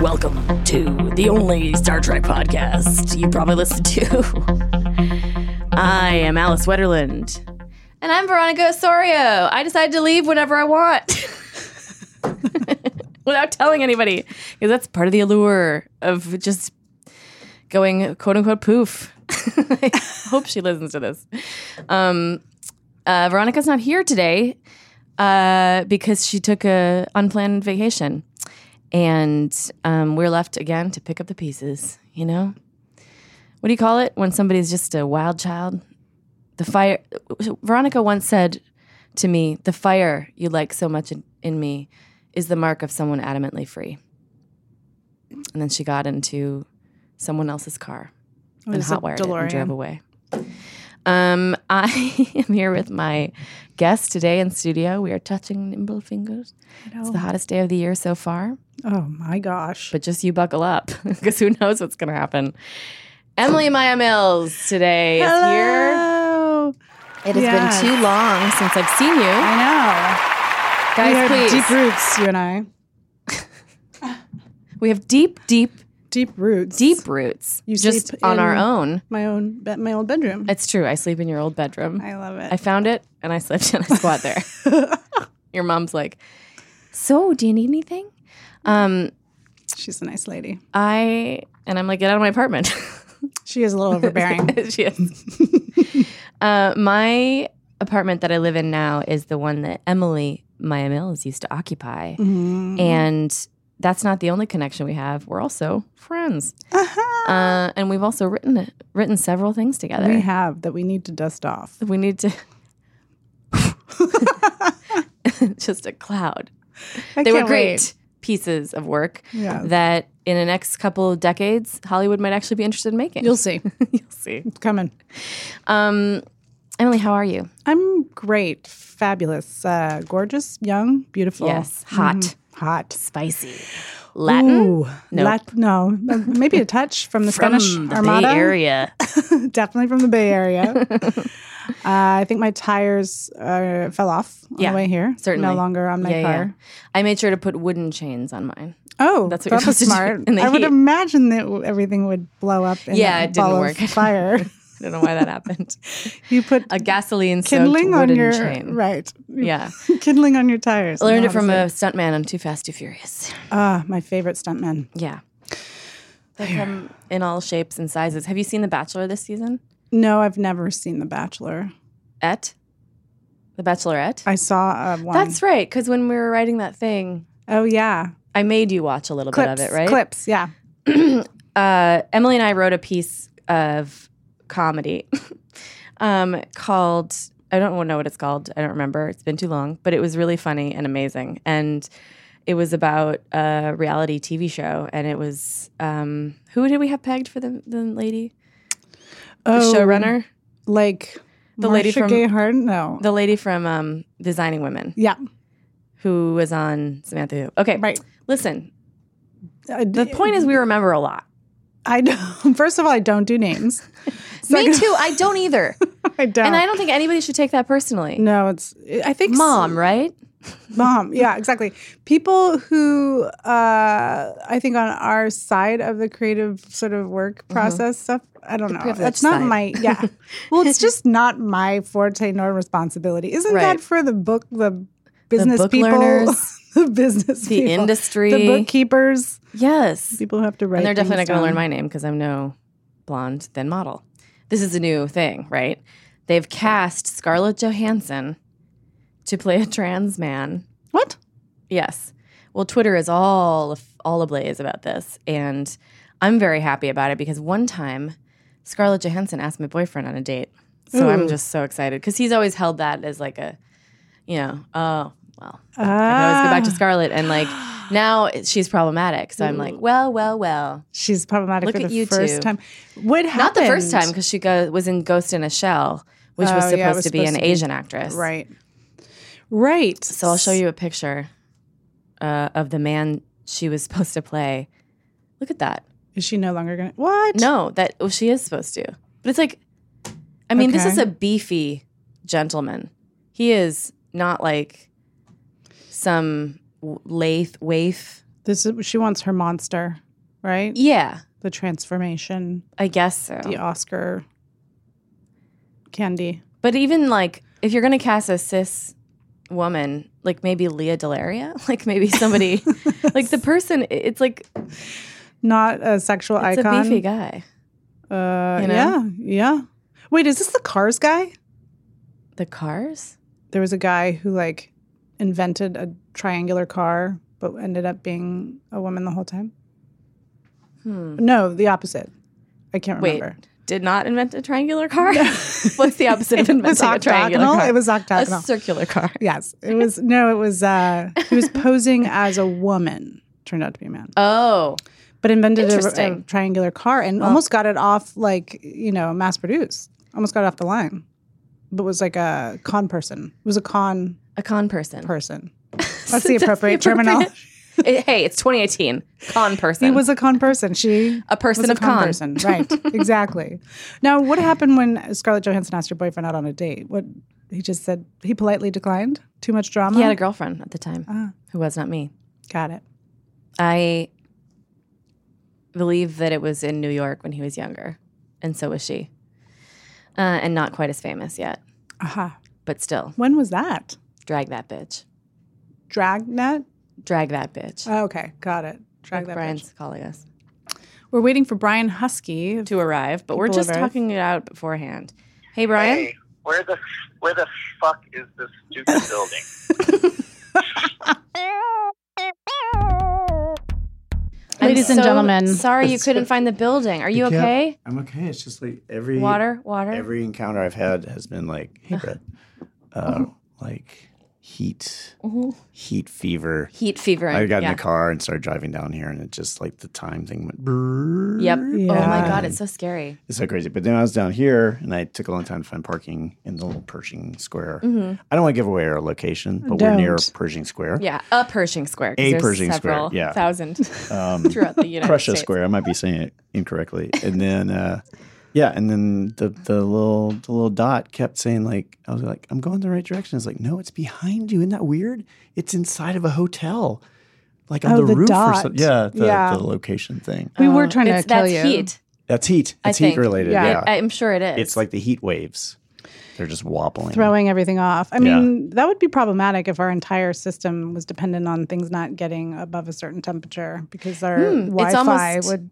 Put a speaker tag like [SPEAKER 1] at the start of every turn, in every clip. [SPEAKER 1] Welcome to the only Star Trek podcast you probably listen to. I am Alice Wetterland.
[SPEAKER 2] And I'm Veronica Osorio. I decide to leave whenever I want
[SPEAKER 1] Without telling anybody, because that's part of the allure of just going quote unquote poof. I hope she listens to this. Um, uh, Veronica's not here today uh, because she took a unplanned vacation, and um, we're left again to pick up the pieces. You know, what do you call it when somebody's just a wild child? The fire. Veronica once said to me, "The fire you like so much in, in me is the mark of someone adamantly free." And then she got into someone else's car and
[SPEAKER 2] was a
[SPEAKER 1] hotwired it and drove
[SPEAKER 2] DeLorean.
[SPEAKER 1] away. Um, I am here with my guest today in studio. We are touching nimble fingers. It's the hottest day of the year so far,
[SPEAKER 3] Oh my gosh.
[SPEAKER 1] but just you buckle up because who knows what's going to happen. Emily Maya Mills today is here.
[SPEAKER 3] Hello.
[SPEAKER 1] It has
[SPEAKER 3] Yes.
[SPEAKER 1] been too long since I've seen you.
[SPEAKER 3] I know. we
[SPEAKER 1] Guys,
[SPEAKER 3] have
[SPEAKER 1] please.
[SPEAKER 3] deep roots, you and I.
[SPEAKER 1] we have deep, deep,
[SPEAKER 3] Deep roots.
[SPEAKER 1] deep roots
[SPEAKER 3] You
[SPEAKER 1] just
[SPEAKER 3] sleep
[SPEAKER 1] on our
[SPEAKER 3] in-
[SPEAKER 1] own.
[SPEAKER 3] My own, be- my old bedroom.
[SPEAKER 1] It's true. I sleep in your old bedroom.
[SPEAKER 3] I love it.
[SPEAKER 1] I found it and I slept and I squat there. Your mom's like, So, do you need anything? Um,
[SPEAKER 3] She's a nice lady.
[SPEAKER 1] I, and I'm like, Get out of my apartment.
[SPEAKER 3] She is a little overbearing.
[SPEAKER 1] she is. uh, my apartment that I live in now is the one that Emily Maya Mills used to occupy.
[SPEAKER 3] Mm-hmm.
[SPEAKER 1] And that's not the only connection we have. We're also friends. Uh, and we've also written written several things together.
[SPEAKER 3] we have that we need to dust off.
[SPEAKER 1] We need to. just a cloud.
[SPEAKER 3] I
[SPEAKER 1] they were
[SPEAKER 3] can't
[SPEAKER 1] great
[SPEAKER 3] wait.
[SPEAKER 1] pieces of work
[SPEAKER 3] Yes.
[SPEAKER 1] that in the next couple of decades, Hollywood might actually be interested in making.
[SPEAKER 3] You'll see.
[SPEAKER 1] You'll see.
[SPEAKER 3] It's coming.
[SPEAKER 1] Um, Emily, how are you?
[SPEAKER 3] I'm great, fabulous, uh, gorgeous, young, beautiful.
[SPEAKER 1] Yes, hot.
[SPEAKER 3] Mhm. Hot.
[SPEAKER 1] Spicy. Latin.
[SPEAKER 3] Ooh,
[SPEAKER 1] Nope.
[SPEAKER 3] Lat- no, Uh, maybe a touch from the
[SPEAKER 1] From
[SPEAKER 3] Spanish
[SPEAKER 1] the
[SPEAKER 3] Armada.
[SPEAKER 1] Bay Area.
[SPEAKER 3] definitely from the Bay Area. uh, I think my tires uh, fell off on
[SPEAKER 1] Yeah,
[SPEAKER 3] the way here.
[SPEAKER 1] certainly.
[SPEAKER 3] no longer on my
[SPEAKER 1] Yeah, yeah.
[SPEAKER 3] car.
[SPEAKER 1] I made sure to put wooden chains on mine.
[SPEAKER 3] Oh,
[SPEAKER 1] That's
[SPEAKER 3] that's
[SPEAKER 1] what you're
[SPEAKER 3] that was
[SPEAKER 1] supposed to do
[SPEAKER 3] smart.
[SPEAKER 1] in the
[SPEAKER 3] I would
[SPEAKER 1] heat.
[SPEAKER 3] imagine that w- everything would blow up. In
[SPEAKER 1] Yeah,
[SPEAKER 3] a
[SPEAKER 1] it didn't
[SPEAKER 3] ball
[SPEAKER 1] work.
[SPEAKER 3] Of fire.
[SPEAKER 1] I don't know why that happened.
[SPEAKER 3] you put
[SPEAKER 1] A gasoline soaked
[SPEAKER 3] kindling
[SPEAKER 1] wooden
[SPEAKER 3] on your
[SPEAKER 1] chain.
[SPEAKER 3] right. You
[SPEAKER 1] Yeah.
[SPEAKER 3] put kindling on your tires.
[SPEAKER 1] I learned it
[SPEAKER 3] How does
[SPEAKER 1] from a stuntman on Too Fast, Too Furious.
[SPEAKER 3] Ah, my favorite stuntman.
[SPEAKER 1] Yeah. They come in all shapes and sizes. Have you seen The Bachelor this season?
[SPEAKER 3] No, I've never seen The Bachelor.
[SPEAKER 1] Et? The Bachelorette?
[SPEAKER 3] I saw uh, one.
[SPEAKER 1] That's right. Because when we were writing that thing,
[SPEAKER 3] oh yeah,
[SPEAKER 1] I made you watch a little
[SPEAKER 3] clips,
[SPEAKER 1] bit of it, right?
[SPEAKER 3] clips. Yeah,
[SPEAKER 1] uh, Emily and I wrote a piece of comedy um, called, I don't know what it's called. I don't remember. It's been too long, but it was really funny and amazing. And it was about a reality TV show. And it was, um, who did we have pegged for the, the lady? The
[SPEAKER 3] Oh,
[SPEAKER 1] showrunner?
[SPEAKER 3] like
[SPEAKER 1] The lady
[SPEAKER 3] Marcia
[SPEAKER 1] from-
[SPEAKER 3] Gay Harden. No,
[SPEAKER 1] The lady from um, Designing Women
[SPEAKER 3] yeah,
[SPEAKER 1] who was on Samantha Who. Okay.
[SPEAKER 3] right.
[SPEAKER 1] Listen,
[SPEAKER 3] Uh,
[SPEAKER 1] the point is we remember a lot.
[SPEAKER 3] I don't. First of all, I don't do names.
[SPEAKER 1] Me too. I don't either.
[SPEAKER 3] I don't.
[SPEAKER 1] And I don't think anybody should take that personally.
[SPEAKER 3] No, it's. I think s-
[SPEAKER 1] Mom, right?
[SPEAKER 3] Mom. Yeah, exactly. People who uh, I think on our side of the creative sort of work
[SPEAKER 1] Mm-hmm.
[SPEAKER 3] process stuff, I don't know.
[SPEAKER 2] privileged
[SPEAKER 3] That's not
[SPEAKER 2] side.
[SPEAKER 3] my yeah. well, it's just not my forte nor responsibility. Isn't
[SPEAKER 1] Right.
[SPEAKER 3] that for the book the business
[SPEAKER 1] book
[SPEAKER 3] people,
[SPEAKER 1] learners,
[SPEAKER 3] the business
[SPEAKER 1] the
[SPEAKER 3] people,
[SPEAKER 1] industry.
[SPEAKER 3] the bookkeepers,
[SPEAKER 1] Yes.
[SPEAKER 3] people who have to write.
[SPEAKER 1] And they're definitely not
[SPEAKER 3] things
[SPEAKER 1] going to learn
[SPEAKER 3] down.
[SPEAKER 1] my name because I'm no blonde then model. This is a new thing, right? They've cast Scarlett Johansson to play a trans man.
[SPEAKER 3] What?
[SPEAKER 1] Yes. Well, Twitter is all af- all ablaze about this, and I'm very happy about it because one time Scarlett Johansson asked my boyfriend on a date, so I'm
[SPEAKER 3] Ooh.
[SPEAKER 1] just so excited because he's always held that as like a, you know, oh well, I can always
[SPEAKER 3] Ah,
[SPEAKER 1] go back to Scarlett, and like now it- she's problematic, so I'm like, well, well, well,
[SPEAKER 3] she's problematic
[SPEAKER 1] Look
[SPEAKER 3] for
[SPEAKER 1] at
[SPEAKER 3] the
[SPEAKER 1] you
[SPEAKER 3] first
[SPEAKER 1] two.
[SPEAKER 3] time. What happened?
[SPEAKER 1] not the first time because she go- was in Ghost in a Shell, which was
[SPEAKER 3] Oh,
[SPEAKER 1] supposed
[SPEAKER 3] yeah, it was
[SPEAKER 1] to be
[SPEAKER 3] supposed
[SPEAKER 1] an
[SPEAKER 3] to be-
[SPEAKER 1] Asian actress,
[SPEAKER 3] Right. Right.
[SPEAKER 1] So I'll show you a picture uh, of the man she was supposed to play. Look at that.
[SPEAKER 3] Is she no longer going to? What?
[SPEAKER 1] No, that well, she is supposed to. But it's like, I mean, this
[SPEAKER 3] Okay.
[SPEAKER 1] is a beefy gentleman. He is not like some w- lathe waif.
[SPEAKER 3] This is, she wants her monster, right?
[SPEAKER 1] Yeah,
[SPEAKER 3] The transformation,
[SPEAKER 1] I guess so.
[SPEAKER 3] the Oscar candy.
[SPEAKER 1] But even like, if you're gonna cast a cis woman, like maybe Leah Delaria, like maybe somebody, like the person, it's like it's
[SPEAKER 3] Not a sexual
[SPEAKER 1] a
[SPEAKER 3] icon.
[SPEAKER 1] beefy guy.
[SPEAKER 3] Uh,
[SPEAKER 1] you know?
[SPEAKER 3] Yeah, yeah. Wait, is this the Cars guy?
[SPEAKER 1] The Cars.
[SPEAKER 3] There was a guy who like invented a triangular car, but ended up being a woman the whole time.
[SPEAKER 1] Hmm.
[SPEAKER 3] No, the opposite. I can't
[SPEAKER 1] Wait.
[SPEAKER 3] remember.
[SPEAKER 1] Did not invent a triangular car. What's the opposite of
[SPEAKER 3] It was
[SPEAKER 1] inventing a triangular
[SPEAKER 3] octagonal.
[SPEAKER 1] car?
[SPEAKER 3] It was
[SPEAKER 1] a
[SPEAKER 3] octagonal.
[SPEAKER 1] circular car.
[SPEAKER 3] Yes, it was. No, it was. uh He was posing as a woman. Turned out to be a man,
[SPEAKER 1] Oh,
[SPEAKER 3] but invented a, a
[SPEAKER 1] Interesting.
[SPEAKER 3] triangular car and almost got it off, like you know, mass produced. Almost got it off the line, but was like a con person. It was a con
[SPEAKER 1] a con person.
[SPEAKER 3] person.
[SPEAKER 1] That's
[SPEAKER 3] That's the appropriate terminology.
[SPEAKER 1] It- hey, it's 2018. Con person.
[SPEAKER 3] He was a con person. She
[SPEAKER 1] a person
[SPEAKER 3] was a
[SPEAKER 1] of con.
[SPEAKER 3] person. Right. exactly. Now, what happened when Scarlett Johansson asked your boyfriend out on a date? What he just said? He politely declined. Too much drama.
[SPEAKER 1] He had a girlfriend at the time
[SPEAKER 3] Ah.
[SPEAKER 1] who was not me.
[SPEAKER 3] got it.
[SPEAKER 1] I believe that it was in New York when he was younger, and so was she, uh, and not quite as famous yet,
[SPEAKER 3] Aha.
[SPEAKER 1] but still,
[SPEAKER 3] When was that?
[SPEAKER 1] drag that bitch,
[SPEAKER 3] Dragnet?
[SPEAKER 1] drag that bitch.
[SPEAKER 3] Oh, okay, got it. Drag
[SPEAKER 1] Like
[SPEAKER 3] that
[SPEAKER 1] Brian's
[SPEAKER 3] bitch.
[SPEAKER 1] calling us
[SPEAKER 3] We're waiting for Brian Husky.
[SPEAKER 1] to arrive, but we're
[SPEAKER 3] People
[SPEAKER 1] just
[SPEAKER 3] of Earth.
[SPEAKER 1] talking it out beforehand. Hey, Brian.
[SPEAKER 4] Hey, where the where the fuck is this stupid building?
[SPEAKER 1] I'm
[SPEAKER 3] Ladies and
[SPEAKER 1] so
[SPEAKER 3] gentlemen.
[SPEAKER 1] sorry you couldn't find the building. Are you
[SPEAKER 5] can't-
[SPEAKER 1] okay?
[SPEAKER 5] I'm okay. It's just like every
[SPEAKER 1] Water, water.
[SPEAKER 5] Every encounter I've had has been like, hey, Brett, uh, like heat, heat fever.
[SPEAKER 1] Heat fever.
[SPEAKER 5] I got
[SPEAKER 1] yeah.
[SPEAKER 5] in the car and started driving down here, and it just like the time thing went. brrrr.
[SPEAKER 1] Yep. Oh my
[SPEAKER 3] Yeah.
[SPEAKER 1] god, it's so scary.
[SPEAKER 5] It's so crazy. But then I was down here, and I took a long time to find parking in the little Pershing Square.
[SPEAKER 1] Mm-hmm.
[SPEAKER 5] I don't want to give away our location, but we're near
[SPEAKER 3] Don't.
[SPEAKER 5] Pershing Square.
[SPEAKER 1] Yeah, a Pershing Square. 'cause
[SPEAKER 5] A
[SPEAKER 1] there's
[SPEAKER 5] Pershing Square,
[SPEAKER 1] several
[SPEAKER 5] yeah.
[SPEAKER 1] thousand
[SPEAKER 5] Um,
[SPEAKER 1] throughout the United
[SPEAKER 5] Prussia
[SPEAKER 1] States.
[SPEAKER 5] Square. I might be saying it incorrectly. And then, uh, yeah, and then the the little the little dot kept saying like, I was like, I'm going the right direction. It's like, no, it's behind you. Isn't that weird? It's inside of a hotel, like on
[SPEAKER 3] Oh,
[SPEAKER 5] the,
[SPEAKER 3] the
[SPEAKER 5] roof
[SPEAKER 3] dot.
[SPEAKER 5] or something. Yeah, the,
[SPEAKER 3] Yeah.
[SPEAKER 5] the location thing.
[SPEAKER 3] we were trying
[SPEAKER 1] Oh. It's-
[SPEAKER 3] to kill
[SPEAKER 1] that's
[SPEAKER 3] you.
[SPEAKER 1] heat.
[SPEAKER 5] That's heat.
[SPEAKER 1] I
[SPEAKER 5] It's heat
[SPEAKER 1] think.
[SPEAKER 5] related.
[SPEAKER 3] Yeah.
[SPEAKER 5] Yeah,
[SPEAKER 1] I, am sure it is.
[SPEAKER 5] it's like the heat waves. They're just wobbling.
[SPEAKER 3] Throwing everything off. I
[SPEAKER 5] Yeah.
[SPEAKER 3] mean, that would be problematic if our entire system was dependent on things not getting above a certain temperature because our
[SPEAKER 1] Hmm, it's
[SPEAKER 3] Wi Fi
[SPEAKER 1] almost-
[SPEAKER 3] would.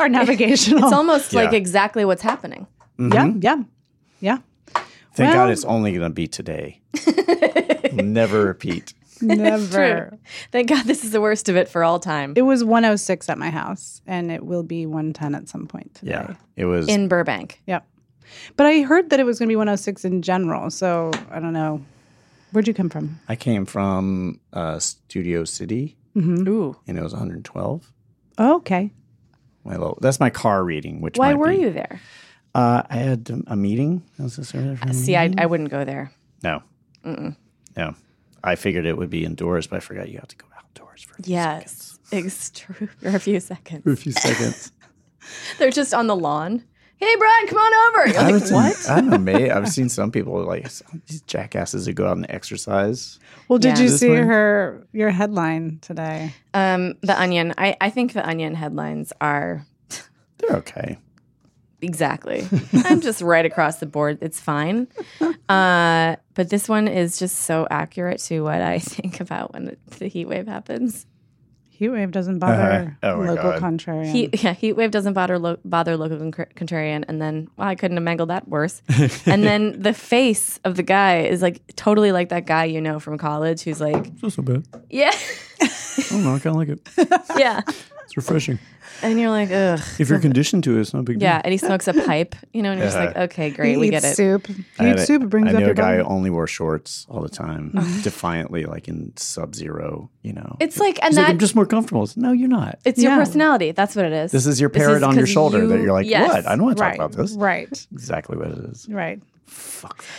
[SPEAKER 3] our navigational.
[SPEAKER 1] it's almost like
[SPEAKER 5] Yeah.
[SPEAKER 1] exactly what's happening.
[SPEAKER 5] Mhm.
[SPEAKER 3] yeah, yeah.
[SPEAKER 5] Thank
[SPEAKER 3] Well-
[SPEAKER 5] God it's only going to be today. Never repeat.
[SPEAKER 3] Never.
[SPEAKER 1] Thank God this is the worst of it for all time.
[SPEAKER 3] It was 106 at my house, and it will be 110 at some point. Today.
[SPEAKER 5] Yeah, it was.
[SPEAKER 1] In Burbank.
[SPEAKER 3] Yep. But I heard that it was going to be 106 in general. So I don't know. Where'd you come from?
[SPEAKER 5] I came from uh, Studio City.
[SPEAKER 3] Mm-hmm.
[SPEAKER 1] Ooh.
[SPEAKER 5] and it was 112.
[SPEAKER 3] Oh, okay.
[SPEAKER 5] My low. That's my car reading. Which
[SPEAKER 1] Why
[SPEAKER 5] might
[SPEAKER 1] were
[SPEAKER 5] be-
[SPEAKER 1] you there?
[SPEAKER 5] Uh, I had a meeting. Was this earlier? from a
[SPEAKER 1] Uh, See, I,
[SPEAKER 5] meeting?
[SPEAKER 1] I wouldn't go there.
[SPEAKER 5] no,
[SPEAKER 1] Mm-mm.
[SPEAKER 5] no. I figured it would be indoors, but I forgot you have to go outdoors for a few
[SPEAKER 1] Yes. It's true. For a few
[SPEAKER 5] seconds.
[SPEAKER 1] seconds.
[SPEAKER 5] For a few seconds.
[SPEAKER 1] They're just on the lawn.
[SPEAKER 2] hey, Brian, come on over. You're
[SPEAKER 5] I
[SPEAKER 2] like,
[SPEAKER 5] was what? I'm amazed. I've seen some people like some- these jackasses who go out and exercise.
[SPEAKER 3] Well, did
[SPEAKER 1] Yeah.
[SPEAKER 3] you
[SPEAKER 5] This
[SPEAKER 3] see
[SPEAKER 5] one?
[SPEAKER 3] her your headline today?
[SPEAKER 1] Um, the Onion. I, I think the Onion headlines are
[SPEAKER 5] They're okay.
[SPEAKER 1] exactly. I'm just right across the board. It's fine. Uh, but this one is just so accurate to what I think about when the heat wave happens.
[SPEAKER 3] Heat wave doesn't bother
[SPEAKER 5] Oh my
[SPEAKER 3] local
[SPEAKER 5] God.
[SPEAKER 3] contrarian.
[SPEAKER 1] Heat, yeah, heat wave doesn't bother lo- bother local con- contrarian, and then well, I couldn't have mangled that worse. and then the face of the guy is like totally like that guy you know from college who's like,
[SPEAKER 5] It's not so bad.
[SPEAKER 1] yeah,
[SPEAKER 5] I don't know. I kind of like it.
[SPEAKER 1] yeah,
[SPEAKER 5] It's refreshing.
[SPEAKER 1] and you're like, ugh,
[SPEAKER 5] If you're conditioned to it, it's not a big
[SPEAKER 1] yeah. And he smokes a pipe, you know, and you're just like,
[SPEAKER 5] Uh-huh.
[SPEAKER 1] okay, great, we
[SPEAKER 3] Eat
[SPEAKER 1] get it.
[SPEAKER 3] Soup.
[SPEAKER 5] I
[SPEAKER 3] Eat
[SPEAKER 5] had a-
[SPEAKER 3] soup brings
[SPEAKER 5] I
[SPEAKER 3] up
[SPEAKER 5] knew
[SPEAKER 3] your
[SPEAKER 5] a guy
[SPEAKER 3] body.
[SPEAKER 5] who only wore shorts all the time, defiantly, like in sub-zero. You know,
[SPEAKER 1] It's like, and
[SPEAKER 5] He's like,
[SPEAKER 1] that
[SPEAKER 5] I'm just more comfortable. It's, no, you're not.
[SPEAKER 1] it's
[SPEAKER 3] Yeah.
[SPEAKER 1] your personality. That's what it is.
[SPEAKER 5] This is your parrot on your
[SPEAKER 1] 'cause
[SPEAKER 5] shoulder that
[SPEAKER 1] you-
[SPEAKER 5] you're like,
[SPEAKER 1] yes.
[SPEAKER 5] what? I don't want to
[SPEAKER 3] Right.
[SPEAKER 5] talk about this.
[SPEAKER 3] Right.
[SPEAKER 5] Exactly what it is.
[SPEAKER 3] Right.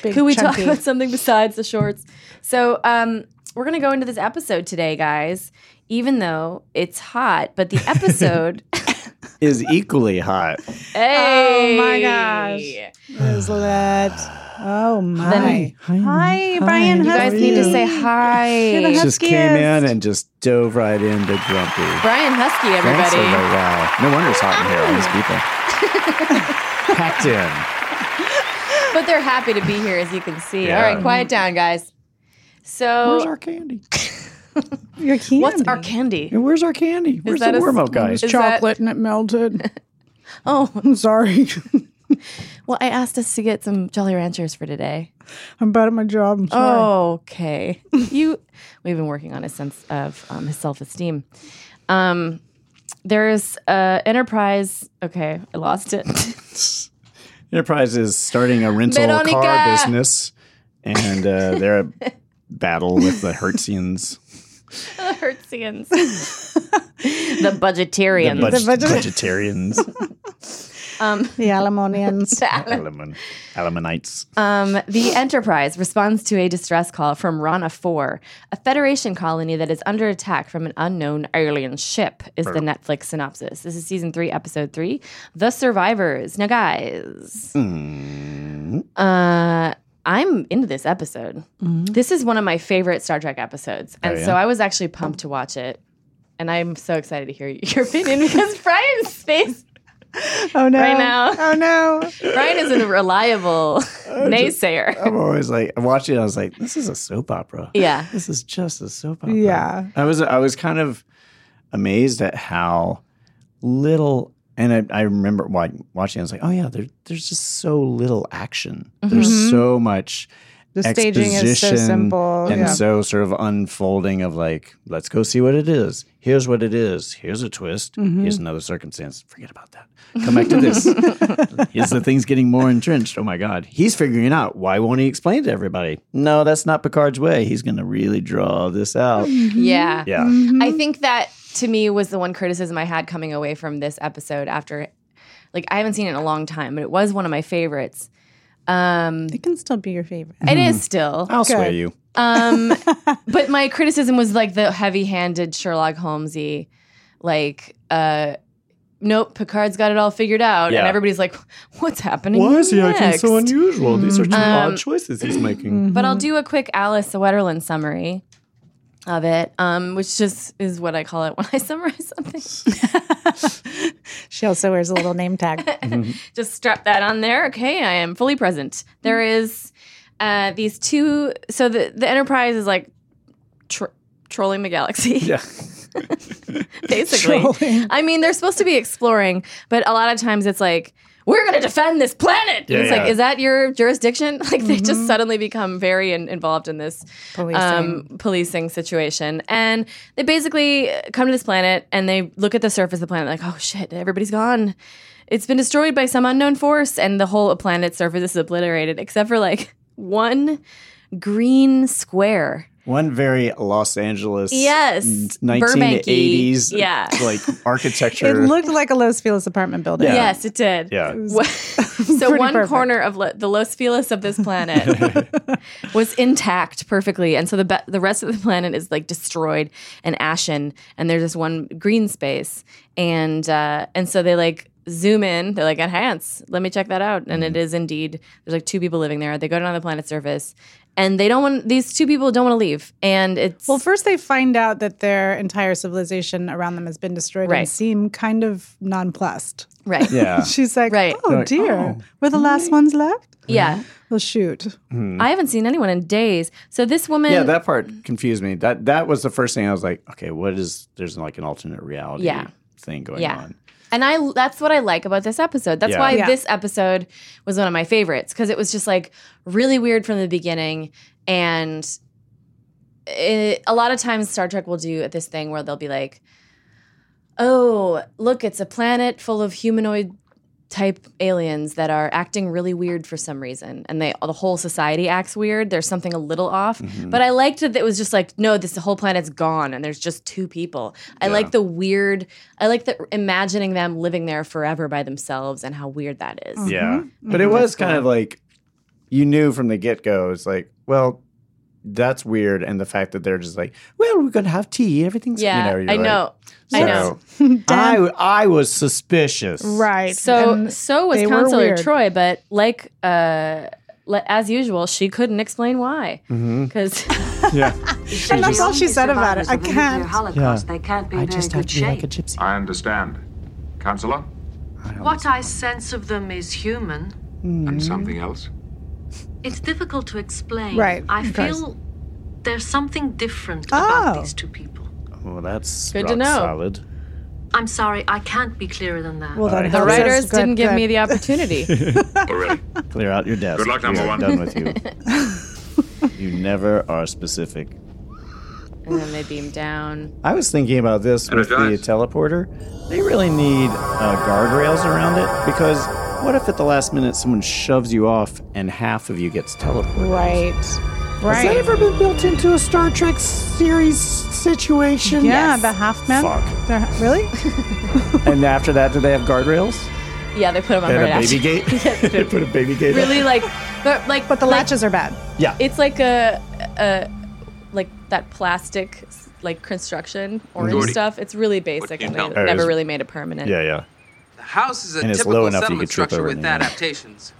[SPEAKER 3] Big
[SPEAKER 1] Could we talk
[SPEAKER 3] chunky.
[SPEAKER 1] about something besides the shorts? So, um, we're gonna go into this episode today, guys. Even though it's hot, but the episode,
[SPEAKER 5] Is equally hot.
[SPEAKER 1] hey,
[SPEAKER 3] Oh my gosh. Is that? Oh my! hi, Brian.
[SPEAKER 1] You guys need to say hi,
[SPEAKER 3] You're the
[SPEAKER 5] Just came in
[SPEAKER 3] huskiest.
[SPEAKER 5] and just dove right into Grumpy.
[SPEAKER 1] Brian Husky,
[SPEAKER 5] Thanks,
[SPEAKER 1] everybody.
[SPEAKER 5] everybody. Wow. No wonder it's hot in here. All these people packed in.
[SPEAKER 1] But they're happy to be here, as you can see.
[SPEAKER 5] Yeah.
[SPEAKER 1] All right, quiet down, guys.
[SPEAKER 5] Where's
[SPEAKER 1] So,
[SPEAKER 5] our candy?
[SPEAKER 3] Your candy.
[SPEAKER 1] what's our candy?
[SPEAKER 5] And where's our candy? Where's
[SPEAKER 1] that
[SPEAKER 5] the
[SPEAKER 1] a-
[SPEAKER 5] warm up guy?
[SPEAKER 1] is that-
[SPEAKER 3] and it melted.
[SPEAKER 1] Oh,
[SPEAKER 3] I'm sorry.
[SPEAKER 1] well, I asked us to get some Jolly Ranchers for today.
[SPEAKER 3] I'm bad at my job. I'm sorry.
[SPEAKER 1] Oh. Okay. you we've been working on a sense of um, his self-esteem. Um there's uh Enterprise, okay, I lost it.
[SPEAKER 5] Enterprise is starting a rental car
[SPEAKER 1] Veronica!
[SPEAKER 5] business, and uh, they're at battle with the Hertzians.
[SPEAKER 1] Hertzians. the budgetarians.
[SPEAKER 5] budget-
[SPEAKER 3] budget- Um,
[SPEAKER 5] vegetarians,
[SPEAKER 3] The Alamonians.
[SPEAKER 5] Alaman, Alamanites.
[SPEAKER 1] Um, the Enterprise responds to a distress call from Rana 4, a Federation colony that is under attack from an unknown alien ship, is the Netflix synopsis. This is season three, episode three The Survivors. Now, guys,
[SPEAKER 5] Hmm.
[SPEAKER 1] uh, I'm into this episode.
[SPEAKER 3] Mm-hmm.
[SPEAKER 1] This is one of my favorite Star Trek episodes. And so I was actually pumped to watch it. And I'm so excited to hear your opinion because Brian's face,
[SPEAKER 3] Oh no!
[SPEAKER 1] Right now.
[SPEAKER 3] Oh no! Oh,
[SPEAKER 1] Brian is a reliable naysayer.
[SPEAKER 5] I'm always like, I watched it. I was like, this is a soap opera.
[SPEAKER 1] yeah.
[SPEAKER 5] This is just a soap opera.
[SPEAKER 3] Yeah.
[SPEAKER 5] I was, I was kind of amazed at how little, and I, I remember wa- watching. I was like, oh yeah, there, there's just so little action. There's so much.
[SPEAKER 3] The staging is so
[SPEAKER 5] exposition
[SPEAKER 3] simple.
[SPEAKER 5] and
[SPEAKER 3] yeah.
[SPEAKER 5] so sort of unfolding of like let's go see what it is here's what it is here's a twist
[SPEAKER 3] Mm-hmm.
[SPEAKER 5] here's another circumstance forget about that come back to this here's the things getting more entrenched oh my god he's figuring it out why won't he explain to everybody no that's not picard's way he's gonna really draw this out
[SPEAKER 1] Yeah. Mm-hmm.
[SPEAKER 5] yeah
[SPEAKER 3] Mm-hmm.
[SPEAKER 1] I think that to me was the one criticism I had coming away from this episode after like I haven't seen it in a long time, but it was one of my favorites. Um
[SPEAKER 3] it can still be your favorite.
[SPEAKER 1] it is still.
[SPEAKER 5] Mm-hmm. Hmm. i'll swear you
[SPEAKER 1] Um but my criticism was like the heavy-handed Sherlock Holmesy like uh Nope, Picard's got it all figured out, and
[SPEAKER 5] Yeah.
[SPEAKER 1] everybody's like, "What's happening?" next?"
[SPEAKER 5] unusual these are two
[SPEAKER 1] odd Um,
[SPEAKER 5] choices he's making
[SPEAKER 1] But I'll do a quick Alice Sweaterland summary of it, um, which just is what I call it when I summarize something.
[SPEAKER 3] She also wears a little name tag.
[SPEAKER 1] just strap that on there. Okay, I am fully present. There
[SPEAKER 5] Mm.
[SPEAKER 1] is uh, these two. So the the Enterprise is like tr- trolling the galaxy.
[SPEAKER 5] Yeah.
[SPEAKER 1] Basically, I mean, they're supposed to be exploring, but a lot of times it's like. We're gonna defend this planet.
[SPEAKER 5] Yeah,
[SPEAKER 1] it's like,
[SPEAKER 5] yeah.
[SPEAKER 1] is that your jurisdiction? Like, they just suddenly become very in- involved in this
[SPEAKER 3] Policing.
[SPEAKER 1] um, policing situation. And they basically come to this planet and they look at the surface of the planet, like, oh shit, everybody's gone. It's been destroyed by some unknown force, and the whole planet's surface is obliterated, except for like one green square.
[SPEAKER 5] one very los angeles
[SPEAKER 1] Yes,
[SPEAKER 5] 1980s
[SPEAKER 1] Burbanky. Yeah.
[SPEAKER 5] like architecture
[SPEAKER 3] It looked like a Los Feliz apartment building.
[SPEAKER 5] Yeah.
[SPEAKER 1] Yes, it did.
[SPEAKER 5] yeah
[SPEAKER 1] so
[SPEAKER 3] Pretty
[SPEAKER 1] one
[SPEAKER 3] perfect.
[SPEAKER 1] corner of lo- the Los Feliz of this planet was intact perfectly, and so the be- the rest of the planet is like destroyed and ashen, and there's this one green space, and uh, and so they like zoom in. They're like, enhance. Let me check that out. And
[SPEAKER 5] Mm-hmm.
[SPEAKER 1] it is indeed, there's like two people living there. They go down to the planet's surface and they don't want, these two people don't want to leave. And it's,
[SPEAKER 3] Well, first they find out that their entire civilization around them has been destroyed
[SPEAKER 1] Right.
[SPEAKER 3] and seem kind of nonplussed.
[SPEAKER 1] right.
[SPEAKER 5] Yeah.
[SPEAKER 3] She's like,
[SPEAKER 1] Right.
[SPEAKER 3] oh
[SPEAKER 5] They're like,
[SPEAKER 3] dear,
[SPEAKER 5] oh,
[SPEAKER 3] we're the last ones left?
[SPEAKER 1] Yeah.
[SPEAKER 3] Well, shoot.
[SPEAKER 1] I haven't seen anyone in days. So this woman,
[SPEAKER 5] Hmm. yeah, that part confused me. That that was the first thing I was like, okay, what is there's like an alternate reality
[SPEAKER 1] Yeah.
[SPEAKER 5] thing going
[SPEAKER 1] Yeah.
[SPEAKER 5] on.
[SPEAKER 1] And I that's what I like about this episode. That's
[SPEAKER 5] Yeah.
[SPEAKER 1] why
[SPEAKER 3] Yeah.
[SPEAKER 1] this episode was one of my favorites because it was just like really weird from the beginning and it, a lot of times Star Trek will do this thing where they'll be like oh, look, it's a planet full of humanoid type aliens that are acting really weird for some reason and they the whole society acts weird there's something a little off
[SPEAKER 5] Mm-hmm.
[SPEAKER 1] but i liked that it was just like no this whole planet's gone and there's just two people i like the weird i like the imagining them living there forever by themselves and how weird that is.
[SPEAKER 6] Mm-hmm.
[SPEAKER 5] Yeah.
[SPEAKER 1] Mm-hmm.
[SPEAKER 5] But it was kind of like you knew from the get go, it's like, well, that's weird. And the fact that they're just like, well, we're going to have tea. Everything's, you
[SPEAKER 1] yeah
[SPEAKER 5] you're
[SPEAKER 1] i
[SPEAKER 5] like-
[SPEAKER 1] know i know
[SPEAKER 5] So, I, I was suspicious.
[SPEAKER 3] Right.
[SPEAKER 1] So
[SPEAKER 3] And
[SPEAKER 1] so was
[SPEAKER 3] they were
[SPEAKER 1] Consular
[SPEAKER 3] weird.
[SPEAKER 1] Troy, but like uh le- as usual, she couldn't explain why.
[SPEAKER 5] Mm-hmm.
[SPEAKER 1] Because
[SPEAKER 5] Yeah.
[SPEAKER 3] And that's all she said about it. I can't.
[SPEAKER 7] Holocaust. They can't be in very good shape.
[SPEAKER 5] gypsy.
[SPEAKER 8] I understand. Counselor?
[SPEAKER 7] what I sense of them is human.
[SPEAKER 8] And something else?
[SPEAKER 7] It's difficult to explain.
[SPEAKER 3] Right,
[SPEAKER 7] I
[SPEAKER 3] of course.
[SPEAKER 7] feel there's something different
[SPEAKER 3] Oh.
[SPEAKER 7] about these two people.
[SPEAKER 5] Well, that's
[SPEAKER 1] Good
[SPEAKER 5] good
[SPEAKER 1] to
[SPEAKER 5] to
[SPEAKER 1] know.
[SPEAKER 5] Solid.
[SPEAKER 7] I'm sorry, I can't be clearer than that.
[SPEAKER 3] Well, that
[SPEAKER 5] The
[SPEAKER 1] the
[SPEAKER 3] helps us
[SPEAKER 1] writers
[SPEAKER 3] get
[SPEAKER 1] didn't give
[SPEAKER 3] that-
[SPEAKER 1] me the opportunity.
[SPEAKER 6] We're ready.
[SPEAKER 5] Clear out your desk.
[SPEAKER 6] Good luck, number
[SPEAKER 5] We are
[SPEAKER 6] one.
[SPEAKER 5] Done with you. you never are specific.
[SPEAKER 1] and then they beam down.
[SPEAKER 5] I was thinking about this with the
[SPEAKER 6] Energize.
[SPEAKER 5] teleporter. They really need uh, guardrails around it because what if at the last minute someone shoves you off and half of you gets teleported?
[SPEAKER 3] Right.
[SPEAKER 5] Has that
[SPEAKER 3] Right.
[SPEAKER 5] ever been built into a Star Trek series situation?
[SPEAKER 3] Yeah, the half men.
[SPEAKER 5] Fuck.
[SPEAKER 3] They're- Really?
[SPEAKER 5] and after that, do they have guardrails?
[SPEAKER 1] Yeah, they put them on
[SPEAKER 5] They
[SPEAKER 1] right
[SPEAKER 5] had a
[SPEAKER 1] after.
[SPEAKER 5] baby gate. they put a baby gate. up.
[SPEAKER 1] Really like but like
[SPEAKER 3] But the
[SPEAKER 1] like,
[SPEAKER 3] latches are bad.
[SPEAKER 5] Yeah.
[SPEAKER 1] it's like a a like that plastic like construction orange
[SPEAKER 6] Gordy.
[SPEAKER 1] stuff. It's really basic
[SPEAKER 6] you
[SPEAKER 1] and
[SPEAKER 6] tell
[SPEAKER 1] they
[SPEAKER 6] me?
[SPEAKER 5] Oh,
[SPEAKER 1] never
[SPEAKER 5] it's-
[SPEAKER 1] really made it permanent.
[SPEAKER 5] yeah, yeah.
[SPEAKER 9] The house is a
[SPEAKER 5] And it's
[SPEAKER 9] typical
[SPEAKER 5] low enough you
[SPEAKER 9] settlement
[SPEAKER 5] could trip
[SPEAKER 9] structure
[SPEAKER 5] over
[SPEAKER 9] with
[SPEAKER 5] an alien.
[SPEAKER 9] adaptations.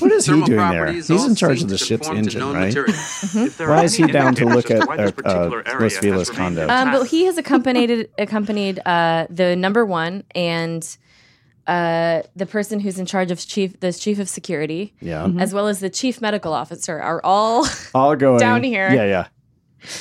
[SPEAKER 5] What is he
[SPEAKER 9] Thermal
[SPEAKER 5] doing there?
[SPEAKER 9] properties
[SPEAKER 5] He's
[SPEAKER 9] all
[SPEAKER 5] in charge
[SPEAKER 9] seem
[SPEAKER 5] of the
[SPEAKER 9] to
[SPEAKER 5] ship's
[SPEAKER 9] conform to
[SPEAKER 5] engine,
[SPEAKER 9] known
[SPEAKER 5] right?
[SPEAKER 9] materials.
[SPEAKER 6] If there are
[SPEAKER 5] Why is he
[SPEAKER 6] any
[SPEAKER 5] down to
[SPEAKER 6] indicators
[SPEAKER 5] look
[SPEAKER 6] as
[SPEAKER 5] at
[SPEAKER 6] why this
[SPEAKER 5] uh, uh,
[SPEAKER 6] particular area
[SPEAKER 5] Los
[SPEAKER 6] has
[SPEAKER 5] Feliz
[SPEAKER 6] remained
[SPEAKER 5] condo?
[SPEAKER 1] Um, but
[SPEAKER 6] intact?
[SPEAKER 1] he has accompanied accompanied uh, the number one and uh, the person who's in charge of chief the chief of security,
[SPEAKER 5] Yeah.
[SPEAKER 1] as well as the chief medical officer, are all
[SPEAKER 5] All going
[SPEAKER 1] Down here.
[SPEAKER 5] Yeah, yeah.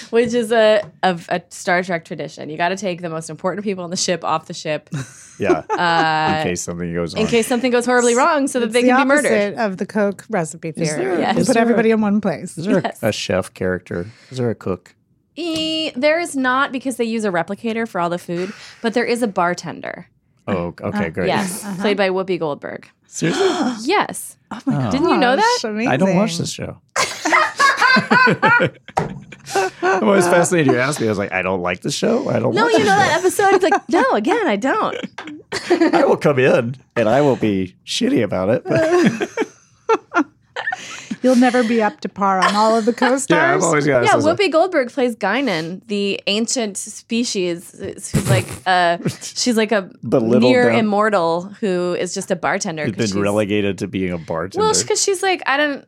[SPEAKER 1] which is a of a Star Trek tradition. You got to take the most important people on the ship off the ship
[SPEAKER 5] Yeah. in case something goes on.
[SPEAKER 1] Uh, in case something goes horribly wrong, so that they
[SPEAKER 3] the
[SPEAKER 1] can be
[SPEAKER 3] opposite
[SPEAKER 1] murdered.
[SPEAKER 3] of the Coke recipe theory.
[SPEAKER 1] there- Yes.
[SPEAKER 3] You
[SPEAKER 5] is
[SPEAKER 3] put
[SPEAKER 5] there-
[SPEAKER 3] everybody in one place.
[SPEAKER 5] Is there a, a chef character? Is there a cook?
[SPEAKER 1] E- there is not because they use a replicator for all the food, but there is a bartender.
[SPEAKER 5] Oh,
[SPEAKER 1] Uh-huh.
[SPEAKER 3] Uh,
[SPEAKER 5] okay, great.
[SPEAKER 1] Yes, played by Whoopi Goldberg.
[SPEAKER 5] Seriously?
[SPEAKER 1] Yes,
[SPEAKER 3] uh-huh. Oh my god!
[SPEAKER 1] Didn't you know that?
[SPEAKER 5] I don't watch this show. I'm always fascinated. You asked me. I was like, I don't like the show. I don't.
[SPEAKER 1] no,
[SPEAKER 5] watch
[SPEAKER 1] you
[SPEAKER 5] the
[SPEAKER 1] know that episode. It's like no, again, I don't.
[SPEAKER 5] show. I will come in and I will be shitty about it.
[SPEAKER 1] Uh,
[SPEAKER 5] But
[SPEAKER 3] You'll never be up to par on all of the
[SPEAKER 5] yeah,
[SPEAKER 3] co-stars.
[SPEAKER 5] I've always got.
[SPEAKER 1] Yeah,
[SPEAKER 5] this is like-
[SPEAKER 1] Whoopi Goldberg plays Guinan, the ancient species who's like uh she's like a
[SPEAKER 5] Belittled
[SPEAKER 1] near
[SPEAKER 5] down.
[SPEAKER 1] immortal who is just a bartender.
[SPEAKER 5] It's
[SPEAKER 1] 'cause
[SPEAKER 5] been
[SPEAKER 1] she's-
[SPEAKER 5] relegated to being a bartender.
[SPEAKER 1] Well, because she's like I don't.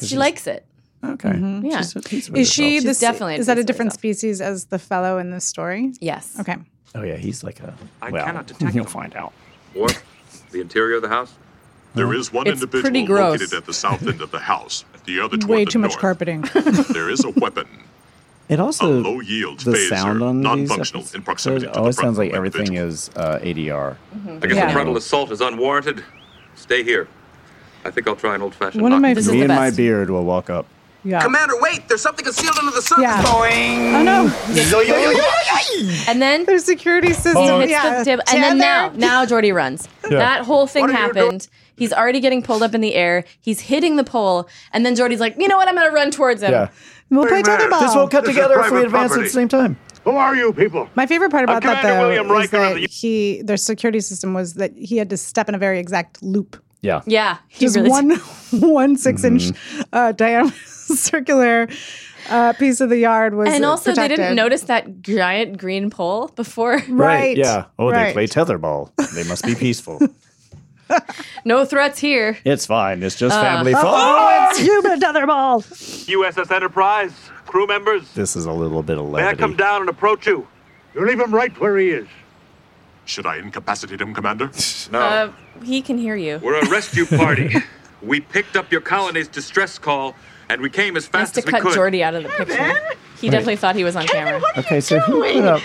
[SPEAKER 1] She
[SPEAKER 5] she's-
[SPEAKER 1] likes it.
[SPEAKER 5] okay.
[SPEAKER 1] Yeah.
[SPEAKER 5] She's at peace with
[SPEAKER 3] Mm-hmm. is she
[SPEAKER 5] herself.
[SPEAKER 3] the
[SPEAKER 1] She's definitely
[SPEAKER 3] Is that a
[SPEAKER 1] pleased with
[SPEAKER 3] different
[SPEAKER 1] herself.
[SPEAKER 3] species as the fellow in this story?
[SPEAKER 1] Yes.
[SPEAKER 3] Okay.
[SPEAKER 5] Oh yeah, he's like a.
[SPEAKER 6] I
[SPEAKER 5] well,
[SPEAKER 6] cannot detect
[SPEAKER 5] You'll
[SPEAKER 6] them.
[SPEAKER 5] find out.
[SPEAKER 9] Or the interior of the house.
[SPEAKER 6] There is one
[SPEAKER 1] It's
[SPEAKER 6] individual
[SPEAKER 1] pretty gross.
[SPEAKER 6] located at the south end of the house, the other toward
[SPEAKER 3] Way
[SPEAKER 6] the
[SPEAKER 3] too much
[SPEAKER 6] north.
[SPEAKER 3] carpeting.
[SPEAKER 6] There is a weapon,
[SPEAKER 5] It
[SPEAKER 6] a
[SPEAKER 5] also
[SPEAKER 6] low yield
[SPEAKER 5] the
[SPEAKER 6] phaser,
[SPEAKER 5] sound on these
[SPEAKER 6] non-functional
[SPEAKER 5] episodes
[SPEAKER 6] in proximity.
[SPEAKER 5] it
[SPEAKER 6] to the
[SPEAKER 5] always
[SPEAKER 6] front
[SPEAKER 5] sounds like
[SPEAKER 6] of the
[SPEAKER 5] everything
[SPEAKER 6] individual.
[SPEAKER 5] is uh, ADR.
[SPEAKER 1] Mm-hmm.
[SPEAKER 9] I guess
[SPEAKER 3] Yeah.
[SPEAKER 9] the frontal assault is unwarranted. Stay here. I think I'll try an old-fashioned.
[SPEAKER 3] One of my-
[SPEAKER 9] knock.
[SPEAKER 1] This is
[SPEAKER 5] Me
[SPEAKER 1] the
[SPEAKER 5] and my
[SPEAKER 1] best.
[SPEAKER 5] beard will walk up.
[SPEAKER 3] Yeah.
[SPEAKER 9] Commander, wait! There's something concealed under the surface.
[SPEAKER 3] Yeah.
[SPEAKER 9] Boing.
[SPEAKER 3] Oh no!
[SPEAKER 1] And then
[SPEAKER 3] Their security system.
[SPEAKER 1] He hits
[SPEAKER 3] yeah.
[SPEAKER 1] the table, and then now,
[SPEAKER 3] Tether.
[SPEAKER 1] now Jordy runs. That whole thing happened. He's already getting pulled up in the air. He's hitting the pole, and then Jordy's like, "You know what? I'm gonna run towards him."
[SPEAKER 5] Yeah.
[SPEAKER 3] we'll play tetherball.
[SPEAKER 5] This won't cut
[SPEAKER 6] This is
[SPEAKER 5] together if we
[SPEAKER 6] private
[SPEAKER 5] advance at
[SPEAKER 6] property.
[SPEAKER 5] the same time.
[SPEAKER 6] Who are you people?
[SPEAKER 3] My favorite part about that
[SPEAKER 6] Commander
[SPEAKER 3] though
[SPEAKER 6] William
[SPEAKER 3] is
[SPEAKER 6] Riker of
[SPEAKER 3] that
[SPEAKER 6] the-
[SPEAKER 3] he their security system was that he had to step in a very exact loop.
[SPEAKER 5] Yeah.
[SPEAKER 1] yeah. He
[SPEAKER 3] Just
[SPEAKER 1] really
[SPEAKER 5] Mm-hmm.
[SPEAKER 3] one one six inch uh, diameter circular uh, piece of the yard was
[SPEAKER 1] and
[SPEAKER 3] uh,
[SPEAKER 1] also, they didn't
[SPEAKER 3] protected.
[SPEAKER 1] notice that giant green pole before.
[SPEAKER 3] Right.
[SPEAKER 5] Yeah. Oh,
[SPEAKER 3] Right.
[SPEAKER 5] they play tetherball. They must be peaceful.
[SPEAKER 1] No threats here.
[SPEAKER 5] it's fine. It's just
[SPEAKER 1] Uh,
[SPEAKER 5] family
[SPEAKER 1] oh,
[SPEAKER 5] fun.
[SPEAKER 3] It's human tetherball.
[SPEAKER 9] USS Enterprise, crew members,
[SPEAKER 5] This is a little bit of
[SPEAKER 9] may I
[SPEAKER 5] levity.
[SPEAKER 9] come down and approach you?
[SPEAKER 6] You leave him right where he is. Should I incapacitate him, Commander?
[SPEAKER 9] No.
[SPEAKER 1] Uh, he can hear you.
[SPEAKER 9] We're a rescue party. we picked up your colony's distress call, and we came as
[SPEAKER 1] Has
[SPEAKER 9] fast
[SPEAKER 1] to
[SPEAKER 9] as we
[SPEAKER 1] cut
[SPEAKER 9] could.
[SPEAKER 1] Jordy out of the picture. He definitely thought he was on camera.
[SPEAKER 5] Okay, so who put, out,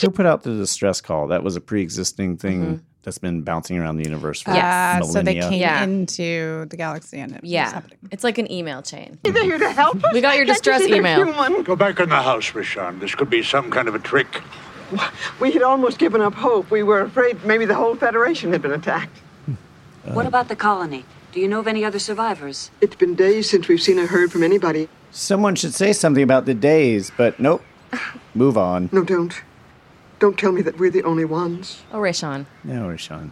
[SPEAKER 5] who put out the distress call? That was a pre-existing thing that's been bouncing around the universe for
[SPEAKER 3] Yeah. Uh, so they
[SPEAKER 5] millennia.
[SPEAKER 3] came
[SPEAKER 1] Yeah.
[SPEAKER 3] into the galaxy and it was
[SPEAKER 1] Yeah,
[SPEAKER 3] happening.
[SPEAKER 1] it's like an email chain.
[SPEAKER 4] They're here to help us.
[SPEAKER 1] We got your
[SPEAKER 4] Can't you
[SPEAKER 1] distress
[SPEAKER 4] see they're
[SPEAKER 1] email.
[SPEAKER 4] Human?
[SPEAKER 6] Go back in the house, Rashan. This could be some kind of a trick.
[SPEAKER 4] We had almost given up hope. We were afraid maybe the whole Federation had been attacked.
[SPEAKER 10] What about the colony? Do you know of any other survivors?
[SPEAKER 4] It's been days since we've seen or heard from anybody.
[SPEAKER 5] Someone should say something about the days, but nope. Move on.
[SPEAKER 4] No, don't. Don't tell me that we're the only ones.
[SPEAKER 1] Oh, Rayshawn.
[SPEAKER 5] No, Rashawn.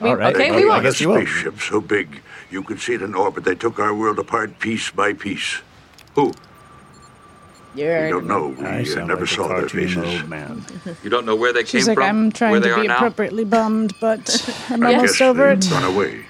[SPEAKER 1] We-
[SPEAKER 5] All right.
[SPEAKER 1] okay,
[SPEAKER 5] I-
[SPEAKER 1] we
[SPEAKER 5] I
[SPEAKER 1] won't.
[SPEAKER 5] guess you will.
[SPEAKER 6] Ship so big, you could see it in orbit. They took our world apart piece by piece.
[SPEAKER 9] Who?
[SPEAKER 6] We
[SPEAKER 1] You're
[SPEAKER 6] don't know. We
[SPEAKER 5] I
[SPEAKER 6] uh,
[SPEAKER 5] sound
[SPEAKER 6] never
[SPEAKER 5] like a
[SPEAKER 6] saw their
[SPEAKER 5] cartoon
[SPEAKER 6] faces.
[SPEAKER 5] old man.
[SPEAKER 9] You don't know where they
[SPEAKER 3] She's
[SPEAKER 9] came
[SPEAKER 3] like,
[SPEAKER 9] from,
[SPEAKER 3] I'm
[SPEAKER 9] where
[SPEAKER 3] trying
[SPEAKER 9] they
[SPEAKER 3] to
[SPEAKER 9] are
[SPEAKER 3] be
[SPEAKER 9] now.
[SPEAKER 3] appropriately bummed, but I'm
[SPEAKER 6] I
[SPEAKER 3] almost
[SPEAKER 6] guess
[SPEAKER 3] over
[SPEAKER 6] they've
[SPEAKER 3] it.
[SPEAKER 6] Run away.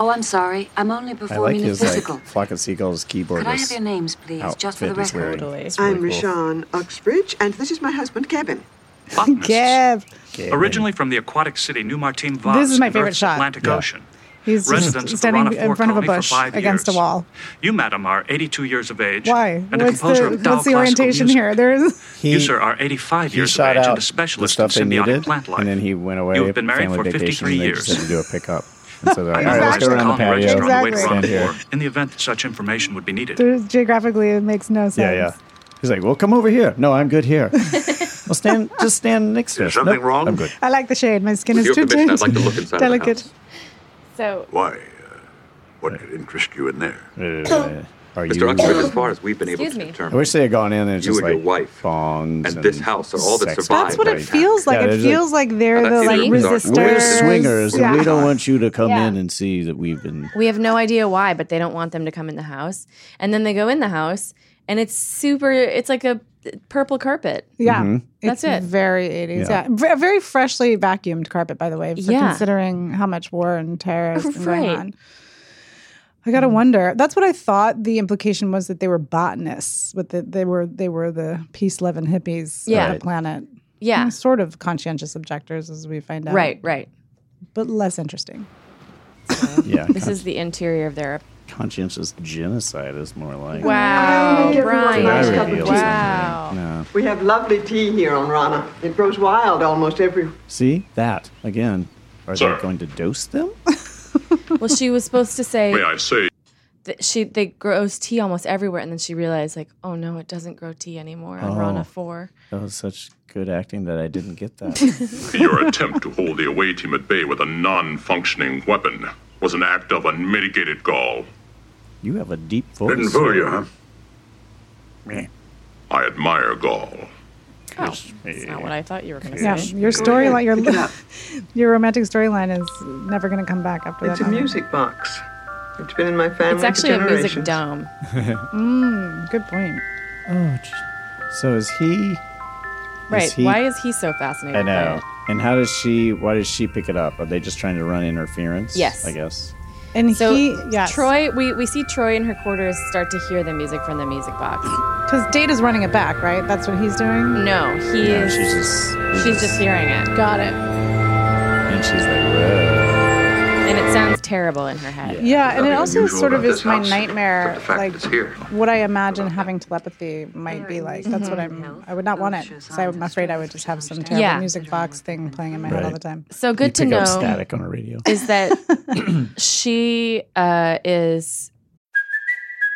[SPEAKER 10] Oh, I'm sorry. I'm only
[SPEAKER 5] I
[SPEAKER 10] performing
[SPEAKER 5] like
[SPEAKER 10] a
[SPEAKER 5] his
[SPEAKER 10] physical.
[SPEAKER 5] like flock of seagulls keyboard.
[SPEAKER 10] Could I have your names, please, just for the record?
[SPEAKER 4] I'm Rashawn Uxbridge, and this is my husband, Kevin.
[SPEAKER 3] Kev.
[SPEAKER 11] Originally from the aquatic city New Martin Vaz
[SPEAKER 3] This is my
[SPEAKER 11] in
[SPEAKER 3] favorite
[SPEAKER 11] Earth's
[SPEAKER 3] shot.
[SPEAKER 11] Atlantic
[SPEAKER 3] Yeah.
[SPEAKER 11] Ocean.
[SPEAKER 3] He's
[SPEAKER 11] Residents
[SPEAKER 3] just
[SPEAKER 11] of
[SPEAKER 3] standing
[SPEAKER 11] Verona
[SPEAKER 3] in front of a
[SPEAKER 11] Colony for
[SPEAKER 3] bush
[SPEAKER 11] five
[SPEAKER 3] against
[SPEAKER 11] years.
[SPEAKER 3] a wall.
[SPEAKER 11] You, madam, are 82 years of age.
[SPEAKER 3] Why?
[SPEAKER 11] And a
[SPEAKER 3] What's
[SPEAKER 11] composer
[SPEAKER 3] the,
[SPEAKER 11] of Dow
[SPEAKER 3] what's the
[SPEAKER 11] classical
[SPEAKER 3] orientation
[SPEAKER 11] music.
[SPEAKER 3] here? There's
[SPEAKER 11] you, sir, are 85
[SPEAKER 5] He
[SPEAKER 11] years of age
[SPEAKER 5] shot out
[SPEAKER 11] and a
[SPEAKER 5] the
[SPEAKER 11] specialist in
[SPEAKER 5] stuff they needed,
[SPEAKER 11] symbiotic plant life.
[SPEAKER 5] and then he went away.
[SPEAKER 11] You've been married
[SPEAKER 5] family
[SPEAKER 11] for
[SPEAKER 5] vacation,
[SPEAKER 11] 53
[SPEAKER 5] and
[SPEAKER 11] years.
[SPEAKER 5] They just had to do a pickup. And so they're like, all
[SPEAKER 11] I
[SPEAKER 5] right, let's
[SPEAKER 11] advised
[SPEAKER 5] go
[SPEAKER 11] the
[SPEAKER 5] around the
[SPEAKER 11] colony register
[SPEAKER 5] patio.
[SPEAKER 11] on the way to
[SPEAKER 3] Exactly.
[SPEAKER 11] Ron
[SPEAKER 5] Stand here.
[SPEAKER 11] War in the event that such information would be needed.
[SPEAKER 3] there's geographically it makes no sense.
[SPEAKER 5] Yeah, yeah. He's like, well, come over here. No, I'm good here. well, stand, just stand next to me.
[SPEAKER 6] Is something
[SPEAKER 5] Nope,
[SPEAKER 6] wrong?
[SPEAKER 5] I'm good.
[SPEAKER 3] I like the shade. My skin
[SPEAKER 9] With
[SPEAKER 3] is
[SPEAKER 9] your
[SPEAKER 3] too
[SPEAKER 9] permission,
[SPEAKER 3] tint.
[SPEAKER 9] I'd like to look inside of the
[SPEAKER 3] Delicate.
[SPEAKER 9] house.
[SPEAKER 1] So
[SPEAKER 6] Why? Uh, what could interest you in there?
[SPEAKER 5] Uh, Are
[SPEAKER 9] Mr. Uxbridge, as
[SPEAKER 5] you?
[SPEAKER 9] far as we've been able
[SPEAKER 1] Excuse
[SPEAKER 9] to
[SPEAKER 1] me.
[SPEAKER 5] I
[SPEAKER 9] determine,
[SPEAKER 5] wish they had gone in and
[SPEAKER 9] You
[SPEAKER 5] just
[SPEAKER 9] and your
[SPEAKER 5] like
[SPEAKER 9] wife
[SPEAKER 5] bongs
[SPEAKER 9] and this house are all that
[SPEAKER 5] sex
[SPEAKER 9] survived
[SPEAKER 3] That's what it
[SPEAKER 9] Right.
[SPEAKER 3] feels like.
[SPEAKER 5] Yeah,
[SPEAKER 3] it
[SPEAKER 5] there's a-
[SPEAKER 3] feels like they're
[SPEAKER 9] Now,
[SPEAKER 3] the
[SPEAKER 9] that's
[SPEAKER 3] like
[SPEAKER 9] the resort.
[SPEAKER 3] resistors.
[SPEAKER 5] We're swingers,
[SPEAKER 3] Yeah.
[SPEAKER 5] and we don't want you to come
[SPEAKER 1] Yeah.
[SPEAKER 5] in and see that we've been.
[SPEAKER 1] we have no idea why, but they don't want them to come in the house. And then they go in the house, and it's super. It's like a purple carpet.
[SPEAKER 3] Yeah,
[SPEAKER 1] That's it.
[SPEAKER 3] It's Very 80s. Yeah,
[SPEAKER 5] Mm-hmm. Yeah.
[SPEAKER 3] Ve- very freshly vacuumed carpet, by the way, for
[SPEAKER 1] Yeah.
[SPEAKER 3] considering how much war and terror has been
[SPEAKER 1] Right. Mm.
[SPEAKER 3] going on. I gotta wonder. That's what I thought. The implication was that they were botanists, but that they were they were the peace loving hippies
[SPEAKER 1] Yeah.
[SPEAKER 3] of the planet.
[SPEAKER 1] Yeah.
[SPEAKER 3] sort of conscientious objectors, as we find out.
[SPEAKER 1] Right. Right.
[SPEAKER 3] but less interesting.
[SPEAKER 5] Yeah,
[SPEAKER 1] This is the interior of their.
[SPEAKER 5] conscientious genocide is more like.
[SPEAKER 1] Wow,
[SPEAKER 5] Did I
[SPEAKER 1] Brian.
[SPEAKER 5] reveal something?
[SPEAKER 1] Wow.
[SPEAKER 5] No.
[SPEAKER 4] We have lovely tea here on Rana. It grows wild almost every.
[SPEAKER 5] See that again? Are
[SPEAKER 6] Sir.
[SPEAKER 5] they going to dose them?
[SPEAKER 1] Well, she was supposed to say
[SPEAKER 6] May I say,
[SPEAKER 1] that she they grows tea almost everywhere, and then she realized like, oh no, it doesn't grow tea anymore on
[SPEAKER 5] Oh.
[SPEAKER 1] Rana Four.
[SPEAKER 5] That was such good acting that I didn't get that.
[SPEAKER 6] your attempt to hold the away team at bay with a non functioning weapon was an act of unmitigated gall.
[SPEAKER 5] you have a deep voice.
[SPEAKER 6] Didn't fool you, huh?
[SPEAKER 5] Meh.
[SPEAKER 6] I admire gall.
[SPEAKER 1] That's Oh. not what I thought you were going to
[SPEAKER 3] Yeah,
[SPEAKER 1] say.
[SPEAKER 3] your storyline, your your romantic storyline is never going to come back after
[SPEAKER 4] It's a
[SPEAKER 3] that. moment.
[SPEAKER 4] music box. It's been in my family
[SPEAKER 1] It's actually
[SPEAKER 4] for
[SPEAKER 1] a
[SPEAKER 4] generations.
[SPEAKER 1] music dome.
[SPEAKER 3] Mm, Good point.
[SPEAKER 5] Oh, j- so is he?
[SPEAKER 1] Right.
[SPEAKER 5] he-
[SPEAKER 1] Why is he so fascinated?
[SPEAKER 5] I
[SPEAKER 1] By
[SPEAKER 5] know.
[SPEAKER 1] it?
[SPEAKER 5] And how does she? Why does she pick it up? Are they just trying to run interference?
[SPEAKER 1] Yes.
[SPEAKER 5] I guess.
[SPEAKER 3] And
[SPEAKER 1] So
[SPEAKER 3] he, yes,
[SPEAKER 1] Troy, we, we see Troy in her quarters start to hear the music from the music box.
[SPEAKER 3] because Data's running it back, right? That's what he's doing.
[SPEAKER 1] No, he
[SPEAKER 5] Yeah,
[SPEAKER 1] is.
[SPEAKER 5] she's just.
[SPEAKER 1] she's just hearing it,
[SPEAKER 3] Got it.
[SPEAKER 5] And she's like, whoa.
[SPEAKER 1] and it sounds terrible in her head.
[SPEAKER 3] Yeah, and it
[SPEAKER 9] nothing
[SPEAKER 3] also
[SPEAKER 9] unusual
[SPEAKER 3] sort of
[SPEAKER 9] about
[SPEAKER 3] is
[SPEAKER 9] this
[SPEAKER 3] my
[SPEAKER 9] house,
[SPEAKER 3] nightmare.
[SPEAKER 9] except the fact
[SPEAKER 3] Like
[SPEAKER 9] it's here.
[SPEAKER 3] what I imagine having telepathy might be like. That's what I'm. I would not want it. So I'm afraid I would just have some terrible
[SPEAKER 1] Yeah.
[SPEAKER 3] music box thing playing in my head all the time.
[SPEAKER 1] So
[SPEAKER 5] You
[SPEAKER 1] good to
[SPEAKER 5] pick
[SPEAKER 1] know
[SPEAKER 5] up static on a radio.
[SPEAKER 1] is that she uh, is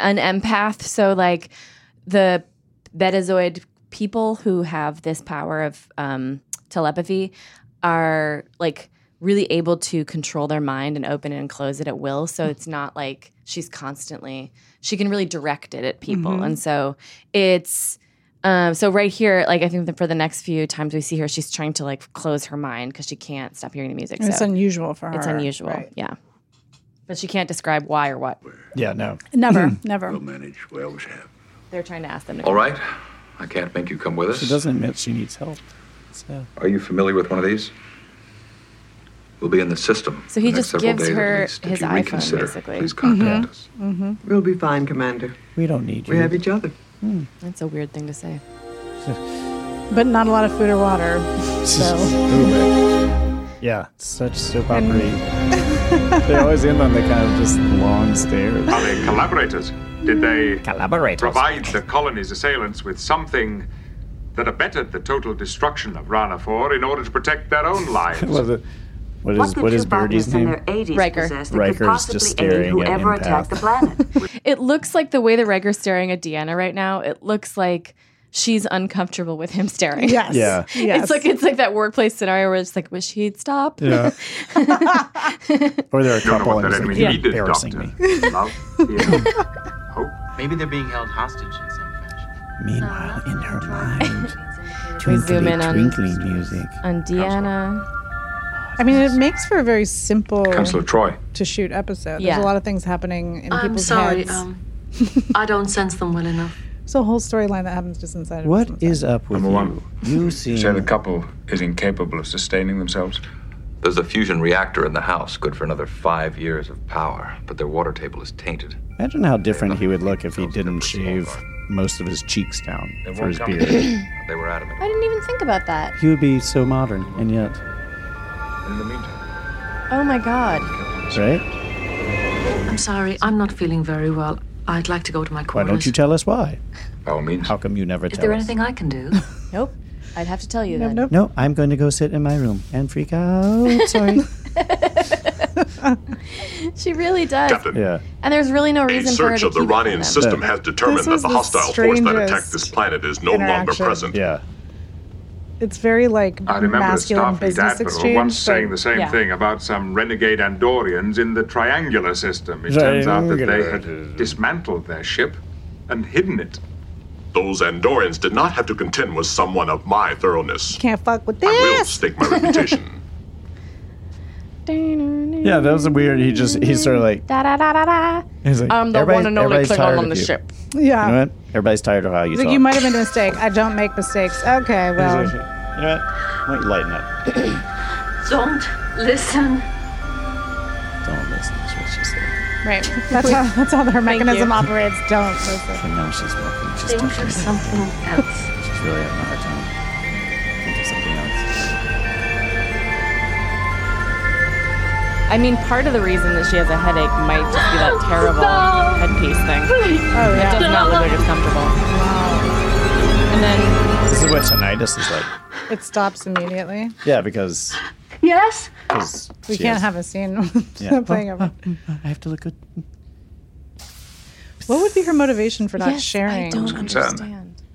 [SPEAKER 1] an empath. So like the Betazoid people who have this power of um, telepathy are like really able to control their mind and open it and close it at will. So it's not like she's constantly she can really direct it at people,
[SPEAKER 3] Mm-hmm.
[SPEAKER 2] Mhm.
[SPEAKER 1] and so it's. Um, so right here, like I think that for the next few times we see her, she's trying to like close her mind because she can't stop hearing the music.
[SPEAKER 3] It's
[SPEAKER 1] so
[SPEAKER 3] unusual for
[SPEAKER 1] It's
[SPEAKER 3] her,
[SPEAKER 1] unusual,
[SPEAKER 3] right.
[SPEAKER 1] yeah. But she can't describe why or what.
[SPEAKER 5] Yeah, no.
[SPEAKER 3] Never, never.
[SPEAKER 9] manage. We always have.
[SPEAKER 1] They're trying to ask them. To
[SPEAKER 9] All right. I can't make you come with us.
[SPEAKER 5] She doesn't admit she needs help. So
[SPEAKER 9] Are you familiar with one of these? We'll be in the system.
[SPEAKER 1] So he
[SPEAKER 9] the next
[SPEAKER 1] just
[SPEAKER 9] several
[SPEAKER 1] gives
[SPEAKER 9] days at
[SPEAKER 1] her
[SPEAKER 9] least. If
[SPEAKER 1] his
[SPEAKER 9] you
[SPEAKER 1] iPhone,
[SPEAKER 9] reconsider,
[SPEAKER 1] basically.
[SPEAKER 9] Please contact
[SPEAKER 1] Mhm.
[SPEAKER 9] us.
[SPEAKER 3] Mm-hmm.
[SPEAKER 1] Mhm.
[SPEAKER 4] We'll be fine, Commander.
[SPEAKER 5] Mm-hmm. We don't need
[SPEAKER 4] We
[SPEAKER 5] you.
[SPEAKER 4] have each other.
[SPEAKER 3] Hmm.
[SPEAKER 1] That's a weird thing to say.
[SPEAKER 3] But not a lot of food or water. So
[SPEAKER 5] yeah, such soap opera. they always end on the kind of just long stairs.
[SPEAKER 12] Are they collaborators? Did they
[SPEAKER 5] Collaborators.
[SPEAKER 12] provide the colony's assailants with something that abetted the total destruction of Rana 4 in order to protect their own lives?
[SPEAKER 5] What the- what is what is Birdie's name?
[SPEAKER 1] Riker.
[SPEAKER 5] Riker's just staring at empath.
[SPEAKER 1] planet. it looks like the way that Riker's staring at Deanna right now. It looks like she's uncomfortable with him staring.
[SPEAKER 3] Yes.
[SPEAKER 5] Yeah.
[SPEAKER 1] It's like it's like that workplace scenario where it's like, wish he'd stop.
[SPEAKER 5] Yeah. or they're a couple
[SPEAKER 12] that
[SPEAKER 5] and it's like,
[SPEAKER 12] enemy
[SPEAKER 5] you're
[SPEAKER 12] needed,
[SPEAKER 5] embarrassing me.
[SPEAKER 12] Doctor. Love, fear, hope. Maybe they're being held hostage in some
[SPEAKER 5] Meanwhile, in her mind,
[SPEAKER 1] We zoom in
[SPEAKER 5] twinkly,
[SPEAKER 1] on-
[SPEAKER 5] twinkly music.
[SPEAKER 1] On Deanna.
[SPEAKER 3] I mean, it makes for a very simple
[SPEAKER 1] Counselor
[SPEAKER 9] Troy.
[SPEAKER 3] to shoot episode.
[SPEAKER 7] Yeah.
[SPEAKER 3] There's a lot of things happening in
[SPEAKER 7] I'm
[SPEAKER 3] people's
[SPEAKER 7] sorry.
[SPEAKER 3] heads.
[SPEAKER 7] Um, I don't sense them well enough.
[SPEAKER 3] It's a whole storyline that happens just inside.
[SPEAKER 5] What is up with
[SPEAKER 9] Number
[SPEAKER 5] you? You seem.
[SPEAKER 8] Say the couple is incapable of sustaining themselves.
[SPEAKER 9] There's a fusion reactor in the house, good for another five years of power, but their water table is tainted.
[SPEAKER 5] Imagine how different he would look if he didn't shave most of his cheeks down for his beard.
[SPEAKER 9] they were adamant.
[SPEAKER 1] I didn't even think about that.
[SPEAKER 5] He would be so modern, and yet,
[SPEAKER 9] In the meantime,
[SPEAKER 1] Oh my god.
[SPEAKER 5] right?
[SPEAKER 7] I'm sorry. I'm not feeling very well. I'd like to go to my
[SPEAKER 5] Why
[SPEAKER 7] quarters.
[SPEAKER 5] don't you tell us why?
[SPEAKER 9] By all means.
[SPEAKER 5] How come you never
[SPEAKER 7] Is
[SPEAKER 5] tell
[SPEAKER 7] there
[SPEAKER 5] us?
[SPEAKER 7] anything I can do?
[SPEAKER 1] nope. I'd have to tell you then.
[SPEAKER 5] No, I'm going to go sit in my room and freak out. Sorry.
[SPEAKER 1] She really does.
[SPEAKER 5] yeah.
[SPEAKER 1] And there's really no
[SPEAKER 6] A
[SPEAKER 1] reason for her
[SPEAKER 6] search
[SPEAKER 1] to
[SPEAKER 6] of the
[SPEAKER 1] keep it from
[SPEAKER 6] Ranian
[SPEAKER 1] them.
[SPEAKER 6] system has determined
[SPEAKER 3] This
[SPEAKER 6] that
[SPEAKER 3] was
[SPEAKER 6] the
[SPEAKER 3] the
[SPEAKER 6] hostile force that
[SPEAKER 3] strangest
[SPEAKER 6] attacked this planet is no longer
[SPEAKER 3] interaction.
[SPEAKER 6] present.
[SPEAKER 5] Yeah.
[SPEAKER 3] It's very like
[SPEAKER 12] I remember a
[SPEAKER 3] masculine
[SPEAKER 12] Starfleet
[SPEAKER 3] business
[SPEAKER 12] admiral
[SPEAKER 3] exchange.
[SPEAKER 12] once
[SPEAKER 3] but-
[SPEAKER 12] saying the same thing about some renegade Andorians in the triangular system. It turns out that they had dismantled their ship and hidden it.
[SPEAKER 6] Those Andorians did not have to contend with someone of my thoroughness.
[SPEAKER 3] Can't fuck with
[SPEAKER 6] I will
[SPEAKER 3] this.
[SPEAKER 6] stake my reputation.
[SPEAKER 5] Yeah, that was weird. He just, he's sort of like,
[SPEAKER 1] Da da da da da.
[SPEAKER 5] he's like
[SPEAKER 1] I'm the one
[SPEAKER 5] "Everybody's-
[SPEAKER 1] and only
[SPEAKER 5] everybody's
[SPEAKER 1] Klingon
[SPEAKER 5] tired
[SPEAKER 1] on
[SPEAKER 5] of
[SPEAKER 1] the
[SPEAKER 5] you."
[SPEAKER 1] ship.
[SPEAKER 3] Yeah.
[SPEAKER 5] You know what? Everybody's tired of how you
[SPEAKER 3] He's like,
[SPEAKER 5] talk.
[SPEAKER 3] you might have made a mistake. I don't make mistakes. Okay,
[SPEAKER 5] He's like,
[SPEAKER 1] uh,
[SPEAKER 3] well.
[SPEAKER 5] you know what? Why don't you lighten up?
[SPEAKER 7] Don't listen.
[SPEAKER 5] Don't listen. That's what she said.
[SPEAKER 3] Right. That's how, that's how her mechanism operates. Don't listen.
[SPEAKER 5] And now she's walking. She's
[SPEAKER 7] Think
[SPEAKER 5] talking.
[SPEAKER 7] of something else.
[SPEAKER 5] She's really having a hard time. Think of something else.
[SPEAKER 1] I mean, part of the reason that she has a headache might just be that terrible headpiece thing.
[SPEAKER 3] Oh,
[SPEAKER 1] It
[SPEAKER 3] yeah.
[SPEAKER 1] does not look like it's comfortable. And then,
[SPEAKER 5] This is what tinnitus is like.
[SPEAKER 3] It stops immediately.
[SPEAKER 5] Yeah, because
[SPEAKER 7] Yes.
[SPEAKER 5] because
[SPEAKER 3] We
[SPEAKER 5] she
[SPEAKER 3] can't
[SPEAKER 5] has-
[SPEAKER 3] have a scene
[SPEAKER 5] Yeah.
[SPEAKER 3] playing over.
[SPEAKER 5] Uh, I have to look good.
[SPEAKER 3] What would be her motivation for not
[SPEAKER 1] Yes, I
[SPEAKER 3] sharing?
[SPEAKER 1] don't
[SPEAKER 9] understand.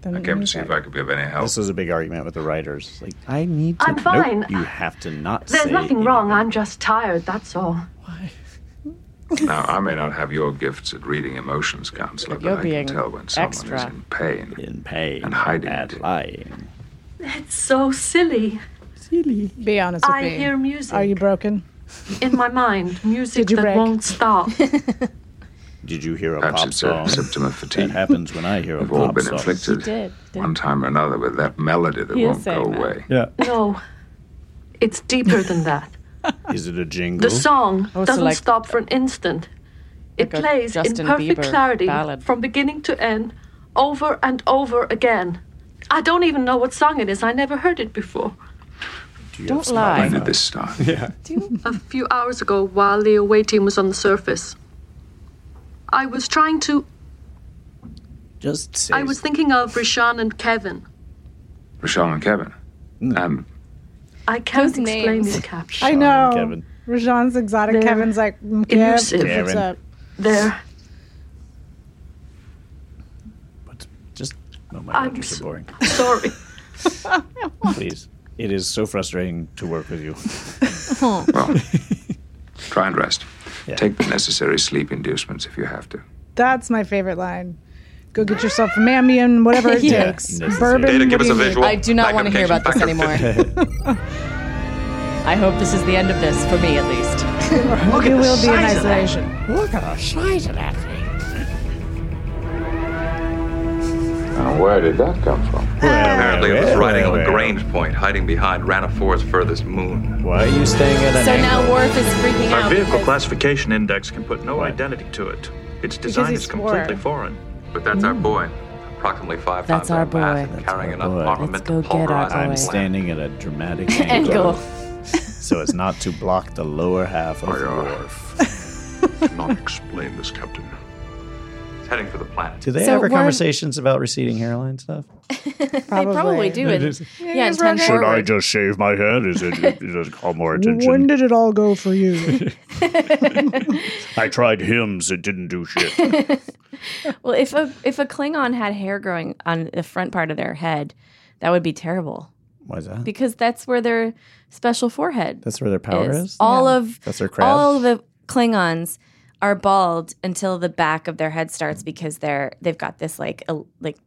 [SPEAKER 3] the
[SPEAKER 9] I came to see if I could be of any help.
[SPEAKER 5] This was a big argument with the writers. Like, I need to.
[SPEAKER 7] I'm fine.
[SPEAKER 5] Nope, you have to not
[SPEAKER 7] There's
[SPEAKER 5] say.
[SPEAKER 7] nothing wrong. I'm just tired. That's all.
[SPEAKER 12] Now, I may not have your gifts at reading emotions, Counselor,
[SPEAKER 1] You're
[SPEAKER 12] but I
[SPEAKER 1] being
[SPEAKER 12] can tell when someone is
[SPEAKER 1] extra.
[SPEAKER 12] in pain.
[SPEAKER 5] In pain.
[SPEAKER 12] And hiding it.
[SPEAKER 5] lying.
[SPEAKER 7] It's so silly.
[SPEAKER 3] Silly. Be honest with
[SPEAKER 7] I
[SPEAKER 3] me.
[SPEAKER 7] hear music.
[SPEAKER 3] Are you broken?
[SPEAKER 7] In my mind, music
[SPEAKER 3] Did you
[SPEAKER 7] that
[SPEAKER 3] break?
[SPEAKER 7] won't stop.
[SPEAKER 5] Did you
[SPEAKER 7] Uh,
[SPEAKER 5] hear a
[SPEAKER 12] Perhaps
[SPEAKER 5] pop
[SPEAKER 12] it's
[SPEAKER 5] song?
[SPEAKER 12] a symptom of fatigue.
[SPEAKER 5] That happens when I hear a
[SPEAKER 12] We've all
[SPEAKER 5] pop
[SPEAKER 12] been
[SPEAKER 5] song.
[SPEAKER 12] inflicted
[SPEAKER 7] did.
[SPEAKER 12] one time or another with that melody that
[SPEAKER 7] He is
[SPEAKER 12] won't go
[SPEAKER 7] saying that.
[SPEAKER 12] away.
[SPEAKER 5] Yeah.
[SPEAKER 7] No. It's deeper than that.
[SPEAKER 5] Is it a jingle?
[SPEAKER 7] The song
[SPEAKER 1] Oh, so
[SPEAKER 7] doesn't
[SPEAKER 1] like-
[SPEAKER 7] stop for an instant. It
[SPEAKER 1] Like a
[SPEAKER 7] plays
[SPEAKER 1] Justin
[SPEAKER 7] in perfect
[SPEAKER 1] Bieber
[SPEAKER 7] clarity
[SPEAKER 1] ballad.
[SPEAKER 7] from beginning to end, over and over again. I don't even know what song it is. I never heard it before.
[SPEAKER 5] Do you
[SPEAKER 1] Don't
[SPEAKER 5] have some
[SPEAKER 1] lie.
[SPEAKER 12] When
[SPEAKER 5] idea?
[SPEAKER 12] did this start?
[SPEAKER 5] Yeah.
[SPEAKER 7] a few hours ago while the away team was on the surface. I was trying to.
[SPEAKER 5] Just say.
[SPEAKER 7] I was thinking of Rishan and Kevin.
[SPEAKER 12] Rashawn and Kevin.
[SPEAKER 5] Mm.
[SPEAKER 12] Um,
[SPEAKER 7] I can't
[SPEAKER 1] Those
[SPEAKER 7] explain
[SPEAKER 1] names.
[SPEAKER 7] it, Cap.
[SPEAKER 3] I know.
[SPEAKER 5] Kevin.
[SPEAKER 3] Rajan's exotic.
[SPEAKER 7] They're
[SPEAKER 3] Kevin's like, mm, Kev,
[SPEAKER 7] elusive.
[SPEAKER 3] what's
[SPEAKER 5] Kevin.
[SPEAKER 3] up?
[SPEAKER 7] They're
[SPEAKER 5] Oh my god,
[SPEAKER 7] I'm
[SPEAKER 5] you're so
[SPEAKER 7] so-
[SPEAKER 5] boring.
[SPEAKER 7] Sorry.
[SPEAKER 5] Please. It is so frustrating to work with you.
[SPEAKER 9] Well, try and rest. Take the necessary sleep inducements if you have to.
[SPEAKER 3] That's my favorite line. Go get yourself a mammy and whatever it
[SPEAKER 9] Yeah.
[SPEAKER 3] takes.
[SPEAKER 9] Necessary.
[SPEAKER 3] Bourbon.
[SPEAKER 9] Data,
[SPEAKER 3] what
[SPEAKER 9] give
[SPEAKER 3] do
[SPEAKER 9] us
[SPEAKER 3] you
[SPEAKER 9] a
[SPEAKER 3] need?
[SPEAKER 9] visual.
[SPEAKER 1] I do not want to hear about this anymore. I hope this is the end of this for me, at least.
[SPEAKER 3] Look
[SPEAKER 1] at
[SPEAKER 3] you
[SPEAKER 1] the
[SPEAKER 3] will be in
[SPEAKER 1] size of that.
[SPEAKER 3] isolation.
[SPEAKER 1] Look at the size of that thing.
[SPEAKER 9] Now, where did that come from? Apparently, it was riding a Lagrange point, hiding behind Ranafor's furthest moon.
[SPEAKER 5] Why are you staying at
[SPEAKER 1] So now Worf is freaking
[SPEAKER 11] Our
[SPEAKER 1] out.
[SPEAKER 11] vehicle classification index can put no identity to it. Its design
[SPEAKER 1] he's
[SPEAKER 11] is completely foreign. But that's our boy.
[SPEAKER 9] Approximately five
[SPEAKER 1] Mm. That's
[SPEAKER 9] times
[SPEAKER 1] our
[SPEAKER 9] our mass,
[SPEAKER 1] boy.
[SPEAKER 9] and carrying enough
[SPEAKER 5] boy.
[SPEAKER 9] armament to
[SPEAKER 1] our
[SPEAKER 9] pulverize
[SPEAKER 1] boy.
[SPEAKER 5] I'm standing at a dramatic angle.
[SPEAKER 1] Angle.
[SPEAKER 5] so as not to block the lower half of the wharf.
[SPEAKER 6] Cannot explain this, Captain.
[SPEAKER 9] It's heading for the planet.
[SPEAKER 5] Do they
[SPEAKER 1] So
[SPEAKER 5] ever
[SPEAKER 1] we're-
[SPEAKER 5] conversations about receding hairline stuff?
[SPEAKER 1] They probably do.
[SPEAKER 5] It
[SPEAKER 1] in-
[SPEAKER 5] is-
[SPEAKER 1] yeah, in time
[SPEAKER 13] Should I
[SPEAKER 1] forward.
[SPEAKER 13] just shave my head? Is it, does it call more attention?
[SPEAKER 3] When did it all go for you?
[SPEAKER 13] I tried hymns, it didn't do shit.
[SPEAKER 1] Well, if a if a Klingon had hair growing on the front part of their head, that would be terrible
[SPEAKER 5] Why is that?
[SPEAKER 1] because that's where their special forehead.
[SPEAKER 5] That's where their power is.
[SPEAKER 1] All of
[SPEAKER 5] That's their crab.
[SPEAKER 1] All the Klingons are bald until the back of their head starts because they're they've got this like a, like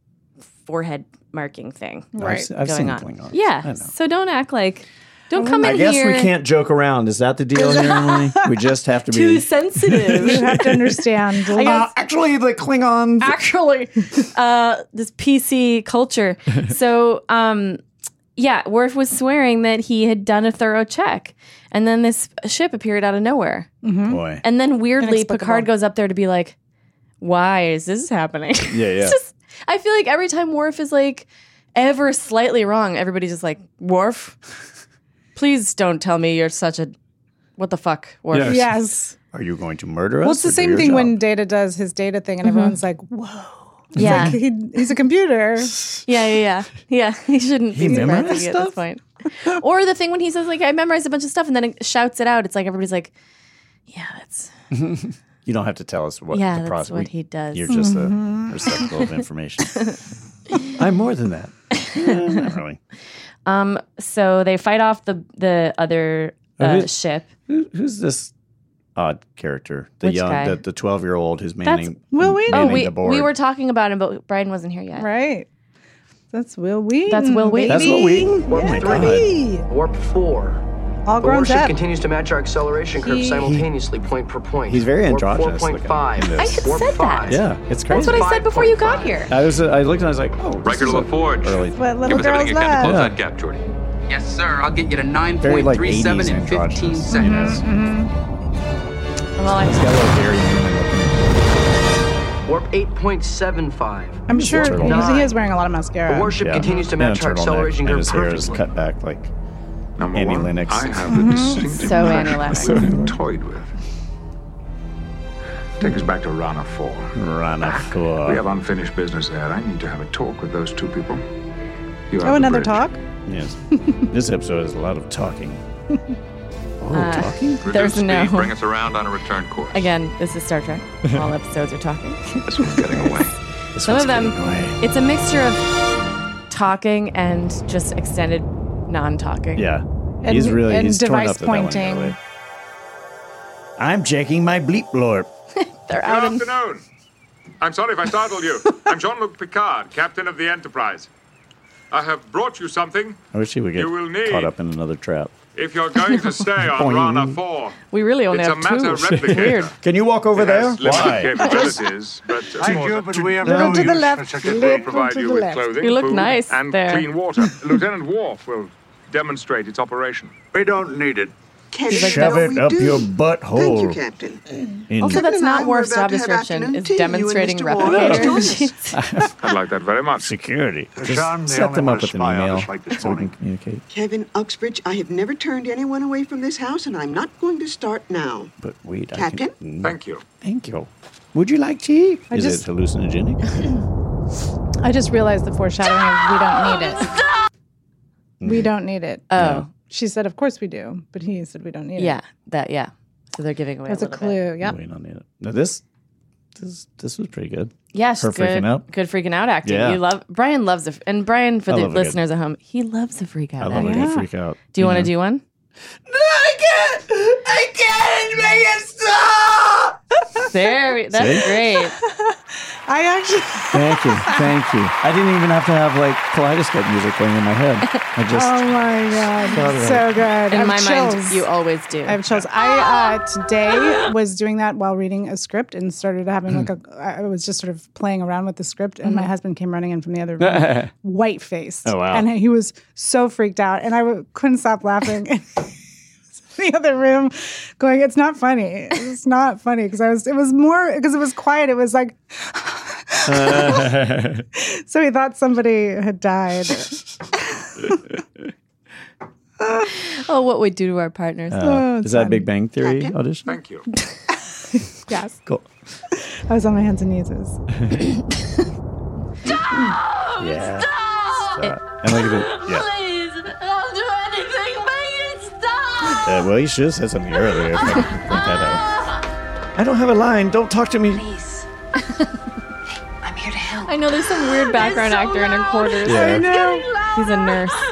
[SPEAKER 1] forehead marking thing.
[SPEAKER 5] I've Right. se- I've
[SPEAKER 1] going
[SPEAKER 5] seen
[SPEAKER 1] on.
[SPEAKER 5] Klingons. I
[SPEAKER 1] Yeah.
[SPEAKER 5] know.
[SPEAKER 1] So don't act like don't come
[SPEAKER 5] I
[SPEAKER 1] in
[SPEAKER 5] guess
[SPEAKER 1] here.
[SPEAKER 5] we can't joke around. Is that the deal here, Emily? We just have to be Uh,
[SPEAKER 1] Too sensitive.
[SPEAKER 3] you have to understand.
[SPEAKER 1] I guess-
[SPEAKER 5] actually, the Klingons.
[SPEAKER 1] Actually, uh, this PC culture. So, um, yeah, Worf was swearing that he had done a thorough check, and then this ship appeared out of nowhere.
[SPEAKER 3] Mm-hmm.
[SPEAKER 5] Boy.
[SPEAKER 1] And then weirdly,
[SPEAKER 3] Inexplicable.
[SPEAKER 1] Picard goes up there to be like, "Why is this happening?"
[SPEAKER 5] Yeah, yeah.
[SPEAKER 1] I feel like every time Worf is like ever slightly wrong, everybody's just like, "Worf, please don't tell me you're such a what the fuck, Worf."
[SPEAKER 3] Yes. Yes.
[SPEAKER 5] Are you going to murder us?
[SPEAKER 3] well, it's the
[SPEAKER 5] or do
[SPEAKER 3] same
[SPEAKER 5] your
[SPEAKER 3] thing
[SPEAKER 5] job?
[SPEAKER 3] when Data does his Data thing, and
[SPEAKER 1] Mhm.
[SPEAKER 3] everyone's like, "Whoa!" It's
[SPEAKER 1] Yeah.
[SPEAKER 3] like, he, he's a computer.
[SPEAKER 1] Yeah, yeah, yeah. Yeah, he shouldn't
[SPEAKER 3] He
[SPEAKER 1] be surprised at
[SPEAKER 3] memorized
[SPEAKER 1] this point. Or the thing when he says, like, I memorized a bunch of stuff and then it shouts it out. It's like everybody's like, yeah, that's.
[SPEAKER 5] you don't have to tell us what
[SPEAKER 1] Yeah,
[SPEAKER 5] the
[SPEAKER 1] that's
[SPEAKER 5] process.
[SPEAKER 1] what he does.
[SPEAKER 5] You're just
[SPEAKER 1] Mhm.
[SPEAKER 5] a receptacle of information. I'm more than that. Eh, not really.
[SPEAKER 1] Um, so they fight off the the other
[SPEAKER 5] Oh,
[SPEAKER 1] uh,
[SPEAKER 5] who's-
[SPEAKER 1] ship.
[SPEAKER 5] Who, who's this odd character? The
[SPEAKER 1] Which
[SPEAKER 5] young,
[SPEAKER 1] guy?
[SPEAKER 5] the the twelve year old who's manning.
[SPEAKER 3] Will Wheaton.
[SPEAKER 1] Oh,
[SPEAKER 5] manning
[SPEAKER 1] we
[SPEAKER 5] the board.
[SPEAKER 1] we were talking about him, but Brian wasn't here yet.
[SPEAKER 3] Right. That's Will Wheaton.
[SPEAKER 1] That's Will Wheaton.
[SPEAKER 5] That's Will Wheaton. Oh my
[SPEAKER 3] Yeah,
[SPEAKER 5] God.
[SPEAKER 3] baby.
[SPEAKER 14] Warp 4.
[SPEAKER 3] All
[SPEAKER 14] the
[SPEAKER 3] grown
[SPEAKER 14] warship
[SPEAKER 3] up.
[SPEAKER 14] continues to match our acceleration curve
[SPEAKER 3] He-
[SPEAKER 14] simultaneously, point per point.
[SPEAKER 5] He's very
[SPEAKER 14] Warp
[SPEAKER 5] androgynous looking
[SPEAKER 14] 4.5.
[SPEAKER 5] in this. I had
[SPEAKER 14] Warp
[SPEAKER 5] said that.
[SPEAKER 14] 5.
[SPEAKER 5] Yeah, it's crazy.
[SPEAKER 1] That's what I said before you got here.
[SPEAKER 5] I was. uh, I looked and I was like, oh,
[SPEAKER 9] Riker
[SPEAKER 5] little
[SPEAKER 9] LaForge.
[SPEAKER 5] Early.
[SPEAKER 3] What
[SPEAKER 9] Give us everything you can to close that gap, Jordy.
[SPEAKER 15] Yes, sir. I'll get you to
[SPEAKER 5] Very like
[SPEAKER 15] 9.37
[SPEAKER 5] 80s
[SPEAKER 15] in 15
[SPEAKER 5] androgynous.
[SPEAKER 15] seconds.
[SPEAKER 1] Mm-hmm, Well, I
[SPEAKER 5] He's got a little Gary Newman looking.
[SPEAKER 14] Warp 8.75.
[SPEAKER 3] I'm sure
[SPEAKER 5] Turtle.
[SPEAKER 3] he is wearing a lot of mascara.
[SPEAKER 14] The warship
[SPEAKER 5] Yeah.
[SPEAKER 14] continues to
[SPEAKER 5] And a
[SPEAKER 14] match our
[SPEAKER 5] turtleneck,
[SPEAKER 14] acceleration
[SPEAKER 5] and
[SPEAKER 14] curve
[SPEAKER 5] his hair is
[SPEAKER 14] perfectly.
[SPEAKER 5] cut back like
[SPEAKER 9] Number
[SPEAKER 5] Annie
[SPEAKER 9] one,
[SPEAKER 5] Lennox.
[SPEAKER 9] I have the distinct
[SPEAKER 1] So uh, Annie
[SPEAKER 9] impression
[SPEAKER 1] Lennox.
[SPEAKER 9] we've been toyed with. Take us back to Rana 4.
[SPEAKER 5] Rana 4.
[SPEAKER 9] We have unfinished business there. I need to have a talk with those two people. You have
[SPEAKER 3] Oh,
[SPEAKER 9] the
[SPEAKER 3] another
[SPEAKER 9] bridge.
[SPEAKER 3] talk?
[SPEAKER 5] Yes. this episode is a lot of talking. Oh,
[SPEAKER 1] Uh,
[SPEAKER 5] talking?
[SPEAKER 9] Reduce
[SPEAKER 1] There's
[SPEAKER 9] speed,
[SPEAKER 1] no.
[SPEAKER 9] Bring us around on a return course.
[SPEAKER 1] Again, this is Star Trek. All episodes are talking.
[SPEAKER 9] This one's getting away.
[SPEAKER 5] This
[SPEAKER 1] Some
[SPEAKER 5] one's
[SPEAKER 1] of them,
[SPEAKER 5] getting away.
[SPEAKER 1] it's a mixture of talking and just extended non-talking.
[SPEAKER 5] Yeah.
[SPEAKER 1] And-
[SPEAKER 5] he's really
[SPEAKER 1] and
[SPEAKER 5] he's torn
[SPEAKER 1] device
[SPEAKER 5] up that one, by the
[SPEAKER 1] pointing.
[SPEAKER 5] way. I'm checking my bleep blorp.
[SPEAKER 1] They're
[SPEAKER 12] Good afternoon. I'm sorry if I startled you. I'm Jean-Luc Picard, captain of the Enterprise. I have brought you something
[SPEAKER 5] I wish he would get
[SPEAKER 12] You will need-
[SPEAKER 5] caught up in another trap.
[SPEAKER 12] if you're going to stay on
[SPEAKER 5] Boing.
[SPEAKER 12] Rana 4.
[SPEAKER 1] We really only
[SPEAKER 12] It's a
[SPEAKER 1] have
[SPEAKER 12] matter
[SPEAKER 1] two.
[SPEAKER 12] replicator. Weird.
[SPEAKER 5] Can you walk over
[SPEAKER 12] It
[SPEAKER 5] there?
[SPEAKER 12] has limited
[SPEAKER 5] Why?
[SPEAKER 12] capabilities, but of
[SPEAKER 5] I
[SPEAKER 12] course-
[SPEAKER 5] do, but we have no
[SPEAKER 12] Little
[SPEAKER 5] use for
[SPEAKER 3] such a
[SPEAKER 12] It
[SPEAKER 3] thing.
[SPEAKER 12] will
[SPEAKER 3] Little
[SPEAKER 12] provide
[SPEAKER 3] to
[SPEAKER 12] you
[SPEAKER 3] the
[SPEAKER 12] with
[SPEAKER 3] left.
[SPEAKER 12] clothing,
[SPEAKER 1] You look
[SPEAKER 12] food,
[SPEAKER 1] nice
[SPEAKER 12] and
[SPEAKER 1] there.
[SPEAKER 12] clean water. Lieutenant Worf will demonstrate its operation. We don't need it.
[SPEAKER 5] Shove it up your butthole.
[SPEAKER 12] Thank you,
[SPEAKER 5] Captain.
[SPEAKER 1] Also, that's
[SPEAKER 16] and I
[SPEAKER 1] not
[SPEAKER 16] were
[SPEAKER 1] Worf's
[SPEAKER 16] about
[SPEAKER 1] job
[SPEAKER 16] to have
[SPEAKER 1] description.
[SPEAKER 16] afternoon
[SPEAKER 1] It's
[SPEAKER 16] tea, you and
[SPEAKER 1] demonstrating
[SPEAKER 16] Mr. Worf.
[SPEAKER 1] replicator
[SPEAKER 16] Yeah.
[SPEAKER 1] machines.
[SPEAKER 12] I'd like that very much.
[SPEAKER 5] Security. Just
[SPEAKER 13] Sean, they
[SPEAKER 5] set
[SPEAKER 13] only
[SPEAKER 5] them
[SPEAKER 13] want
[SPEAKER 5] up
[SPEAKER 13] to
[SPEAKER 5] with an
[SPEAKER 13] spy on
[SPEAKER 5] email
[SPEAKER 13] us like this
[SPEAKER 5] so we can communicate.
[SPEAKER 4] Kevin Uxbridge, I have never turned anyone away from this house, and I'm not going to start now.
[SPEAKER 5] But wait, I
[SPEAKER 4] Captain?
[SPEAKER 5] can...
[SPEAKER 12] Thank you.
[SPEAKER 5] Thank you. Would you like tea?
[SPEAKER 3] I
[SPEAKER 5] Is
[SPEAKER 3] just-
[SPEAKER 5] it hallucinogenic?
[SPEAKER 3] I just realized the foreshadowing of we don't need it. We don't need it.
[SPEAKER 1] Oh. Yeah.
[SPEAKER 3] She said, of course we do. But he said, we don't need
[SPEAKER 1] yeah,
[SPEAKER 3] it.
[SPEAKER 1] that yeah. So they're giving away.
[SPEAKER 3] That's
[SPEAKER 1] a
[SPEAKER 3] a
[SPEAKER 1] little
[SPEAKER 3] clue. Yep.
[SPEAKER 5] we don't need it. Now this this this was pretty good.
[SPEAKER 1] Yes,
[SPEAKER 5] her
[SPEAKER 1] good,
[SPEAKER 5] freaking out.
[SPEAKER 1] Good freaking out acting.
[SPEAKER 5] Yeah.
[SPEAKER 1] You love Brian loves the and Brian for
[SPEAKER 5] I
[SPEAKER 1] the
[SPEAKER 5] love a good-
[SPEAKER 1] listeners at home. He loves the freak out.
[SPEAKER 5] I love a
[SPEAKER 1] acting.
[SPEAKER 5] good freak out.
[SPEAKER 1] Do you want
[SPEAKER 5] Yeah.
[SPEAKER 1] to do one?
[SPEAKER 16] I can't make it stop!
[SPEAKER 1] There, we-
[SPEAKER 5] See?
[SPEAKER 1] that's great.
[SPEAKER 3] I actually.
[SPEAKER 5] Thank you, thank you. I didn't even have to have like kaleidoscope music playing in my head. I just
[SPEAKER 3] oh my
[SPEAKER 5] thought of
[SPEAKER 3] god,
[SPEAKER 5] it.
[SPEAKER 3] so good.
[SPEAKER 1] In
[SPEAKER 3] I have
[SPEAKER 1] my mind,
[SPEAKER 3] chills.
[SPEAKER 1] you always do.
[SPEAKER 3] I have chills. I uh, today was doing that while reading a script and started having like a. I was just sort of playing around with the script, and
[SPEAKER 5] Mm-hmm.
[SPEAKER 3] my husband came running in from the other room, white faced.
[SPEAKER 16] Oh, wow.
[SPEAKER 3] And he was so freaked out, and I w- couldn't stop laughing. in the other room, going, "It's not funny. It's not funny." Because I was, it was more because it was quiet. It was like so he thought somebody had died.
[SPEAKER 1] oh, what we do to our partners.
[SPEAKER 3] Oh,
[SPEAKER 5] Uh, is that Big Bang Theory audition?
[SPEAKER 12] Thank you.
[SPEAKER 3] yes.
[SPEAKER 5] Cool.
[SPEAKER 3] I was on my hands and knees. It was-
[SPEAKER 5] Yeah. Stop. And look at the yeah.
[SPEAKER 16] Please, I'll do anything, make it stop!
[SPEAKER 5] Uh, well, you should have said something earlier. if I didn't think that out. I don't have a line. Don't talk to me.
[SPEAKER 1] I'm here to help. I know there's some weird background actor in her quarters.
[SPEAKER 5] Yeah. I
[SPEAKER 1] He's a nurse.
[SPEAKER 16] Please, I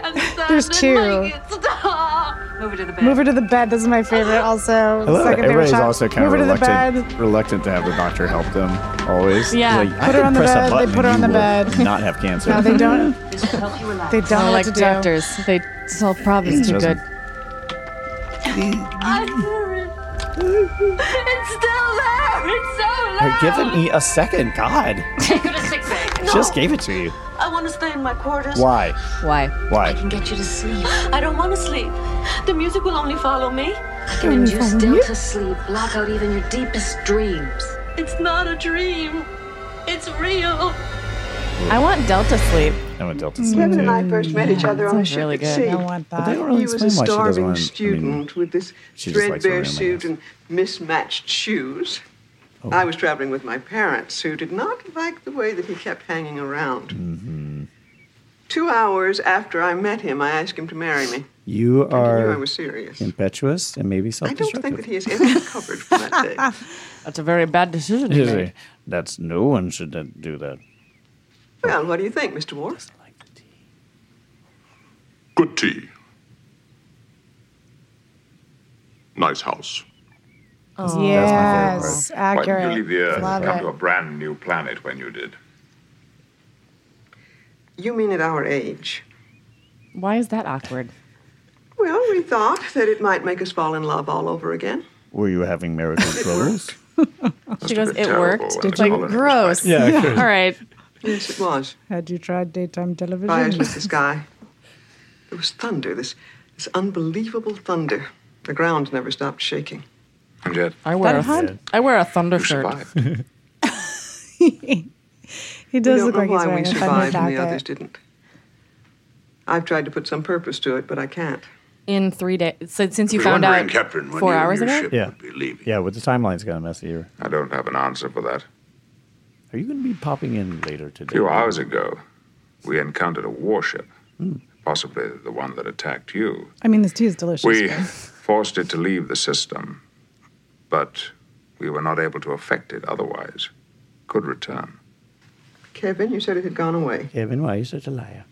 [SPEAKER 16] can't stop.
[SPEAKER 3] There's
[SPEAKER 16] it,
[SPEAKER 3] two.
[SPEAKER 16] Make it stop! Move her to the
[SPEAKER 3] Move her to the bed. This is my favorite. Also,
[SPEAKER 5] I love it.
[SPEAKER 3] second favorite
[SPEAKER 5] Everybody's
[SPEAKER 3] shot.
[SPEAKER 5] also kind
[SPEAKER 3] Move her
[SPEAKER 5] of
[SPEAKER 3] to the bed.
[SPEAKER 5] reluctant, reluctant to have the doctor help them. Always,
[SPEAKER 3] Yeah.
[SPEAKER 5] Like, I
[SPEAKER 3] Put her
[SPEAKER 5] can
[SPEAKER 3] on the
[SPEAKER 5] press a
[SPEAKER 3] bed, they
[SPEAKER 5] button
[SPEAKER 3] put her
[SPEAKER 5] and
[SPEAKER 3] on
[SPEAKER 5] you
[SPEAKER 3] the
[SPEAKER 5] will
[SPEAKER 3] bed.
[SPEAKER 5] Not have cancer.
[SPEAKER 3] No, they don't. They don't know
[SPEAKER 1] They're
[SPEAKER 3] what
[SPEAKER 1] Oh, like
[SPEAKER 3] to do.
[SPEAKER 1] doctors. They solve problems too good.
[SPEAKER 16] I'm sorry. It's still there. It's so
[SPEAKER 5] They're giving me a second. God,
[SPEAKER 7] Take her to sick bay.
[SPEAKER 5] just gave it to you.
[SPEAKER 7] I want to stay in my quarters.
[SPEAKER 5] Why?
[SPEAKER 1] Why?
[SPEAKER 5] Why?
[SPEAKER 7] Get you to sleep. I don't want to sleep. The music will only follow me.
[SPEAKER 10] I can
[SPEAKER 7] Only
[SPEAKER 10] induce
[SPEAKER 7] follow
[SPEAKER 10] still
[SPEAKER 7] you?
[SPEAKER 10] to sleep, block out even your deepest dreams.
[SPEAKER 7] It's not a dream. It's real.
[SPEAKER 1] I want Delta sleep.
[SPEAKER 5] I went Delta
[SPEAKER 4] Slim Mm. and I first met each other on a
[SPEAKER 1] sounds
[SPEAKER 4] ship
[SPEAKER 1] really
[SPEAKER 4] at
[SPEAKER 1] good.
[SPEAKER 4] sea.
[SPEAKER 1] I want
[SPEAKER 5] But they that. don't really
[SPEAKER 4] he was a
[SPEAKER 5] explain why she doesn't
[SPEAKER 4] starving
[SPEAKER 5] want- I mean,
[SPEAKER 4] student with this
[SPEAKER 5] she just likes her
[SPEAKER 4] threadbare
[SPEAKER 5] roommate.
[SPEAKER 4] suit and mismatched shoes.
[SPEAKER 5] Oh.
[SPEAKER 4] I was traveling with my parents, who did not like the way that he kept hanging around.
[SPEAKER 5] Mm-hmm.
[SPEAKER 4] Two hours after I met him, I asked him to marry me.
[SPEAKER 5] You
[SPEAKER 4] I
[SPEAKER 5] are
[SPEAKER 4] was serious.
[SPEAKER 5] impetuous and maybe
[SPEAKER 4] I don't think
[SPEAKER 5] self-destructive.
[SPEAKER 4] that he has ever recovered from that day.
[SPEAKER 1] That's a very bad decision. you
[SPEAKER 5] Is
[SPEAKER 1] made.
[SPEAKER 5] he? That's no one should not do that.
[SPEAKER 4] Well, what do you think, Mr. Ward?
[SPEAKER 6] Good tea. Nice house.
[SPEAKER 1] Oh.
[SPEAKER 3] Yes,
[SPEAKER 12] Why didn't
[SPEAKER 3] accurate.
[SPEAKER 12] you leave the uh, Earth
[SPEAKER 3] Love
[SPEAKER 12] and come
[SPEAKER 3] it.
[SPEAKER 12] to a brand new planet when you did?
[SPEAKER 4] You mean at our age?
[SPEAKER 1] Why is that awkward?
[SPEAKER 4] Well, we thought that it might make us fall in love all over again.
[SPEAKER 5] Were you having marital troubles?
[SPEAKER 1] She goes, it
[SPEAKER 4] terrible
[SPEAKER 1] worked.
[SPEAKER 4] when
[SPEAKER 1] It's
[SPEAKER 4] the
[SPEAKER 1] like
[SPEAKER 4] colonists
[SPEAKER 1] gross.
[SPEAKER 5] Yeah, Yeah. sure.
[SPEAKER 1] All right.
[SPEAKER 4] Yes, it was.
[SPEAKER 3] Had you tried daytime television?
[SPEAKER 4] Fires with the sky. There was thunder, this, this unbelievable thunder. The ground never stopped shaking.
[SPEAKER 12] I'm dead.
[SPEAKER 1] I wear
[SPEAKER 4] That
[SPEAKER 1] a
[SPEAKER 4] hot.
[SPEAKER 1] th- I wear a thunder shirt.
[SPEAKER 3] He
[SPEAKER 4] we
[SPEAKER 3] does
[SPEAKER 4] don't
[SPEAKER 3] look
[SPEAKER 4] know
[SPEAKER 3] like he's
[SPEAKER 4] why we
[SPEAKER 3] wearing a thunder
[SPEAKER 4] survived and the others
[SPEAKER 3] jacket.
[SPEAKER 4] didn't. I've tried to put some purpose to it, but I can't.
[SPEAKER 1] In three days, since, since you
[SPEAKER 4] We
[SPEAKER 1] found
[SPEAKER 4] wondering,
[SPEAKER 1] out
[SPEAKER 4] Captain, when
[SPEAKER 1] four
[SPEAKER 4] you and
[SPEAKER 1] hours
[SPEAKER 4] your
[SPEAKER 1] ago.
[SPEAKER 4] ship-
[SPEAKER 5] yeah. Yeah, with the timeline's kind of messy here.
[SPEAKER 12] I don't have an answer for that.
[SPEAKER 5] Are you going to be popping in later today?
[SPEAKER 12] A few hours ago, we encountered a warship, possibly the one that attacked you.
[SPEAKER 3] I mean, this tea is delicious.
[SPEAKER 12] We
[SPEAKER 3] right?
[SPEAKER 12] forced it to leave the system, but we were not able to affect it otherwise. Could return.
[SPEAKER 4] Kevin, you said it had gone away.
[SPEAKER 5] Kevin, why are you such a liar?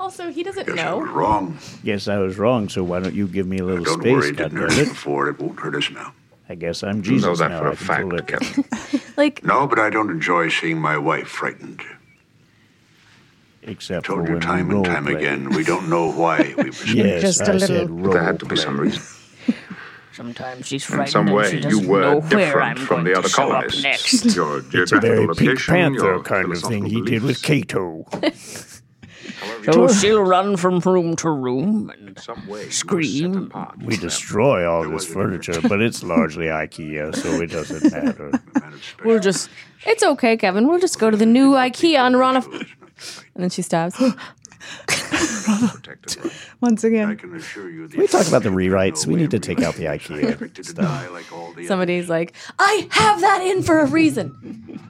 [SPEAKER 1] Also, he doesn't know.
[SPEAKER 5] Wrong. Yes, I was wrong. So why don't you give me a little
[SPEAKER 17] Don't
[SPEAKER 5] space?
[SPEAKER 17] worry, it didn't
[SPEAKER 5] God
[SPEAKER 17] hurt
[SPEAKER 5] damn
[SPEAKER 17] us
[SPEAKER 5] it.
[SPEAKER 17] before. It won't hurt us now.
[SPEAKER 5] I guess I'm
[SPEAKER 17] You know
[SPEAKER 5] Jesus
[SPEAKER 17] that
[SPEAKER 5] now.
[SPEAKER 17] for a
[SPEAKER 5] I control
[SPEAKER 17] fact,
[SPEAKER 5] it.
[SPEAKER 17] Kevin.
[SPEAKER 1] Like
[SPEAKER 17] No, but I don't enjoy seeing my wife frightened.
[SPEAKER 5] Except
[SPEAKER 17] Told
[SPEAKER 5] for
[SPEAKER 17] you
[SPEAKER 5] when
[SPEAKER 17] time
[SPEAKER 5] we
[SPEAKER 17] and
[SPEAKER 5] role
[SPEAKER 17] time
[SPEAKER 5] play.
[SPEAKER 17] again, we don't know why we were
[SPEAKER 5] Yes, Just a I said little-
[SPEAKER 12] There had to be some reason.
[SPEAKER 1] Sometimes she's
[SPEAKER 12] In some way, you were different from the other colonists. Your
[SPEAKER 5] It's a very
[SPEAKER 12] geographical
[SPEAKER 5] Pink
[SPEAKER 12] location,
[SPEAKER 5] Panther
[SPEAKER 12] your
[SPEAKER 5] kind of thing he did with Cato.
[SPEAKER 18] So oh. she'll run from room to room and scream.
[SPEAKER 5] We destroy all this furniture, but it's largely IKEA, so it doesn't matter.
[SPEAKER 1] We'll just. It's okay, Kevin. We'll just go to the new IKEA on Rana. And then she stops.
[SPEAKER 3] Once again,
[SPEAKER 5] Can we talk about the rewrites? We need to take out the IKEA stuff.
[SPEAKER 1] Somebody's like, I have that in for a reason.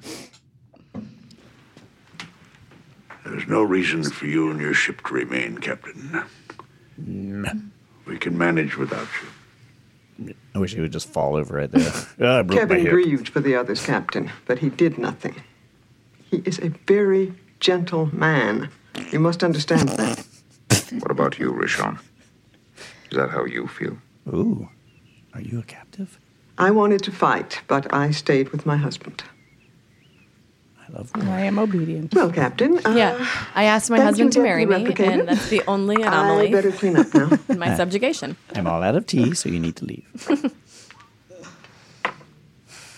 [SPEAKER 17] There's no reason for you and your ship
[SPEAKER 5] Mm.
[SPEAKER 17] to remain, Captain. We can manage without you.
[SPEAKER 5] I wish he would just fall over right there. Ah, I broke my
[SPEAKER 4] Kevin
[SPEAKER 5] hip.
[SPEAKER 4] grieved for the others, Captain, but he did nothing. He is a very gentle man. You must understand that.
[SPEAKER 9] What about you, Rishon? Is that how you feel?
[SPEAKER 5] Ooh. Are you a captive?
[SPEAKER 4] I wanted to fight, but I stayed with my husband.
[SPEAKER 5] I love
[SPEAKER 3] I am obedient.
[SPEAKER 4] Well, Captain. Uh,
[SPEAKER 1] Yeah, I asked my
[SPEAKER 4] thank
[SPEAKER 1] husband to
[SPEAKER 4] you,
[SPEAKER 1] marry me,
[SPEAKER 4] Deputy Replicator.
[SPEAKER 1] and that's the only anomaly
[SPEAKER 4] I better clean up now.
[SPEAKER 1] in my subjugation.
[SPEAKER 5] I'm all out of tea, so you need to leave.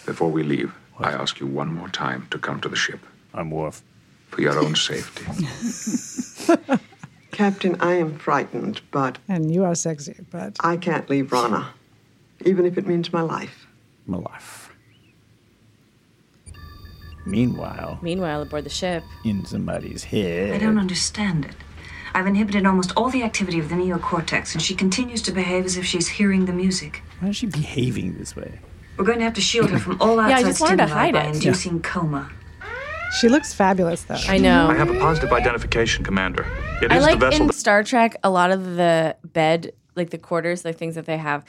[SPEAKER 9] Before we leave, I ask you one more time to come to the ship.
[SPEAKER 5] I'm Worf.
[SPEAKER 9] For your own safety.
[SPEAKER 4] Captain, I am frightened, but.
[SPEAKER 3] And you are sexy, but.
[SPEAKER 4] I can't leave Rana, even if it means my life.
[SPEAKER 5] My life. Meanwhile,
[SPEAKER 1] Meanwhile, aboard the ship.
[SPEAKER 5] in somebody's
[SPEAKER 10] I
[SPEAKER 5] head.
[SPEAKER 10] don't understand it. I've inhibited almost all the activity of the neocortex, and she continues to behave as if she's hearing the music.
[SPEAKER 5] Why is she behaving this way?
[SPEAKER 10] We're going to have to shield her from all
[SPEAKER 1] Yeah, I
[SPEAKER 10] outside
[SPEAKER 1] just wanted to
[SPEAKER 10] stimuli
[SPEAKER 1] hide
[SPEAKER 10] by
[SPEAKER 1] it.
[SPEAKER 10] inducing coma.
[SPEAKER 3] She looks fabulous, though.
[SPEAKER 1] I know.
[SPEAKER 11] I have a positive identification, Commander. It is
[SPEAKER 1] I like
[SPEAKER 11] the vessel
[SPEAKER 1] in
[SPEAKER 11] that
[SPEAKER 1] Star Trek a lot of the bed, like the quarters, the things that they have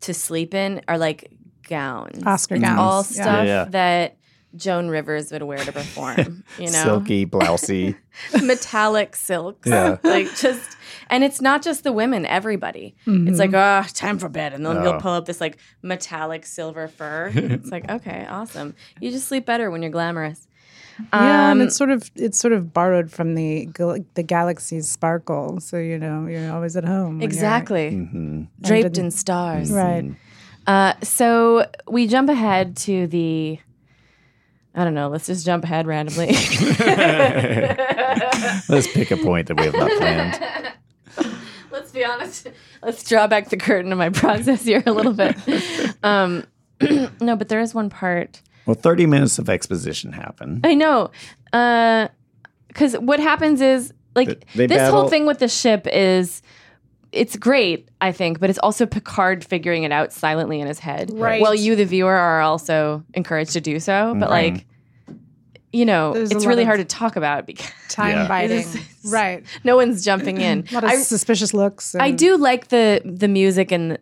[SPEAKER 1] to sleep in are like gowns,
[SPEAKER 3] Oscar
[SPEAKER 1] It's
[SPEAKER 3] gowns.
[SPEAKER 1] all
[SPEAKER 3] Yeah.
[SPEAKER 1] stuff
[SPEAKER 5] Yeah, yeah.
[SPEAKER 1] that Joan Rivers would wear to perform. You know,
[SPEAKER 5] Silky, blousy.
[SPEAKER 1] metallic silks,
[SPEAKER 5] Yeah.
[SPEAKER 1] like just. And it's not just the women; everybody.
[SPEAKER 3] Mhm.
[SPEAKER 1] It's like, ah, time for bed, and then
[SPEAKER 5] Oh.
[SPEAKER 1] he'll pull up this like metallic silver fur. it's like, okay, awesome. You just sleep better when you're glamorous.
[SPEAKER 3] yeah, and
[SPEAKER 1] Um,
[SPEAKER 3] it's sort of it's sort of borrowed from the gal- the galaxy's sparkle. So you know you're always at home. when you're- Mm.
[SPEAKER 1] Exactly.
[SPEAKER 5] Mm-hmm.
[SPEAKER 1] Draped in stars.
[SPEAKER 3] Right.
[SPEAKER 1] Uh, so we jump ahead to the. I don't know. Let's just jump ahead randomly.
[SPEAKER 5] Let's pick a point that we have not planned.
[SPEAKER 1] Let's be honest. Let's draw back the curtain of my process here a little bit. Um, no, but there is one part.
[SPEAKER 5] Well, 30 minutes of exposition happen.
[SPEAKER 1] I know. Because what happens is, like,
[SPEAKER 5] They- they
[SPEAKER 1] this
[SPEAKER 5] battle-
[SPEAKER 1] whole thing with the ship is. It's great, I think, but it's also Picard figuring it out silently in his head.
[SPEAKER 3] Right.
[SPEAKER 1] While you, the viewer, are also encouraged to do so. But,
[SPEAKER 5] Mhm.
[SPEAKER 1] like, you know,
[SPEAKER 3] There's a
[SPEAKER 1] it's
[SPEAKER 3] lot
[SPEAKER 1] really
[SPEAKER 3] of
[SPEAKER 1] hard to talk about because
[SPEAKER 3] Time
[SPEAKER 5] Yeah.
[SPEAKER 3] biting. right.
[SPEAKER 1] no one's jumping in.
[SPEAKER 3] A lot of
[SPEAKER 1] I-
[SPEAKER 3] suspicious looks.
[SPEAKER 1] I
[SPEAKER 3] and-
[SPEAKER 1] do like the the music and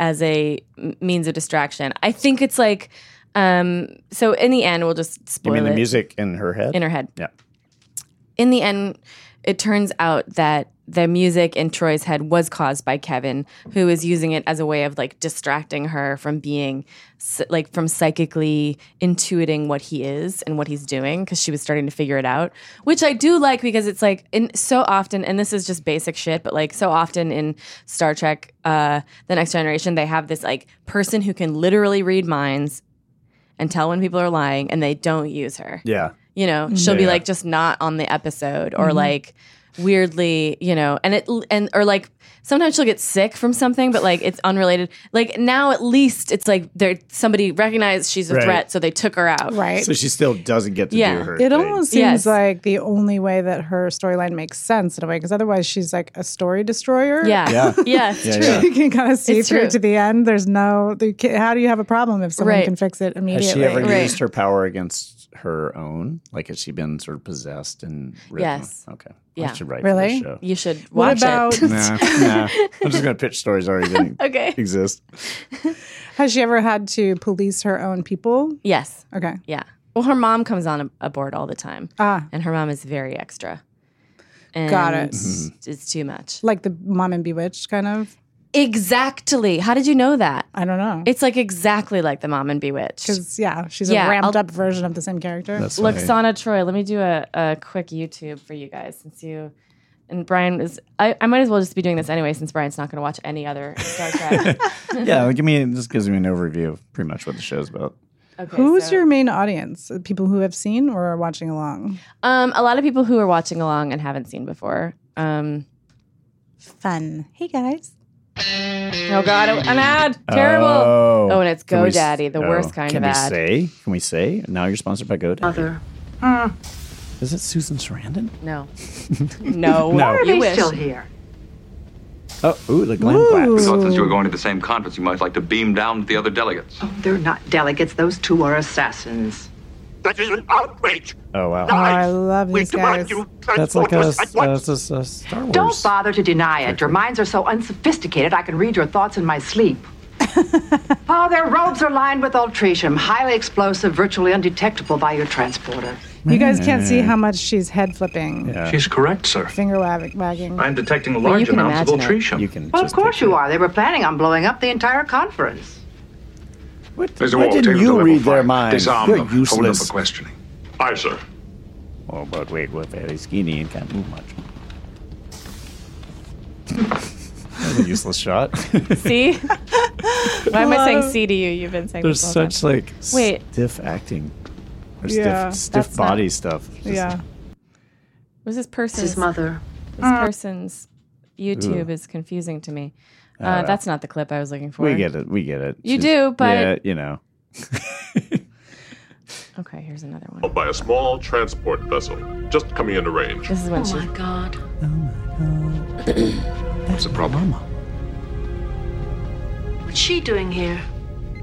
[SPEAKER 1] as a m- means of distraction. I think it's like um so in the end we'll just
[SPEAKER 5] You
[SPEAKER 1] spoil
[SPEAKER 5] mean the
[SPEAKER 1] it
[SPEAKER 5] music in her head?
[SPEAKER 1] in her head.
[SPEAKER 5] Yeah.
[SPEAKER 1] In the end it turns out that the music in Troy's head was caused by Kevin who is using it as a way of like distracting her from being s- like from psychically intuiting what he is and what he's doing cuz she was starting to figure it out, which I do like because it's like in so often and this is just basic shit but like so often in Star Trek uh the next generation they have this like person who can literally read minds and tell when people are lying and they don't use her
[SPEAKER 5] Yeah.
[SPEAKER 1] you
[SPEAKER 3] Mm-hmm.
[SPEAKER 1] know she'll be
[SPEAKER 5] Yeah.
[SPEAKER 1] like just not on the episode or
[SPEAKER 3] Mhm.
[SPEAKER 1] like weirdly you know and it and or like sometimes she'll get sick from something but like it's unrelated like now at least it's like there somebody recognized she's a
[SPEAKER 5] Right.
[SPEAKER 1] threat so they took her out
[SPEAKER 3] Right.
[SPEAKER 5] So she still doesn't get to
[SPEAKER 1] Yeah.
[SPEAKER 5] do her
[SPEAKER 3] it
[SPEAKER 5] thing.
[SPEAKER 3] almost seems
[SPEAKER 1] Yes.
[SPEAKER 3] like the only way that her storyline makes sense in a way, because otherwise she's like a story destroyer.
[SPEAKER 1] yeah
[SPEAKER 5] Yeah.
[SPEAKER 1] yeah, it's
[SPEAKER 5] Yeah,
[SPEAKER 1] true
[SPEAKER 5] yeah.
[SPEAKER 3] you can kind of see
[SPEAKER 1] It's
[SPEAKER 3] through
[SPEAKER 1] true.
[SPEAKER 3] to the end. There's no. the- How do you have a problem if someone
[SPEAKER 1] Right.
[SPEAKER 3] can fix it immediately?
[SPEAKER 5] Has she ever
[SPEAKER 1] Right.
[SPEAKER 5] used her power against her own? Like, has she been sort of possessed and written?
[SPEAKER 1] Yes.
[SPEAKER 5] Okay.
[SPEAKER 1] Yeah.
[SPEAKER 5] I should write
[SPEAKER 3] Really?
[SPEAKER 5] for the show.
[SPEAKER 1] you should watch
[SPEAKER 3] What about-
[SPEAKER 1] it
[SPEAKER 5] nah, nah. I'm just going to pitch stories that already didn't
[SPEAKER 1] Okay.
[SPEAKER 5] exist.
[SPEAKER 3] Has she ever had to police her own people?
[SPEAKER 1] yes
[SPEAKER 3] Okay.
[SPEAKER 1] yeah well her mom comes on a, a board all the time
[SPEAKER 3] Ah,
[SPEAKER 1] and her mom is very extra and
[SPEAKER 3] Got it.
[SPEAKER 5] Mm-hmm.
[SPEAKER 1] it's too much
[SPEAKER 3] like the mom and bewitched kind of.
[SPEAKER 1] exactly how did you know that
[SPEAKER 3] I don't know.
[SPEAKER 1] it's like exactly like the mom in bewitched
[SPEAKER 3] Because yeah, she's
[SPEAKER 1] Yeah,
[SPEAKER 3] a ramped
[SPEAKER 1] I'll-
[SPEAKER 3] up version of the same character.
[SPEAKER 5] That's funny.
[SPEAKER 1] Luxana Troy, let me do a, a quick YouTube for you guys since you and Brian is. I, I might as well just be doing this anyway since Brian's not going to watch any other Star Trek.
[SPEAKER 5] yeah. Like, give me, this gives me an overview of pretty much what the show's about.
[SPEAKER 1] Okay,
[SPEAKER 3] Who's
[SPEAKER 1] so-
[SPEAKER 3] your main audience? People who have seen or are watching along?
[SPEAKER 1] Um, a lot of people who are watching along and haven't seen before. Um,
[SPEAKER 3] Fun. Hey guys.
[SPEAKER 1] oh God, an ad, terrible.
[SPEAKER 5] Oh,
[SPEAKER 1] Oh, and it's
[SPEAKER 5] Can we s- oh.
[SPEAKER 1] GoDaddy, the worst kind
[SPEAKER 5] Can
[SPEAKER 1] of
[SPEAKER 5] we
[SPEAKER 1] ad.
[SPEAKER 5] say? Can we say? Now you're sponsored by GoDaddy.
[SPEAKER 7] Mother.
[SPEAKER 5] Is it Susan Sarandon?
[SPEAKER 1] No, no,
[SPEAKER 5] No. Why are
[SPEAKER 1] you
[SPEAKER 7] He's
[SPEAKER 1] wish.
[SPEAKER 7] still here.
[SPEAKER 5] Oh, ooh, the glam
[SPEAKER 9] We
[SPEAKER 5] claps.
[SPEAKER 9] thought since you were going to the same conference, you might like to beam down to the other delegates.
[SPEAKER 19] Oh,
[SPEAKER 7] They're not delegates. Those two are assassins.
[SPEAKER 17] That is an outrage.
[SPEAKER 5] Oh, wow.
[SPEAKER 3] Oh, I love these guys.
[SPEAKER 5] That's like a, uh, it's a, s- a Star Wars.
[SPEAKER 7] Don't bother to deny it. Your minds are so unsophisticated, I can read your thoughts in my sleep.
[SPEAKER 19] oh, their robes are lined with ultratium, highly explosive, virtually undetectable by your transporter.
[SPEAKER 3] You guys can't
[SPEAKER 5] Mm-hmm.
[SPEAKER 3] see how much she's head flipping.
[SPEAKER 11] She's correct, sir.
[SPEAKER 3] Finger wag- wagging.
[SPEAKER 11] I'm detecting
[SPEAKER 3] Well,
[SPEAKER 11] large
[SPEAKER 3] you can
[SPEAKER 11] amounts of
[SPEAKER 3] imagine it.
[SPEAKER 11] ultratium.
[SPEAKER 3] You can
[SPEAKER 19] Well, of course you are. They were planning on blowing up the entire conference.
[SPEAKER 12] There's a
[SPEAKER 5] Why
[SPEAKER 12] war.
[SPEAKER 5] didn't
[SPEAKER 12] Take them
[SPEAKER 5] you
[SPEAKER 12] to level
[SPEAKER 5] read their
[SPEAKER 12] five.
[SPEAKER 5] minds?
[SPEAKER 12] Disarm
[SPEAKER 5] You're
[SPEAKER 12] them. Hold them for
[SPEAKER 5] useless.
[SPEAKER 12] questioning.
[SPEAKER 6] Aye, sir.
[SPEAKER 5] Oh, but wait, we're very skinny and can't move much. That's a useless shot.
[SPEAKER 1] See? Why am I saying
[SPEAKER 3] Love-
[SPEAKER 1] C to you? You've been saying
[SPEAKER 5] There's
[SPEAKER 1] this whole
[SPEAKER 5] such
[SPEAKER 1] time.
[SPEAKER 5] like
[SPEAKER 1] Wait.
[SPEAKER 5] stiff acting, or
[SPEAKER 1] Yeah,
[SPEAKER 5] stiff stiff
[SPEAKER 1] that's not-
[SPEAKER 5] body stuff. Just-
[SPEAKER 1] Yeah. Was this person's
[SPEAKER 7] mother?
[SPEAKER 1] This person's YouTube
[SPEAKER 5] Ooh.
[SPEAKER 1] is confusing to me.
[SPEAKER 5] Oh,
[SPEAKER 1] Uh,
[SPEAKER 5] well.
[SPEAKER 1] That's not the clip I was looking for.
[SPEAKER 5] we get it. We get it.
[SPEAKER 1] You do, but-
[SPEAKER 5] yeah, you know.
[SPEAKER 1] Okay, here's another one.
[SPEAKER 6] By a small transport vessel just coming into range.
[SPEAKER 1] This is when
[SPEAKER 7] Oh
[SPEAKER 1] she.
[SPEAKER 7] my god.
[SPEAKER 6] What's the problem?
[SPEAKER 7] What's she doing here?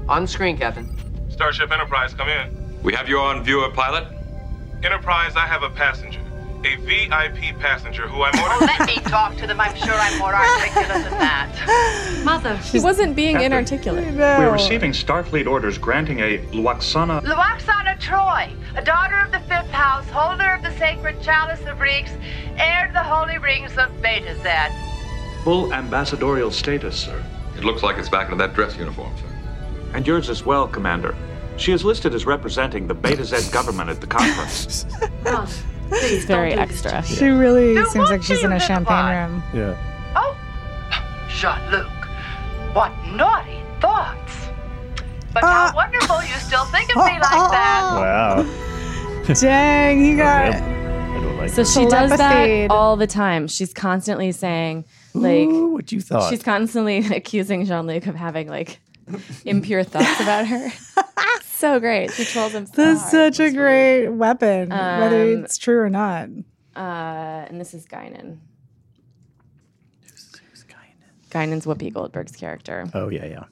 [SPEAKER 14] On screen, Captain.
[SPEAKER 20] Starship Enterprise, come in.
[SPEAKER 9] We have you on viewer, pilot.
[SPEAKER 20] Enterprise, I have a passenger. A VIP passenger who I'm
[SPEAKER 19] Oh,
[SPEAKER 20] ordering.
[SPEAKER 19] let me talk to them. I'm sure I'm more articulate than that.
[SPEAKER 7] Mother.
[SPEAKER 1] She wasn't being
[SPEAKER 20] Captain.
[SPEAKER 1] inarticulate.
[SPEAKER 20] We're receiving Starfleet orders granting a Luoxana.
[SPEAKER 19] Luoxana Troy, a daughter of the fifth house, holder of the sacred chalice of reeks, heir to the holy rings of Beta Zed.
[SPEAKER 11] Full ambassadorial status, sir.
[SPEAKER 9] It looks like it's back into that dress uniform, sir.
[SPEAKER 11] And yours as well, Commander. She is listed as representing the Beta Z government at the conference.
[SPEAKER 1] Oh, She's very extra.
[SPEAKER 3] She really seems like she's in a champagne room.
[SPEAKER 5] Yeah.
[SPEAKER 19] Jean Luc, what naughty thoughts! But
[SPEAKER 20] Uh,
[SPEAKER 19] how wonderful you still think of me like
[SPEAKER 1] Oh.
[SPEAKER 19] that.
[SPEAKER 5] Wow.
[SPEAKER 3] Dang, you got.
[SPEAKER 5] I don't like
[SPEAKER 1] So
[SPEAKER 5] this.
[SPEAKER 1] she does that
[SPEAKER 3] Telepathied.
[SPEAKER 1] all the time. She's constantly saying, like,
[SPEAKER 5] what you thought.
[SPEAKER 1] She's constantly accusing Jean Luc of having like impure thoughts about her. so great. She trolls him. so
[SPEAKER 3] This is such a great weapon, whether
[SPEAKER 1] Um,
[SPEAKER 3] it's true or not.
[SPEAKER 1] Uh, and this is Guinan. Guinan's Whoopi Goldberg's character.
[SPEAKER 5] Oh yeah, yeah.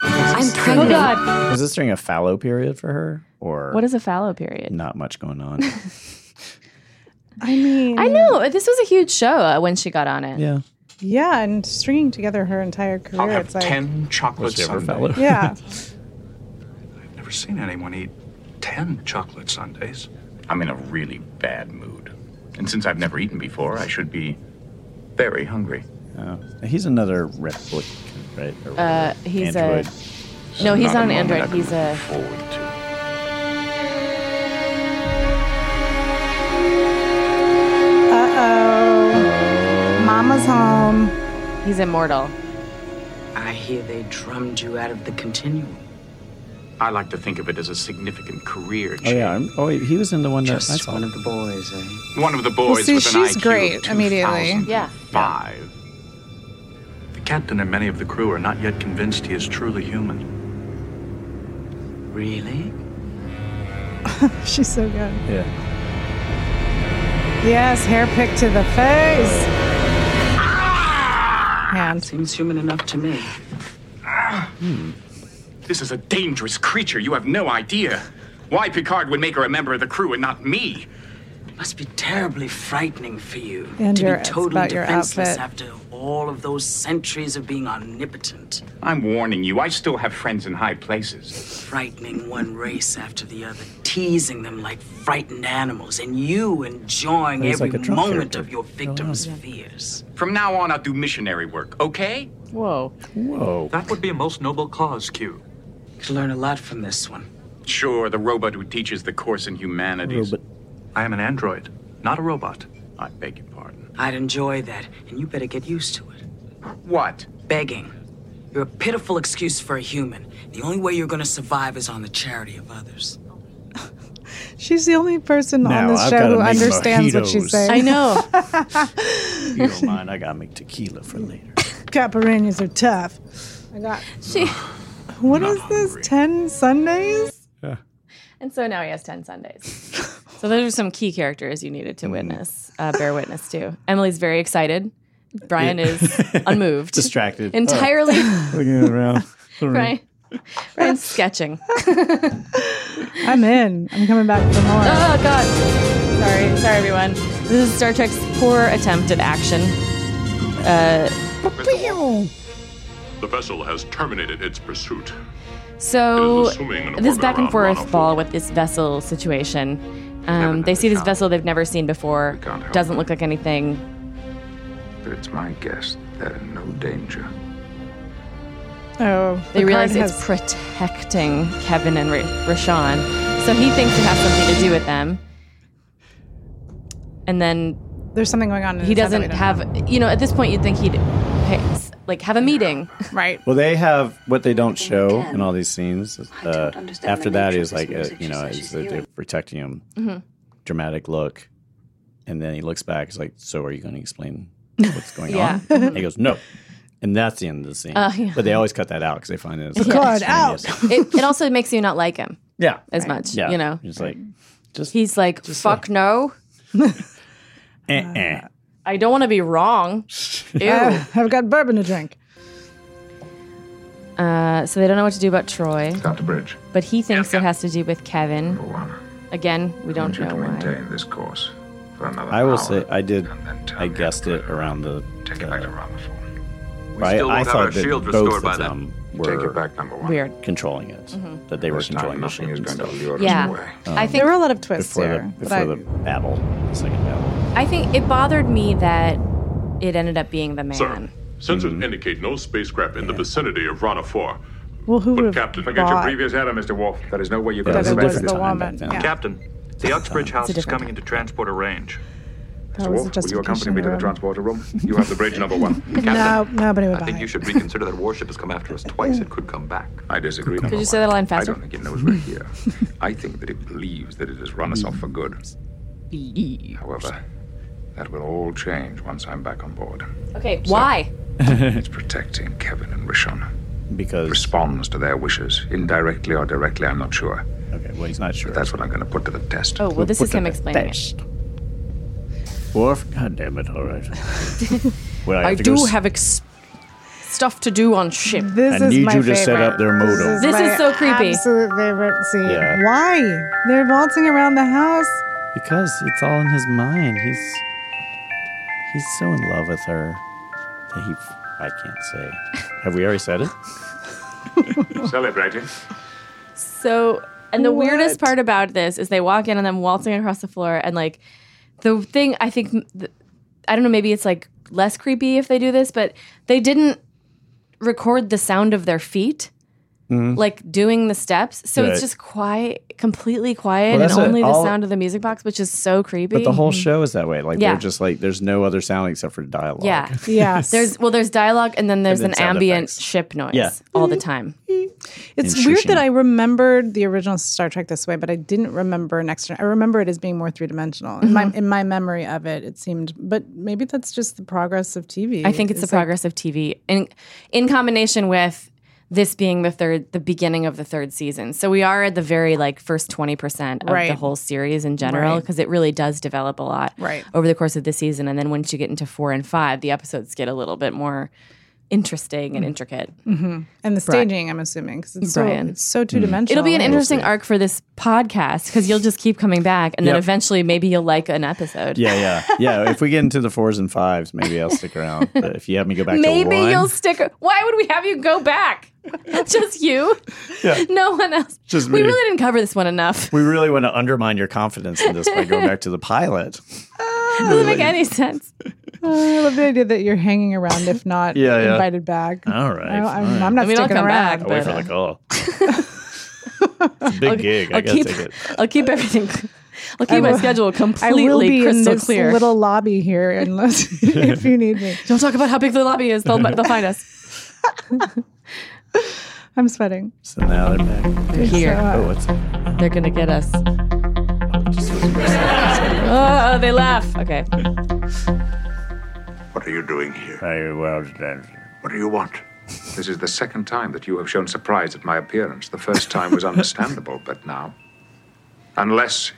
[SPEAKER 1] I'm pregnant. Oh God.
[SPEAKER 5] Was this during a fallow period for her, or
[SPEAKER 1] What is a fallow period?
[SPEAKER 5] Not much going on.
[SPEAKER 3] I mean,
[SPEAKER 1] I know this was a huge show uh, when she got on it.
[SPEAKER 5] yeah.
[SPEAKER 3] Yeah, and stringing together her entire career, it's like
[SPEAKER 11] chocolate sundaes.
[SPEAKER 3] Yeah,
[SPEAKER 11] I've never seen anyone eat ten chocolate sundaes.
[SPEAKER 21] I'm in a really bad mood. And since I've never eaten before, I should be very hungry.
[SPEAKER 5] Oh. He's another replicant, right? Or
[SPEAKER 1] Uh,
[SPEAKER 5] whatever.
[SPEAKER 1] he's
[SPEAKER 5] Android.
[SPEAKER 1] a no. He's
[SPEAKER 5] Not
[SPEAKER 1] not an
[SPEAKER 5] a moment
[SPEAKER 1] android.
[SPEAKER 5] I
[SPEAKER 1] He's a
[SPEAKER 3] Mama's home.
[SPEAKER 1] He's immortal.
[SPEAKER 14] I hear they drummed you out of the continuum.
[SPEAKER 21] I like to think of it as a significant career.
[SPEAKER 5] Oh yeah. I'm, oh, he was in the one that I
[SPEAKER 21] Just
[SPEAKER 5] saw.
[SPEAKER 21] one of the boys, eh? One of the boys
[SPEAKER 3] see,
[SPEAKER 21] with an
[SPEAKER 3] she's
[SPEAKER 21] IQ of
[SPEAKER 3] great immediately.
[SPEAKER 21] 2000.
[SPEAKER 1] Yeah.
[SPEAKER 11] Five. The captain and many of the crew are not yet convinced he is truly human.
[SPEAKER 14] Really?
[SPEAKER 3] she's so good.
[SPEAKER 5] Yeah.
[SPEAKER 3] Yes, hair pick to the face. Hand.
[SPEAKER 14] Seems human enough to me.
[SPEAKER 21] This is a dangerous creature. You have no idea why Picard would make her a member of the crew and not me.
[SPEAKER 14] Must be terribly frightening for you
[SPEAKER 3] And
[SPEAKER 14] to
[SPEAKER 3] your-
[SPEAKER 14] be
[SPEAKER 3] it's
[SPEAKER 14] totally
[SPEAKER 3] about your
[SPEAKER 14] defenseless
[SPEAKER 3] outfit.
[SPEAKER 14] after all of those centuries of being omnipotent.
[SPEAKER 21] I'm warning you. I still have friends in high places.
[SPEAKER 14] Frightening one race after the other, teasing them like frightened animals, and you enjoying
[SPEAKER 21] He's
[SPEAKER 14] every
[SPEAKER 21] like a Trump
[SPEAKER 14] moment
[SPEAKER 21] character.
[SPEAKER 14] of your victim's fears.
[SPEAKER 21] From now on, I'll do missionary work. Okay?
[SPEAKER 1] Whoa.
[SPEAKER 6] Oh.
[SPEAKER 21] Whoa.
[SPEAKER 11] That would be a most noble cause, Q.
[SPEAKER 21] Could learn a lot from this one. Sure, the robot who teaches the course in humanities. Robot.
[SPEAKER 11] I am an android, not a robot.
[SPEAKER 21] I beg your pardon.
[SPEAKER 14] I'd enjoy that, and you better get used to it.
[SPEAKER 21] What?
[SPEAKER 14] Begging. You're a pitiful excuse for a human. The only way you're gonna survive is on the charity of others.
[SPEAKER 3] She's the only person on
[SPEAKER 5] Now
[SPEAKER 3] this
[SPEAKER 5] I've
[SPEAKER 3] show
[SPEAKER 5] gotta
[SPEAKER 3] who
[SPEAKER 5] make
[SPEAKER 3] understands what she's
[SPEAKER 5] mojitos. I
[SPEAKER 1] know.
[SPEAKER 3] saying.
[SPEAKER 5] you don't mind? I gotta make tequila for later.
[SPEAKER 3] Caparinas are tough. I got.
[SPEAKER 1] She.
[SPEAKER 3] What is this? Ten Sundays?
[SPEAKER 1] And so now he has 10 Sundays. so those are some key characters you needed
[SPEAKER 5] Mm-hmm.
[SPEAKER 1] to witness, uh, bear witness to. Emily's very excited. Brian
[SPEAKER 5] Yeah.
[SPEAKER 1] is unmoved.
[SPEAKER 5] Distracted.
[SPEAKER 1] Entirely.
[SPEAKER 5] Oh. Looking around. the room.
[SPEAKER 1] Brian, Brian's sketching.
[SPEAKER 3] I'm in. I'm coming back for more.
[SPEAKER 1] Oh, God. Sorry. Sorry, everyone. This is Star Trek's poor attempt at action. Uh,
[SPEAKER 6] The vessel has terminated its pursuit. It
[SPEAKER 1] So
[SPEAKER 6] is assuming an
[SPEAKER 1] this
[SPEAKER 6] orbit
[SPEAKER 1] back and
[SPEAKER 6] around
[SPEAKER 1] forth
[SPEAKER 6] Rana
[SPEAKER 1] fall with this vessel situation. Um, they see this vessel they've never seen before.
[SPEAKER 21] help
[SPEAKER 1] Doesn't look like anything.
[SPEAKER 21] But it's my guess they're in no danger.
[SPEAKER 3] Oh,
[SPEAKER 1] They
[SPEAKER 3] the
[SPEAKER 1] realize
[SPEAKER 3] card
[SPEAKER 1] it's protecting Kevin and Ra- Rashawn. So he thinks it has something to do with them. And then
[SPEAKER 3] there's something going on. in
[SPEAKER 1] he
[SPEAKER 3] his head that we
[SPEAKER 1] doesn't
[SPEAKER 3] don't
[SPEAKER 1] have. You know, at this point, you'd think he'd hey, s- like have a meeting,
[SPEAKER 3] right?
[SPEAKER 5] Well, they have what they don't show in all these scenes. Uh, after that is like, uh you know, is that they're protecting him.
[SPEAKER 1] Mhm.
[SPEAKER 5] Dramatic look, and then he looks back. He's like, "So are you going to explain what's going
[SPEAKER 1] Yeah.
[SPEAKER 5] on?" And he goes, "No," and that's the end of the scene.
[SPEAKER 1] Uh, yeah.
[SPEAKER 5] But they always cut that out because they find it. it's
[SPEAKER 1] Yeah.
[SPEAKER 5] like
[SPEAKER 1] God, out.
[SPEAKER 5] extraneous.
[SPEAKER 1] it, it also makes you not like him
[SPEAKER 5] Yeah,
[SPEAKER 1] as much.
[SPEAKER 5] Yeah,
[SPEAKER 1] You know,
[SPEAKER 5] it's like,
[SPEAKER 1] he's like, fuck no,
[SPEAKER 5] eh, eh.
[SPEAKER 1] I don't want to be wrong. Ew.
[SPEAKER 3] Uh, I've got bourbon to drink.
[SPEAKER 1] Uh, so they don't know what to do about Troy,
[SPEAKER 21] It's not the bridge.
[SPEAKER 1] but he thinks it has to do with Kevin. Again, we don't know why.
[SPEAKER 21] Maintain this course.
[SPEAKER 5] I will say I did. I guessed it around the. Take it back to
[SPEAKER 21] We still
[SPEAKER 5] I
[SPEAKER 21] won't have our
[SPEAKER 5] thought that
[SPEAKER 21] shield
[SPEAKER 5] both
[SPEAKER 21] restored
[SPEAKER 5] of
[SPEAKER 21] by then.
[SPEAKER 5] them
[SPEAKER 21] Take
[SPEAKER 5] were
[SPEAKER 21] it back, number one.
[SPEAKER 1] Weird.
[SPEAKER 5] controlling it.
[SPEAKER 1] Mhm.
[SPEAKER 5] That they were controlling the
[SPEAKER 21] nothing
[SPEAKER 5] ship.
[SPEAKER 21] is
[SPEAKER 5] and
[SPEAKER 21] going to
[SPEAKER 5] stuff.
[SPEAKER 21] lure us
[SPEAKER 1] Yeah.
[SPEAKER 21] away.
[SPEAKER 1] I think
[SPEAKER 3] Um, there were a lot of twists
[SPEAKER 5] before
[SPEAKER 3] here.
[SPEAKER 5] the
[SPEAKER 3] but
[SPEAKER 5] before
[SPEAKER 3] I-
[SPEAKER 5] the battle, the second battle.
[SPEAKER 1] I think it bothered me that it ended up being the man.
[SPEAKER 6] Sir, sensors indicate no spacecraft in the vicinity of Rana 4.
[SPEAKER 3] well, who
[SPEAKER 6] But
[SPEAKER 3] would
[SPEAKER 6] Captain,
[SPEAKER 12] Forget your previous error, Mr. Wolf. There is no way you
[SPEAKER 6] Yeah,
[SPEAKER 12] could
[SPEAKER 6] it's a
[SPEAKER 12] survive
[SPEAKER 6] different
[SPEAKER 12] this.
[SPEAKER 6] time back then. Yeah.
[SPEAKER 11] Captain, the Uxbridge house is
[SPEAKER 3] different
[SPEAKER 11] coming into transporter range.
[SPEAKER 3] That was a
[SPEAKER 11] will you
[SPEAKER 3] justification.
[SPEAKER 11] accompany me to the transporter room? You have the bridge number one.
[SPEAKER 3] No, nobody would
[SPEAKER 11] I
[SPEAKER 3] buy.
[SPEAKER 11] think you should reconsider that warship has come after us twice. It could come back.
[SPEAKER 21] I disagree.
[SPEAKER 1] Could you say that a line
[SPEAKER 21] I
[SPEAKER 1] faster?
[SPEAKER 21] don't think it knows we're here. I think that it believes that it has run us off for good. However, that will all change once I'm back on board.
[SPEAKER 1] Okay, why?
[SPEAKER 21] it's protecting Kevin and Rishon.
[SPEAKER 5] Because
[SPEAKER 21] responds to their wishes, indirectly or directly, I'm not sure.
[SPEAKER 5] Okay, well he's not sure.
[SPEAKER 21] that's what I'm going to put to the test.
[SPEAKER 1] Oh well, this is him explaining it.
[SPEAKER 5] Worf, god damn it! All right. well,
[SPEAKER 1] I,
[SPEAKER 5] have to go
[SPEAKER 1] do
[SPEAKER 5] s-
[SPEAKER 1] have ex- stuff to do on ship.
[SPEAKER 3] This
[SPEAKER 5] I need you to set up their modem.
[SPEAKER 1] This is
[SPEAKER 3] my
[SPEAKER 1] so creepy.
[SPEAKER 3] Absolute favorite scene.
[SPEAKER 5] Yeah.
[SPEAKER 3] Why they're waltzing around the house?
[SPEAKER 5] because it's all in his mind. He's he's so in love with her that he. I can't say. Have we already said it?
[SPEAKER 12] Celebrating.
[SPEAKER 1] So, and the weirdest part about this is they walk in and them waltzing across the floor, and like the thing I think th- I don't know, maybe it's like less creepy if they do this, but they didn't record the sound of their feet.
[SPEAKER 5] Mhm.
[SPEAKER 1] Like doing the steps, so
[SPEAKER 5] Right.
[SPEAKER 1] it's just quiet, completely quiet,
[SPEAKER 5] Well,
[SPEAKER 1] and
[SPEAKER 5] that's it.
[SPEAKER 1] only the
[SPEAKER 5] All-
[SPEAKER 1] sound of the music box, which is so creepy.
[SPEAKER 5] But the whole show is that way. Like
[SPEAKER 1] Yeah.
[SPEAKER 5] they're just like there's no other sound except for dialogue.
[SPEAKER 1] yeah,
[SPEAKER 3] Yes.
[SPEAKER 1] There's well, there's dialogue, and then there's
[SPEAKER 5] then
[SPEAKER 1] an
[SPEAKER 5] sound
[SPEAKER 1] ambient ship noise
[SPEAKER 5] Yeah.
[SPEAKER 1] all the time.
[SPEAKER 3] It's weird that I remembered the original Star Trek this way, but I didn't remember next. Gen- I remember it as being more three dimensional in
[SPEAKER 1] Mm-hmm.
[SPEAKER 3] my in my memory of it. It seemed, but maybe that's just the progress of TV.
[SPEAKER 1] I think it's, the
[SPEAKER 3] like-
[SPEAKER 1] progress of TV in in combination with this being the third the beginning of the third season. So we are at the very like first 20% of the
[SPEAKER 3] Right.
[SPEAKER 1] whole series in general
[SPEAKER 3] Right.
[SPEAKER 1] because it really does develop a lot
[SPEAKER 3] Right.
[SPEAKER 1] over the course of the season and then once you get into 4 and 5 the episodes get a little bit more interesting and intricate.
[SPEAKER 3] Mhm. Mm. and the
[SPEAKER 1] Right.
[SPEAKER 3] staging. I'm assuming because it's so
[SPEAKER 1] Brian.
[SPEAKER 3] it's so two dimensional.
[SPEAKER 1] It'll be an interesting arc for this podcast because you'll just keep coming back and then
[SPEAKER 5] Yep.
[SPEAKER 1] eventually maybe you'll like an episode.
[SPEAKER 5] Yeah, yeah, yeah. if we get into the fours and fives, maybe I'll stick around. But if you have me go back to
[SPEAKER 1] Maybe
[SPEAKER 5] one,
[SPEAKER 1] you'll stick. Why would we have you go back? Just you?
[SPEAKER 5] Yeah.
[SPEAKER 1] No one else.
[SPEAKER 5] Just
[SPEAKER 1] We
[SPEAKER 5] me.
[SPEAKER 1] really didn't cover this one enough.
[SPEAKER 5] we really want to undermine your confidence in this by going back to the pilot.
[SPEAKER 1] doesn't make any sense.
[SPEAKER 3] Uh, I love the idea that you're hanging around, if not
[SPEAKER 5] Yeah, yeah.
[SPEAKER 3] invited back.
[SPEAKER 5] All right,
[SPEAKER 3] I, am
[SPEAKER 5] fine.
[SPEAKER 3] I'm not
[SPEAKER 1] I mean, I'll
[SPEAKER 3] sticking
[SPEAKER 1] come
[SPEAKER 3] around.
[SPEAKER 1] back,
[SPEAKER 5] I wait
[SPEAKER 1] but,
[SPEAKER 5] for
[SPEAKER 1] uh,
[SPEAKER 5] the call. it's a big gig. I
[SPEAKER 1] I'll
[SPEAKER 5] gotta
[SPEAKER 1] keep,
[SPEAKER 5] take it.
[SPEAKER 1] I'll keep everything. I'll
[SPEAKER 3] I
[SPEAKER 1] keep my
[SPEAKER 3] will-
[SPEAKER 1] schedule
[SPEAKER 3] I will
[SPEAKER 1] completely
[SPEAKER 3] be in
[SPEAKER 1] crystal
[SPEAKER 3] this
[SPEAKER 1] clear.
[SPEAKER 3] little lobby here, unless if you need me.
[SPEAKER 1] Don't talk about how big the lobby is. They'll, they'll find us.
[SPEAKER 3] I'm sweating.
[SPEAKER 5] So now they're back.
[SPEAKER 1] They're here.
[SPEAKER 5] Oh, what's
[SPEAKER 1] They're gonna get us. Oh, they laugh. Okay.
[SPEAKER 21] What are you doing here?
[SPEAKER 5] Very well, then.
[SPEAKER 21] What do you want? This is the second time that you have shown surprise at my appearance. The first time was understandable, but now. Unless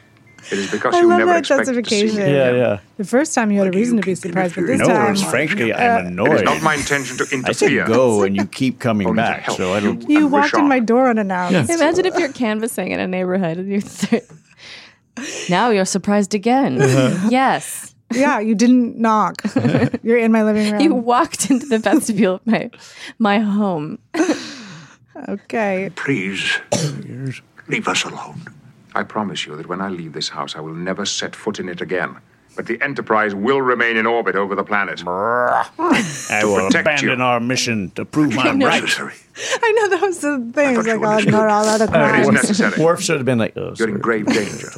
[SPEAKER 21] it is because
[SPEAKER 3] I
[SPEAKER 21] you
[SPEAKER 3] love
[SPEAKER 21] never
[SPEAKER 3] that
[SPEAKER 21] expected to see
[SPEAKER 3] justification.
[SPEAKER 21] me.
[SPEAKER 5] yeah.
[SPEAKER 3] The first time you had a reason to be surprised, but this time,
[SPEAKER 5] I'm annoyed.
[SPEAKER 21] Uh, It is not my intention to
[SPEAKER 5] I
[SPEAKER 21] interfere.
[SPEAKER 5] said go, and you keep coming back. So I don't.
[SPEAKER 3] you walked in my door unannounced.
[SPEAKER 1] Imagine if you're canvassing
[SPEAKER 5] Uh-huh.
[SPEAKER 1] in a neighborhood and you're. Th- now you're surprised again. yes.
[SPEAKER 3] Yeah, you didn't knock. You're in my living room.
[SPEAKER 1] You walked into the vestibule of my my home.
[SPEAKER 3] okay.
[SPEAKER 17] Please, leave us alone.
[SPEAKER 21] I promise you that when I leave this house, I will never set foot in it again. But the Enterprise will remain in orbit over the planet.
[SPEAKER 13] I will abandon our mission to prove I'm
[SPEAKER 3] know.
[SPEAKER 13] right.
[SPEAKER 3] I know that was the thing. It's like, oh, not all that.
[SPEAKER 21] It is
[SPEAKER 5] Uh, Worf-
[SPEAKER 21] necessary.
[SPEAKER 5] Worf should have been like, oh,
[SPEAKER 21] You're in grave danger.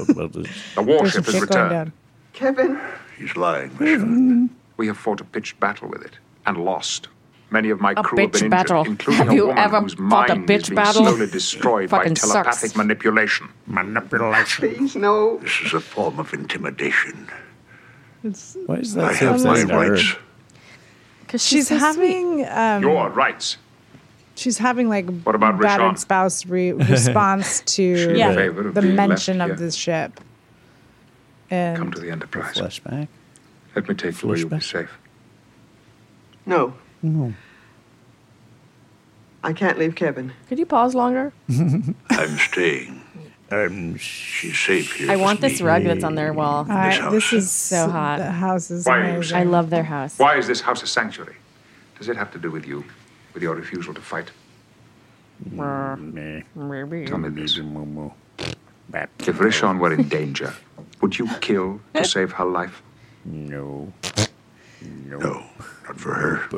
[SPEAKER 21] the warship has returned.
[SPEAKER 4] Kevin,
[SPEAKER 21] He's lying, Michonne. We have fought a pitched battle with it and lost. Many of my
[SPEAKER 1] A
[SPEAKER 21] crew have
[SPEAKER 1] bitch
[SPEAKER 21] been
[SPEAKER 1] battle.
[SPEAKER 21] injured, including
[SPEAKER 1] Have
[SPEAKER 21] a
[SPEAKER 1] you
[SPEAKER 21] woman
[SPEAKER 1] ever
[SPEAKER 21] whose
[SPEAKER 1] fought a
[SPEAKER 21] mind is
[SPEAKER 1] bitch
[SPEAKER 21] being
[SPEAKER 1] battle?
[SPEAKER 21] slowly destroyed by
[SPEAKER 1] Fucking sucks.
[SPEAKER 21] telepathic manipulation. Manipulation.
[SPEAKER 4] please, no.
[SPEAKER 17] This is a form of intimidation.
[SPEAKER 3] It's,
[SPEAKER 5] Why is
[SPEAKER 17] I have my rights.
[SPEAKER 1] Because
[SPEAKER 3] she's having um,
[SPEAKER 21] Your rights.
[SPEAKER 3] she's having like
[SPEAKER 21] What about
[SPEAKER 3] battered
[SPEAKER 21] Rashawn?
[SPEAKER 3] spouse re- response to
[SPEAKER 21] She's Yeah. in favor of
[SPEAKER 3] the
[SPEAKER 21] being left
[SPEAKER 3] mention
[SPEAKER 21] here.
[SPEAKER 3] of this ship. And
[SPEAKER 21] Come to the Enterprise.
[SPEAKER 5] Flashback.
[SPEAKER 21] Let me take you where you'll be safe.
[SPEAKER 4] No,
[SPEAKER 5] No.
[SPEAKER 4] I can't leave Kevin.
[SPEAKER 1] Could you pause longer?
[SPEAKER 17] I'm staying. I'm. She's safe here.
[SPEAKER 1] I want this rug that's on their wall.
[SPEAKER 3] I, this is
[SPEAKER 1] so hot.
[SPEAKER 3] The house is
[SPEAKER 21] Why are you
[SPEAKER 3] amazing.
[SPEAKER 1] I
[SPEAKER 21] saying-
[SPEAKER 1] love their house.
[SPEAKER 21] Why is this house a sanctuary? Does it have to do with you, with your refusal to fight?
[SPEAKER 5] Mm,
[SPEAKER 21] Tell me this. If Rishon were in danger, would you kill to save her life?
[SPEAKER 13] No.
[SPEAKER 21] No.
[SPEAKER 17] Not for her.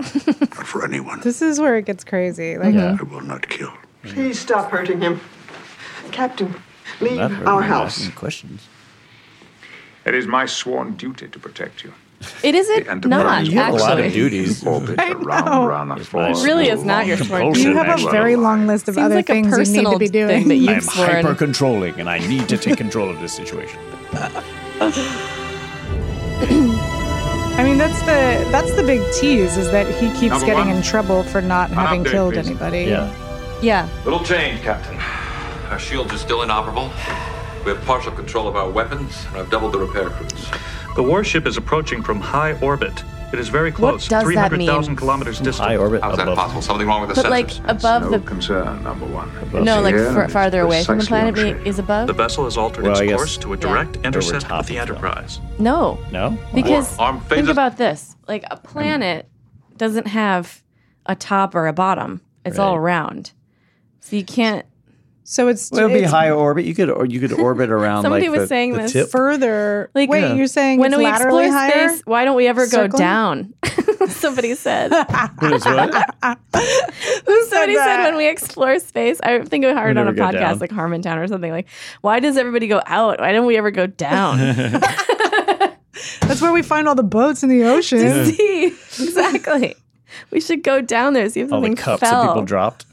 [SPEAKER 17] Not for anyone.
[SPEAKER 3] This is where it gets crazy. Like
[SPEAKER 17] I will not kill.
[SPEAKER 4] Please stop hurting him. Captain, leave
[SPEAKER 5] Not very
[SPEAKER 4] our
[SPEAKER 5] much
[SPEAKER 4] house.
[SPEAKER 5] asking Questions.
[SPEAKER 21] It is my sworn duty to protect you.
[SPEAKER 1] It is
[SPEAKER 21] The
[SPEAKER 1] it not
[SPEAKER 21] Enterprise
[SPEAKER 1] actually.
[SPEAKER 21] will remain
[SPEAKER 5] duties.
[SPEAKER 21] in Orbit around Rana
[SPEAKER 1] It
[SPEAKER 21] Force.
[SPEAKER 1] really is not your sworn
[SPEAKER 3] you have a
[SPEAKER 13] actually.
[SPEAKER 3] very long list of
[SPEAKER 1] Seems
[SPEAKER 3] other
[SPEAKER 1] like a
[SPEAKER 3] things you need to
[SPEAKER 1] personal
[SPEAKER 3] be doing.
[SPEAKER 1] thing that
[SPEAKER 13] I'm
[SPEAKER 1] you've sworn.
[SPEAKER 13] hyper controlling and I need to take control of this situation.
[SPEAKER 3] I mean, that's the that's the big tease is that he keeps
[SPEAKER 21] Number
[SPEAKER 3] getting
[SPEAKER 21] one.
[SPEAKER 3] in trouble for not having
[SPEAKER 21] update,
[SPEAKER 3] killed
[SPEAKER 21] please.
[SPEAKER 3] anybody.
[SPEAKER 1] Yeah.
[SPEAKER 9] Little change, Captain. Our shields are still inoperable. We have partial control of our weapons, and I've doubled the repair crews.
[SPEAKER 11] The warship is approaching from high orbit. It is very close,
[SPEAKER 1] does that mean?
[SPEAKER 11] 300,000 kilometers distant. High orbit
[SPEAKER 9] How is that possible? Something wrong with the
[SPEAKER 1] But like
[SPEAKER 9] sensors?
[SPEAKER 1] above
[SPEAKER 21] No
[SPEAKER 1] the
[SPEAKER 21] concern, number one.
[SPEAKER 1] no, like
[SPEAKER 21] Yeah,
[SPEAKER 1] far, farther away from the
[SPEAKER 21] precisely
[SPEAKER 1] planet me- is above.
[SPEAKER 11] The vessel has altered
[SPEAKER 13] Well, I
[SPEAKER 11] its
[SPEAKER 13] guess-
[SPEAKER 11] course to a
[SPEAKER 1] Yeah.
[SPEAKER 11] direct
[SPEAKER 13] Over
[SPEAKER 11] intercept
[SPEAKER 13] top
[SPEAKER 11] with the Enterprise.
[SPEAKER 1] No,
[SPEAKER 13] No?
[SPEAKER 1] because
[SPEAKER 11] Or arm
[SPEAKER 1] think
[SPEAKER 11] phases-
[SPEAKER 1] about this: like a planet doesn't have a top or a bottom; it's all
[SPEAKER 5] Right.
[SPEAKER 1] round. So you can't.
[SPEAKER 3] So it's
[SPEAKER 5] Well, it'd be
[SPEAKER 3] it's
[SPEAKER 5] high orbit. You could or you could orbit around.
[SPEAKER 1] Somebody
[SPEAKER 5] like,
[SPEAKER 1] was
[SPEAKER 5] the,
[SPEAKER 1] saying
[SPEAKER 5] the
[SPEAKER 1] this
[SPEAKER 5] tip.
[SPEAKER 3] further.
[SPEAKER 1] Like,
[SPEAKER 3] wait,
[SPEAKER 5] Yeah.
[SPEAKER 3] you're saying
[SPEAKER 1] when
[SPEAKER 3] it's
[SPEAKER 1] we
[SPEAKER 3] laterally
[SPEAKER 1] explore
[SPEAKER 3] higher?
[SPEAKER 1] space, why don't we ever go
[SPEAKER 3] Circling?
[SPEAKER 1] down? Somebody said.
[SPEAKER 3] Who said
[SPEAKER 1] Somebody said
[SPEAKER 3] that?
[SPEAKER 1] when we explore space, I think I heard
[SPEAKER 5] We
[SPEAKER 1] on
[SPEAKER 5] never
[SPEAKER 1] a
[SPEAKER 5] go
[SPEAKER 1] podcast
[SPEAKER 5] down.
[SPEAKER 1] like Harmontown or something like, why does everybody go out? Why don't we ever go down?
[SPEAKER 3] That's where we find all the boats in the
[SPEAKER 1] to
[SPEAKER 3] ocean.
[SPEAKER 1] see exactly. We should go down there see if
[SPEAKER 5] All
[SPEAKER 1] something
[SPEAKER 5] the cups
[SPEAKER 1] fell.
[SPEAKER 5] that people dropped.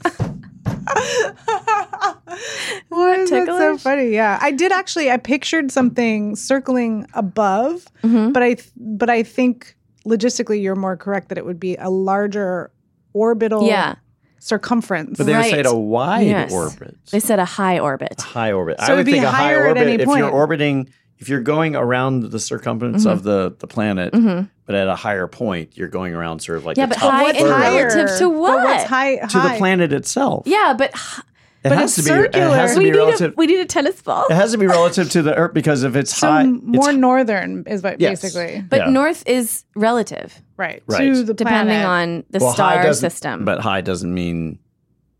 [SPEAKER 3] Why is that so
[SPEAKER 1] ticklish?
[SPEAKER 3] funny? Yeah, I did actually. I pictured something circling above,
[SPEAKER 1] Mm-hmm.
[SPEAKER 3] but I th- but I think logistically you're more correct that it would be a larger orbital
[SPEAKER 1] Yeah.
[SPEAKER 3] circumference.
[SPEAKER 5] But they would say
[SPEAKER 1] Right.
[SPEAKER 5] it a wide
[SPEAKER 1] Yes.
[SPEAKER 5] orbit,
[SPEAKER 1] They said a high orbit.
[SPEAKER 5] high orbit.
[SPEAKER 3] So
[SPEAKER 5] I would
[SPEAKER 3] it'd be
[SPEAKER 5] think a high
[SPEAKER 3] higher at
[SPEAKER 5] orbit
[SPEAKER 3] any
[SPEAKER 5] if you're
[SPEAKER 3] point.
[SPEAKER 5] orbiting, if you're going around the circumference
[SPEAKER 1] Mhm.
[SPEAKER 5] of the the planet,
[SPEAKER 1] Mhm.
[SPEAKER 5] but at a higher point, you're going around sort of like
[SPEAKER 1] Yeah,
[SPEAKER 5] the
[SPEAKER 1] but
[SPEAKER 5] top
[SPEAKER 1] high and
[SPEAKER 5] third
[SPEAKER 1] relative to
[SPEAKER 3] But what's
[SPEAKER 1] what?
[SPEAKER 3] high?
[SPEAKER 5] to
[SPEAKER 3] high?
[SPEAKER 5] the planet itself.
[SPEAKER 1] Yeah, but h-
[SPEAKER 5] It
[SPEAKER 3] But
[SPEAKER 5] has
[SPEAKER 3] it's
[SPEAKER 5] to be. It has
[SPEAKER 3] circular.
[SPEAKER 5] to
[SPEAKER 1] we
[SPEAKER 5] be
[SPEAKER 1] need
[SPEAKER 5] relative.
[SPEAKER 1] a we need a tennis ball.
[SPEAKER 5] it has to be relative to the Earth because if it's
[SPEAKER 3] So
[SPEAKER 5] high,
[SPEAKER 3] more
[SPEAKER 5] it's,
[SPEAKER 3] northern is what
[SPEAKER 5] Yes.
[SPEAKER 3] basically
[SPEAKER 1] But
[SPEAKER 5] Yeah.
[SPEAKER 1] north is relative,
[SPEAKER 3] right,
[SPEAKER 5] Right.
[SPEAKER 3] to the
[SPEAKER 1] depending on
[SPEAKER 3] planet.
[SPEAKER 1] the
[SPEAKER 5] well, high
[SPEAKER 1] star
[SPEAKER 5] doesn't-
[SPEAKER 1] system.
[SPEAKER 5] But high doesn't mean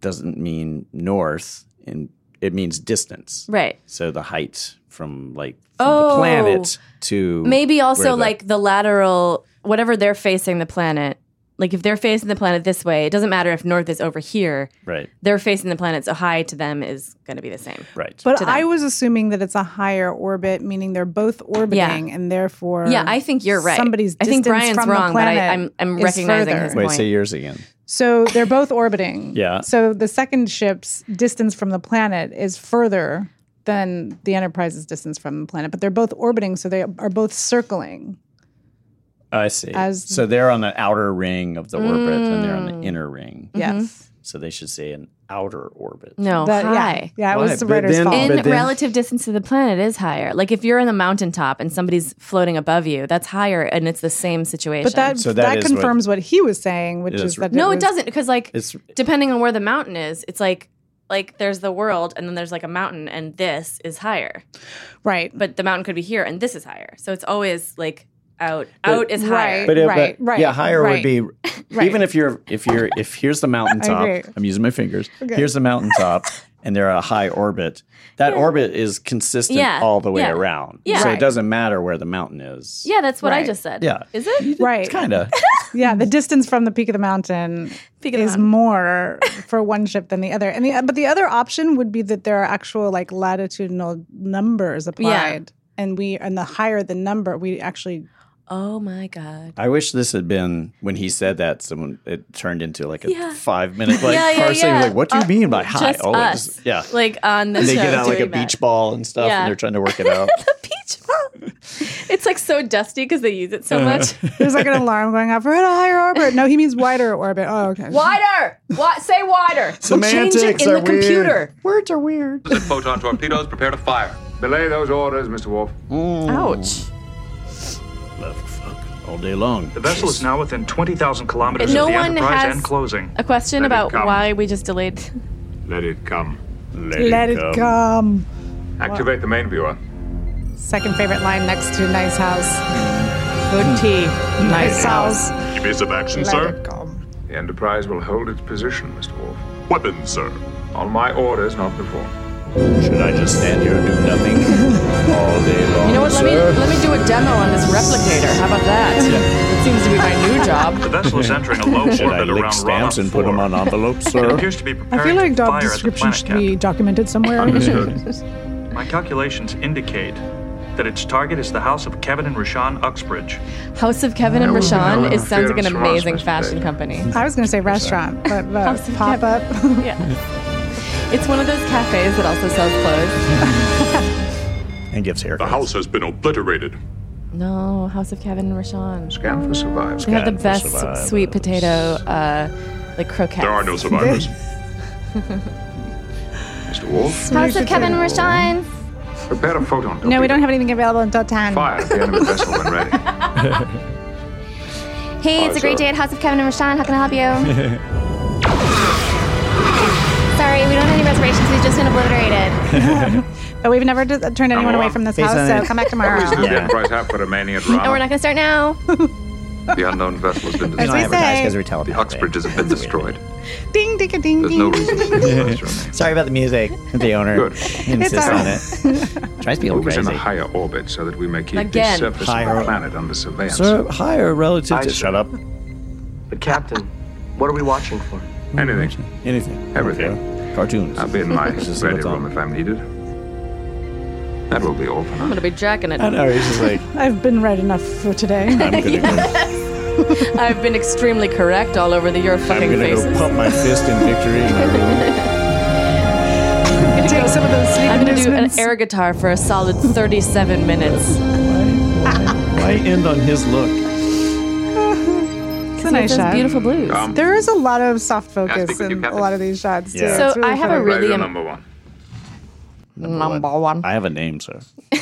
[SPEAKER 5] doesn't mean north, and it means distance.
[SPEAKER 1] right.
[SPEAKER 5] So the height from like from
[SPEAKER 1] Oh.
[SPEAKER 5] the planet to
[SPEAKER 1] Maybe
[SPEAKER 5] where
[SPEAKER 1] also
[SPEAKER 5] the-
[SPEAKER 1] like the lateral, whatever they're facing the planet. Like if they're facing the planet this way, it doesn't matter if north is over here.
[SPEAKER 5] right,
[SPEAKER 1] They're facing the planet, so high to them is going to be the same.
[SPEAKER 5] right.
[SPEAKER 3] But
[SPEAKER 1] to them.
[SPEAKER 3] I was assuming that it's a higher orbit, meaning they're both orbiting, and therefore,
[SPEAKER 1] Yeah, I think you're right.
[SPEAKER 3] Somebody's
[SPEAKER 1] I think
[SPEAKER 3] distance
[SPEAKER 1] Brian's
[SPEAKER 3] from
[SPEAKER 1] wrong,
[SPEAKER 3] the
[SPEAKER 1] but I-
[SPEAKER 3] planet
[SPEAKER 1] I'm- I'm
[SPEAKER 3] is
[SPEAKER 1] recognizing
[SPEAKER 3] further.
[SPEAKER 1] his
[SPEAKER 5] Wait,
[SPEAKER 1] point.
[SPEAKER 5] say yours again.
[SPEAKER 3] So they're both orbiting.
[SPEAKER 5] Yeah.
[SPEAKER 3] So the second ship's distance from the planet is further than the Enterprise's distance from the planet, but they're both orbiting, so they are both circling.
[SPEAKER 5] I see.
[SPEAKER 3] As-
[SPEAKER 5] so they're on the outer ring of the orbit, and they're on the inner ring.
[SPEAKER 3] Yes.
[SPEAKER 5] So they should say an outer orbit.
[SPEAKER 1] No,
[SPEAKER 3] That- yeah.
[SPEAKER 1] high.
[SPEAKER 3] Yeah, it
[SPEAKER 5] Why?
[SPEAKER 3] was the
[SPEAKER 5] But
[SPEAKER 3] writer's
[SPEAKER 5] then-
[SPEAKER 3] fault.
[SPEAKER 5] Oh,
[SPEAKER 1] in
[SPEAKER 5] but then-
[SPEAKER 1] relative distance to the planet is higher. Like if you're in the mountaintop and somebody's floating above you, that's higher and it's the same situation.
[SPEAKER 3] but that,
[SPEAKER 5] So that
[SPEAKER 3] that,
[SPEAKER 5] is what-
[SPEAKER 3] confirms what, he was saying, which
[SPEAKER 5] It
[SPEAKER 3] is,
[SPEAKER 5] is-
[SPEAKER 3] that
[SPEAKER 1] no, it
[SPEAKER 3] was-
[SPEAKER 1] doesn't because like
[SPEAKER 5] It's
[SPEAKER 1] depending on where the mountain is, it's like like there's the world and then there's like a mountain and this is higher.
[SPEAKER 3] Right.
[SPEAKER 1] But the mountain could be here and this is higher. So it's always like out. out is higher.
[SPEAKER 5] But, it- but- yeah, higher would be even if you're if you're if here's the mountaintop.
[SPEAKER 1] agree.
[SPEAKER 5] I'm using my fingers.
[SPEAKER 1] Okay.
[SPEAKER 5] Here's the mountaintop, and they're a high orbit. That orbit is consistent
[SPEAKER 1] Yeah,
[SPEAKER 5] all the way
[SPEAKER 1] yeah,
[SPEAKER 5] around.
[SPEAKER 1] yeah.
[SPEAKER 5] So
[SPEAKER 1] Right.
[SPEAKER 5] it doesn't matter where the mountain is.
[SPEAKER 1] Yeah, that's what I
[SPEAKER 3] Right.
[SPEAKER 1] just said.
[SPEAKER 5] Yeah.
[SPEAKER 1] Is it?
[SPEAKER 3] Right.
[SPEAKER 5] Kind of.
[SPEAKER 3] yeah, the distance from the peak of the mountain is more for one ship than the other. And the, but the other option would be that there are actual like latitudinal numbers applied, and we and the higher the number, we actually.
[SPEAKER 1] Oh my god!
[SPEAKER 5] I wish this had been when he said that. Someone it turned into like a
[SPEAKER 1] Yeah.
[SPEAKER 5] five minute like
[SPEAKER 1] Yeah, yeah,
[SPEAKER 5] parsing.
[SPEAKER 1] yeah.
[SPEAKER 5] Like, what do you
[SPEAKER 1] Uh,
[SPEAKER 5] mean by high?
[SPEAKER 1] just
[SPEAKER 5] oh, it's-
[SPEAKER 1] us.
[SPEAKER 5] yeah.
[SPEAKER 1] Like on the
[SPEAKER 5] and they
[SPEAKER 1] show
[SPEAKER 5] get out like a
[SPEAKER 1] doing that.
[SPEAKER 5] beach ball and stuff,
[SPEAKER 1] Yeah.
[SPEAKER 5] and they're trying to work it out.
[SPEAKER 1] It's like so dusty because they use it so
[SPEAKER 5] Uh-huh.
[SPEAKER 1] much.
[SPEAKER 3] There's like an alarm going off. We're at a higher orbit. No, he means wider orbit. Oh, okay.
[SPEAKER 1] Wider. What? Say wider.
[SPEAKER 21] Semantics are weird.
[SPEAKER 3] Words are weird.
[SPEAKER 21] Is photon torpedoes? Prepare to fire. Belay those orders, Mr. Wolf.
[SPEAKER 1] Ouch.
[SPEAKER 13] Left fuck all day long.
[SPEAKER 11] The vessel is now within 20,000 kilometers
[SPEAKER 1] And no
[SPEAKER 11] of the
[SPEAKER 1] one
[SPEAKER 11] Enterprise
[SPEAKER 1] has-
[SPEAKER 11] and closing.
[SPEAKER 1] A question
[SPEAKER 11] Let it
[SPEAKER 1] about
[SPEAKER 11] come.
[SPEAKER 1] why we just delayed.
[SPEAKER 21] Let it come.
[SPEAKER 3] Let it come.
[SPEAKER 21] Activate the main viewer.
[SPEAKER 3] Second favorite line next to nice house. Good tea. Mm. Nice house.
[SPEAKER 21] Evasive action,
[SPEAKER 3] Let sir. it
[SPEAKER 21] The Enterprise will hold its position, Mr. Wolf. Weapons, sir. On my orders, not before. Should I just stand here and do nothing all day long?
[SPEAKER 1] You know what? Let me let me do a demo on this replicator. How about that? It seems to be my new job.
[SPEAKER 11] The vessel is entering a low
[SPEAKER 13] Should I
[SPEAKER 11] orbit
[SPEAKER 13] lick
[SPEAKER 11] around
[SPEAKER 13] stamps and put them on envelopes,
[SPEAKER 11] It
[SPEAKER 13] sir?
[SPEAKER 11] appears to be
[SPEAKER 3] I feel
[SPEAKER 11] preparing
[SPEAKER 3] like
[SPEAKER 11] to
[SPEAKER 3] job
[SPEAKER 11] fire at the
[SPEAKER 3] description
[SPEAKER 11] planet
[SPEAKER 3] should be documented somewhere.
[SPEAKER 11] captain. My calculations indicate that its target is the house of Kevin and Rashawn Uxbridge.
[SPEAKER 1] House of Kevin and
[SPEAKER 11] No, no,
[SPEAKER 1] Rashawn.
[SPEAKER 11] no.
[SPEAKER 1] It sounds like an
[SPEAKER 11] Fearless
[SPEAKER 1] amazing
[SPEAKER 11] Rasmus
[SPEAKER 1] fashion
[SPEAKER 11] Page.
[SPEAKER 1] company.
[SPEAKER 3] I was going to say restaurant, but uh,
[SPEAKER 1] House of
[SPEAKER 3] pop up.
[SPEAKER 1] It's one of those cafes that also sells clothes.
[SPEAKER 5] and gives haircuts.
[SPEAKER 6] The house has been obliterated.
[SPEAKER 1] No, House of Kevin and Rashawn.
[SPEAKER 21] Scan for survivors.
[SPEAKER 1] They have the best sweet potato, uh, like croquettes.
[SPEAKER 21] There are no survivors. Mr. Wolf?
[SPEAKER 1] House of Kevin and Rashawn.
[SPEAKER 21] Prepare a photon
[SPEAKER 3] No, we don't have anything available until 10.
[SPEAKER 21] Fire at the enemy vessel when ready.
[SPEAKER 1] Hey, it's a great
[SPEAKER 21] Awesome.
[SPEAKER 1] day at House of Kevin and Rashawn. How can I help you? Sorry, we don't have any reservations. We've just been obliterated.
[SPEAKER 3] But we've never d- turned anyone away from this
[SPEAKER 21] Based
[SPEAKER 3] house,
[SPEAKER 21] on
[SPEAKER 3] so
[SPEAKER 21] it.
[SPEAKER 3] come back tomorrow.
[SPEAKER 21] Always do the Enterprise have for remaining at
[SPEAKER 1] And we're
[SPEAKER 21] Rana.
[SPEAKER 1] not going to start now.
[SPEAKER 21] The unknown vessel has been
[SPEAKER 1] As we
[SPEAKER 21] destroyed.
[SPEAKER 1] say.
[SPEAKER 5] we're
[SPEAKER 21] The Uxbridges have been destroyed.
[SPEAKER 3] ding, ding, ding,
[SPEAKER 21] There's
[SPEAKER 3] ding.
[SPEAKER 21] no reason for this
[SPEAKER 5] Sorry about the music. The owner insists
[SPEAKER 3] It's all
[SPEAKER 5] on
[SPEAKER 3] right.
[SPEAKER 5] it. Tries to be a
[SPEAKER 21] Move us in a
[SPEAKER 5] crazy.
[SPEAKER 21] higher orbit so that we may keep
[SPEAKER 5] Again.
[SPEAKER 21] the surface of
[SPEAKER 5] Higher-
[SPEAKER 21] the planet under surveillance.
[SPEAKER 5] So higher relative to shut up.
[SPEAKER 21] But Captain, what are we watching for? Anything.
[SPEAKER 5] Anything.
[SPEAKER 21] Everything.
[SPEAKER 5] Cartoons.
[SPEAKER 21] I'll be in my
[SPEAKER 5] Just see
[SPEAKER 21] ready
[SPEAKER 5] what's
[SPEAKER 21] room if I'm needed. That will be all for
[SPEAKER 1] I'm
[SPEAKER 21] now.
[SPEAKER 1] going to be jacking it.
[SPEAKER 21] I know, he's just like-
[SPEAKER 3] I've been right enough for today.
[SPEAKER 1] Yes. I've been extremely correct all over the your fucking faces.
[SPEAKER 5] my fist in victory in my room.
[SPEAKER 3] Take some of those sleep
[SPEAKER 1] I'm gonna do an
[SPEAKER 3] inducements.
[SPEAKER 1] air guitar for a solid 37 minutes.
[SPEAKER 5] Why end on his look?
[SPEAKER 3] It's a nice shot.
[SPEAKER 1] beautiful blues.
[SPEAKER 3] there is a lot of soft focus
[SPEAKER 1] Um, speak with you,
[SPEAKER 3] in a
[SPEAKER 1] Captain?
[SPEAKER 3] lot of these shots. Too.
[SPEAKER 5] Yeah.
[SPEAKER 1] So
[SPEAKER 3] It's really
[SPEAKER 1] I have a
[SPEAKER 3] fun.
[SPEAKER 1] really Right, am- number
[SPEAKER 5] one.
[SPEAKER 1] Number one.
[SPEAKER 5] I have a name, sir.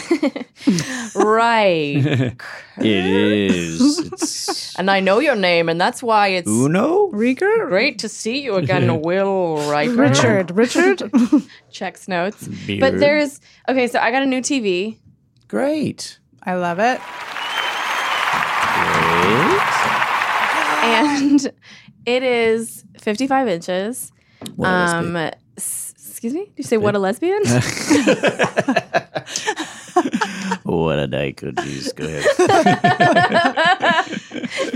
[SPEAKER 1] right.
[SPEAKER 5] it is.
[SPEAKER 1] And I know your name, and that's why it's
[SPEAKER 5] Uno?
[SPEAKER 3] Rieger?
[SPEAKER 1] Great to see you again, Will Riker.
[SPEAKER 3] Richard, Richard?
[SPEAKER 1] Checks notes. But
[SPEAKER 3] Beard.
[SPEAKER 1] there's okay, so I got a new TV.
[SPEAKER 5] Great.
[SPEAKER 3] I love it.
[SPEAKER 1] And it is 55 inches. Um,
[SPEAKER 3] What a lesbian.
[SPEAKER 1] s- excuse me? Did you say what a lesbian?
[SPEAKER 5] What a day could these go ahead.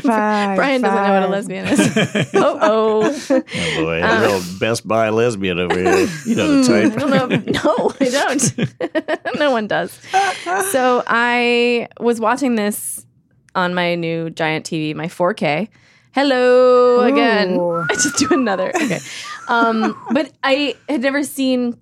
[SPEAKER 1] Brian doesn't know what a lesbian is. oh, oh.
[SPEAKER 5] Oh boy,
[SPEAKER 1] Um,
[SPEAKER 5] a real Best Buy lesbian over here. You know the
[SPEAKER 1] Mm,
[SPEAKER 5] type.
[SPEAKER 1] I don't know. No, I don't. no one does. So I was watching this on my new giant TV, my 4K. Hello again.
[SPEAKER 3] Ooh.
[SPEAKER 1] I just do another. Okay. Um, but I had never seen.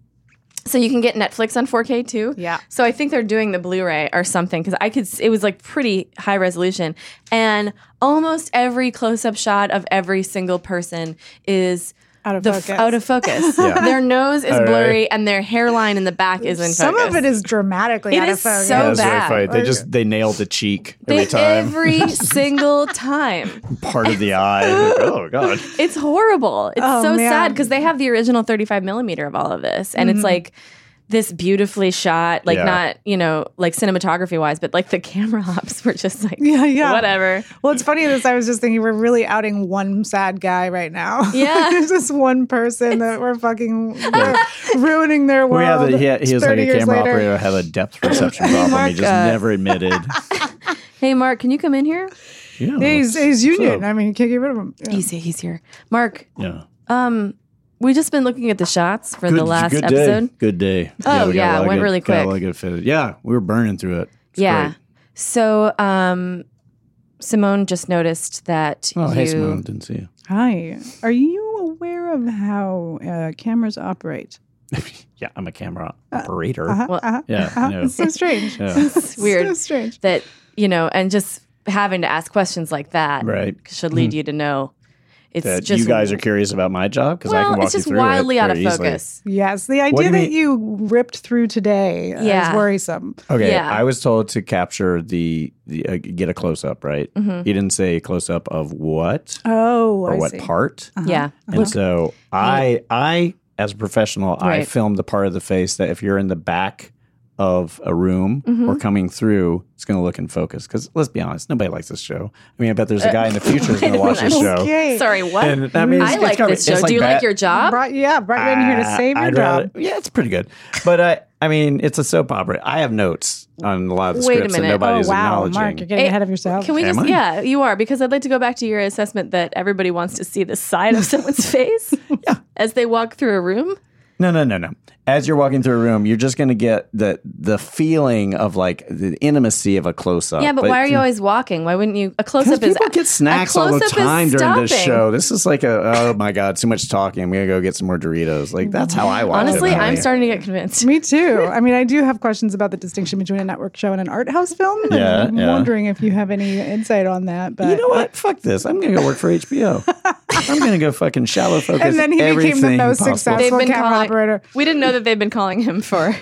[SPEAKER 1] So you can get Netflix on 4K too. Yeah. So I think they're doing the Blu-ray or something because I could. s- It was like pretty high resolution, and almost every close-up shot of every single person is
[SPEAKER 3] Out of
[SPEAKER 1] the
[SPEAKER 3] focus.
[SPEAKER 1] F- out of focus.
[SPEAKER 3] Yeah.
[SPEAKER 1] Their nose is
[SPEAKER 3] All right.
[SPEAKER 1] blurry and their hairline in the back is in focus.
[SPEAKER 3] Some of it is dramatically
[SPEAKER 1] It
[SPEAKER 3] out of
[SPEAKER 1] is
[SPEAKER 3] focus.
[SPEAKER 1] so
[SPEAKER 5] Yeah, that's very
[SPEAKER 1] bad.
[SPEAKER 5] funny. They just they nailed the cheek every
[SPEAKER 1] They-
[SPEAKER 5] time.
[SPEAKER 1] every single time.
[SPEAKER 5] part of the eye. Like, oh god.
[SPEAKER 1] It's horrible. It's
[SPEAKER 3] Oh,
[SPEAKER 1] so
[SPEAKER 3] man.
[SPEAKER 1] sad because they have the original 35 millimeter of all of this. And
[SPEAKER 3] Mhm.
[SPEAKER 1] it's like this beautifully shot, like
[SPEAKER 3] Yeah.
[SPEAKER 1] not, you know, like cinematography wise, but like the camera ops were just like,
[SPEAKER 3] Yeah, yeah.
[SPEAKER 1] whatever.
[SPEAKER 3] Well, it's funny this. I was just thinking we're really outing one sad guy right now.
[SPEAKER 1] Yeah.
[SPEAKER 3] There's just one person that we're fucking we're ruining their world.
[SPEAKER 5] Well, yeah, the, he, he was like
[SPEAKER 3] 30
[SPEAKER 5] a
[SPEAKER 3] years
[SPEAKER 5] camera
[SPEAKER 3] later.
[SPEAKER 5] operator had a
[SPEAKER 1] Oh,
[SPEAKER 5] depth perception
[SPEAKER 3] Hey,
[SPEAKER 5] problem.
[SPEAKER 3] Mark,
[SPEAKER 5] he just
[SPEAKER 3] uh,
[SPEAKER 5] never admitted.
[SPEAKER 1] Hey, Mark, can you come in here?
[SPEAKER 5] Yeah,
[SPEAKER 3] Yeah, he's, he's union.
[SPEAKER 5] so-
[SPEAKER 3] I mean, you can't get rid of him.
[SPEAKER 1] He's, he's here. Mark,
[SPEAKER 5] yeah.
[SPEAKER 1] um, we just been looking at the shots for the last
[SPEAKER 5] good
[SPEAKER 1] episode.
[SPEAKER 5] Day. Good day. we
[SPEAKER 1] Oh,
[SPEAKER 5] got a
[SPEAKER 1] yeah,
[SPEAKER 5] lot of
[SPEAKER 1] went
[SPEAKER 5] good-
[SPEAKER 1] really
[SPEAKER 5] got a lot
[SPEAKER 1] quick.
[SPEAKER 5] of good footage. Yeah, we were burning through it. It's
[SPEAKER 1] yeah.
[SPEAKER 5] great.
[SPEAKER 1] So, um, Simone just noticed that
[SPEAKER 5] Oh,
[SPEAKER 1] you.
[SPEAKER 5] hey, Simone, didn't see you.
[SPEAKER 3] Hi. Are you aware of how uh, cameras operate?
[SPEAKER 5] Yeah, I'm a camera operator.
[SPEAKER 3] uh-huh, uh-huh,
[SPEAKER 5] yeah,
[SPEAKER 3] uh-huh.
[SPEAKER 5] I know.
[SPEAKER 3] It's so strange.
[SPEAKER 5] Yeah.
[SPEAKER 1] it's weird.
[SPEAKER 3] So strange.
[SPEAKER 1] That you know, and just having to ask questions like that
[SPEAKER 5] Right.
[SPEAKER 1] should lead
[SPEAKER 5] Mhm.
[SPEAKER 1] you to know it's
[SPEAKER 5] that
[SPEAKER 1] just
[SPEAKER 5] you guys are curious about my job because I
[SPEAKER 1] Well,
[SPEAKER 5] can walk
[SPEAKER 1] it's just
[SPEAKER 5] you through it
[SPEAKER 1] wildly out
[SPEAKER 5] very
[SPEAKER 1] of
[SPEAKER 5] easily.
[SPEAKER 1] focus.
[SPEAKER 3] Yes,
[SPEAKER 5] What
[SPEAKER 3] the
[SPEAKER 5] do
[SPEAKER 3] idea
[SPEAKER 5] you
[SPEAKER 3] that
[SPEAKER 5] mean-
[SPEAKER 3] you ripped through today uh,
[SPEAKER 1] Yeah.
[SPEAKER 3] is worrisome.
[SPEAKER 5] Okay,
[SPEAKER 1] Yeah.
[SPEAKER 5] I was told to capture the, the uh, get a close up, right?
[SPEAKER 1] Mm-hmm.
[SPEAKER 3] Mhm.
[SPEAKER 5] You didn't say close up of what
[SPEAKER 3] Oh,
[SPEAKER 5] or
[SPEAKER 3] I
[SPEAKER 5] what
[SPEAKER 3] see. uh-huh.
[SPEAKER 5] part.
[SPEAKER 1] yeah.
[SPEAKER 5] And so I I as a professional, I
[SPEAKER 1] Right.
[SPEAKER 5] filmed the part of the face that if you're in the back of a room or
[SPEAKER 1] Mhm.
[SPEAKER 5] coming through, it's going to look in focus. Because let's be honest, nobody likes this show. I mean, I bet there's a
[SPEAKER 1] Uh,
[SPEAKER 5] guy in the future who's going to watch this show.
[SPEAKER 1] Sorry, what?
[SPEAKER 5] And that means
[SPEAKER 1] I
[SPEAKER 5] it's
[SPEAKER 1] like
[SPEAKER 5] gotta be-
[SPEAKER 1] this
[SPEAKER 5] it's
[SPEAKER 1] show.
[SPEAKER 5] like
[SPEAKER 1] Do you
[SPEAKER 5] bad-
[SPEAKER 1] like your job?
[SPEAKER 3] Brought, yeah, brought you in here to
[SPEAKER 5] Uh,
[SPEAKER 3] save your
[SPEAKER 5] I'd
[SPEAKER 3] job.
[SPEAKER 5] rather- yeah, it's pretty good. But I, I mean, it's a soap opera. I have notes on a lot of the
[SPEAKER 1] Wait a
[SPEAKER 5] scripts that
[SPEAKER 1] minute.
[SPEAKER 5] nobody's
[SPEAKER 3] oh wow,
[SPEAKER 5] acknowledging.
[SPEAKER 3] Mark, you're getting
[SPEAKER 1] Eh,
[SPEAKER 3] ahead of yourself.
[SPEAKER 1] Can we
[SPEAKER 5] Am
[SPEAKER 1] just?
[SPEAKER 5] I?
[SPEAKER 1] Yeah, you are because I'd like to go back to your assessment that everybody wants to see the side of someone's face as they walk through a room.
[SPEAKER 5] No, no, no, no. As you're walking through a room, you're just going to get the the feeling of like the intimacy of a close up.
[SPEAKER 1] yeah, but, why are you always walking? Why wouldn't you? A close up is
[SPEAKER 5] People get snacks
[SPEAKER 1] a
[SPEAKER 5] all the
[SPEAKER 1] close-up is
[SPEAKER 5] time during this
[SPEAKER 1] stopping.
[SPEAKER 5] show. This is like a oh my god, too much talking. I'm gonna go get some more Doritos. Like that's how I watch
[SPEAKER 1] Honestly,
[SPEAKER 5] it.
[SPEAKER 1] I'm starting to get convinced.
[SPEAKER 3] Me too. I mean, I do have questions about the distinction between a network show and an art house film. and
[SPEAKER 5] Yeah,
[SPEAKER 3] I'm
[SPEAKER 5] yeah.
[SPEAKER 3] wondering if you have any insight on that. But
[SPEAKER 5] You know what? Fuck this. I'm gonna go work for HBO. I'm gonna go fucking shallow focus.
[SPEAKER 3] And then he became the
[SPEAKER 5] everything
[SPEAKER 3] most
[SPEAKER 5] possible.
[SPEAKER 3] successful They've been camera
[SPEAKER 1] calling-
[SPEAKER 3] operator.
[SPEAKER 1] We didn't know that they've been calling him for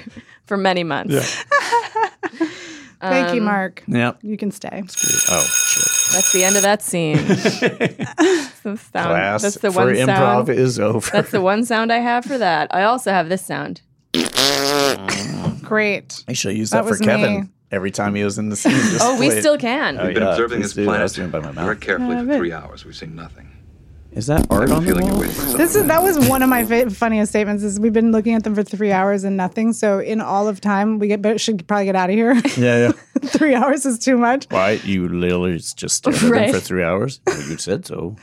[SPEAKER 1] for many months.
[SPEAKER 3] Thank you,
[SPEAKER 1] Um,
[SPEAKER 3] Mark.
[SPEAKER 5] Yep.
[SPEAKER 3] You can stay.
[SPEAKER 5] Oh shit.
[SPEAKER 1] That's the end of that scene. that's the sound.
[SPEAKER 5] Class
[SPEAKER 1] that's the
[SPEAKER 5] for
[SPEAKER 1] one
[SPEAKER 5] improv
[SPEAKER 1] sound.
[SPEAKER 5] is over.
[SPEAKER 1] That's the one sound I have for that. I also have this sound.
[SPEAKER 3] Great.
[SPEAKER 5] I should have used
[SPEAKER 1] That
[SPEAKER 5] that, for
[SPEAKER 1] was
[SPEAKER 5] Kevin
[SPEAKER 1] me.
[SPEAKER 5] every time he was in the scene. Just
[SPEAKER 1] Oh, we
[SPEAKER 5] play it.
[SPEAKER 1] still can. Um,
[SPEAKER 5] Oh,
[SPEAKER 9] We've been
[SPEAKER 5] yeah,
[SPEAKER 9] observing
[SPEAKER 5] please
[SPEAKER 9] this
[SPEAKER 5] do. I was
[SPEAKER 9] planet
[SPEAKER 5] doing it by my
[SPEAKER 9] very
[SPEAKER 5] mouth.
[SPEAKER 9] carefully
[SPEAKER 3] Yeah, I
[SPEAKER 9] for
[SPEAKER 3] bet.
[SPEAKER 9] three hours. We've seen nothing.
[SPEAKER 5] Is that art
[SPEAKER 9] I'm
[SPEAKER 5] on the
[SPEAKER 9] feeling it
[SPEAKER 5] wall?
[SPEAKER 9] waiting for
[SPEAKER 3] This is that was one of my fa- funniest statements. Is we've been looking at them for three hours and nothing. So in all of time, we get but should probably get out of here.
[SPEAKER 5] Yeah, yeah.
[SPEAKER 3] three hours is too much.
[SPEAKER 5] Why you lilies just stared at
[SPEAKER 3] Right.
[SPEAKER 5] him for three hours? Well, you said so.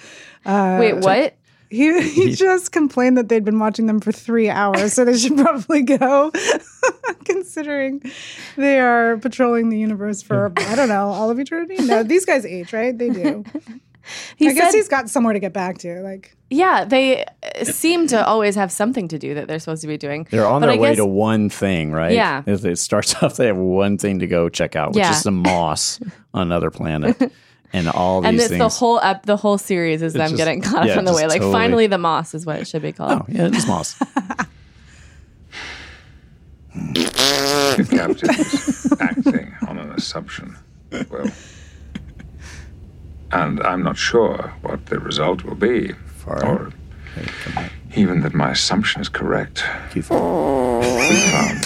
[SPEAKER 3] Uh,
[SPEAKER 1] Wait, what?
[SPEAKER 3] He, he just complained that they'd been watching them for three hours, so they should probably go, considering they are patrolling the universe for, I don't know, all of eternity. No, these guys age, right? They do.
[SPEAKER 1] He
[SPEAKER 3] I guess
[SPEAKER 1] said-
[SPEAKER 3] he's got somewhere to get back to. Like,
[SPEAKER 1] Yeah, they uh, seem to always have something to do that they're supposed to be doing.
[SPEAKER 5] They're on
[SPEAKER 1] But
[SPEAKER 5] their
[SPEAKER 1] I
[SPEAKER 5] way
[SPEAKER 1] guess-
[SPEAKER 5] to one thing, right?
[SPEAKER 1] Yeah.
[SPEAKER 5] If it starts off, they have one thing to go check out, which
[SPEAKER 1] Yeah.
[SPEAKER 5] is some moss on another planet, and all
[SPEAKER 1] And
[SPEAKER 5] these
[SPEAKER 1] it's
[SPEAKER 5] things.
[SPEAKER 1] the whole up the whole series is
[SPEAKER 5] It's
[SPEAKER 1] them
[SPEAKER 5] just-
[SPEAKER 1] getting caught up
[SPEAKER 5] yeah,
[SPEAKER 1] in the
[SPEAKER 5] just
[SPEAKER 1] way. Like
[SPEAKER 5] totally-
[SPEAKER 1] finally, the moss is what it should be called.
[SPEAKER 5] oh, yeah, it's moss.
[SPEAKER 12] Captain is acting on an assumption. Well, and I'm not sure what the result will be, or even that my assumption is correct.
[SPEAKER 5] We
[SPEAKER 12] found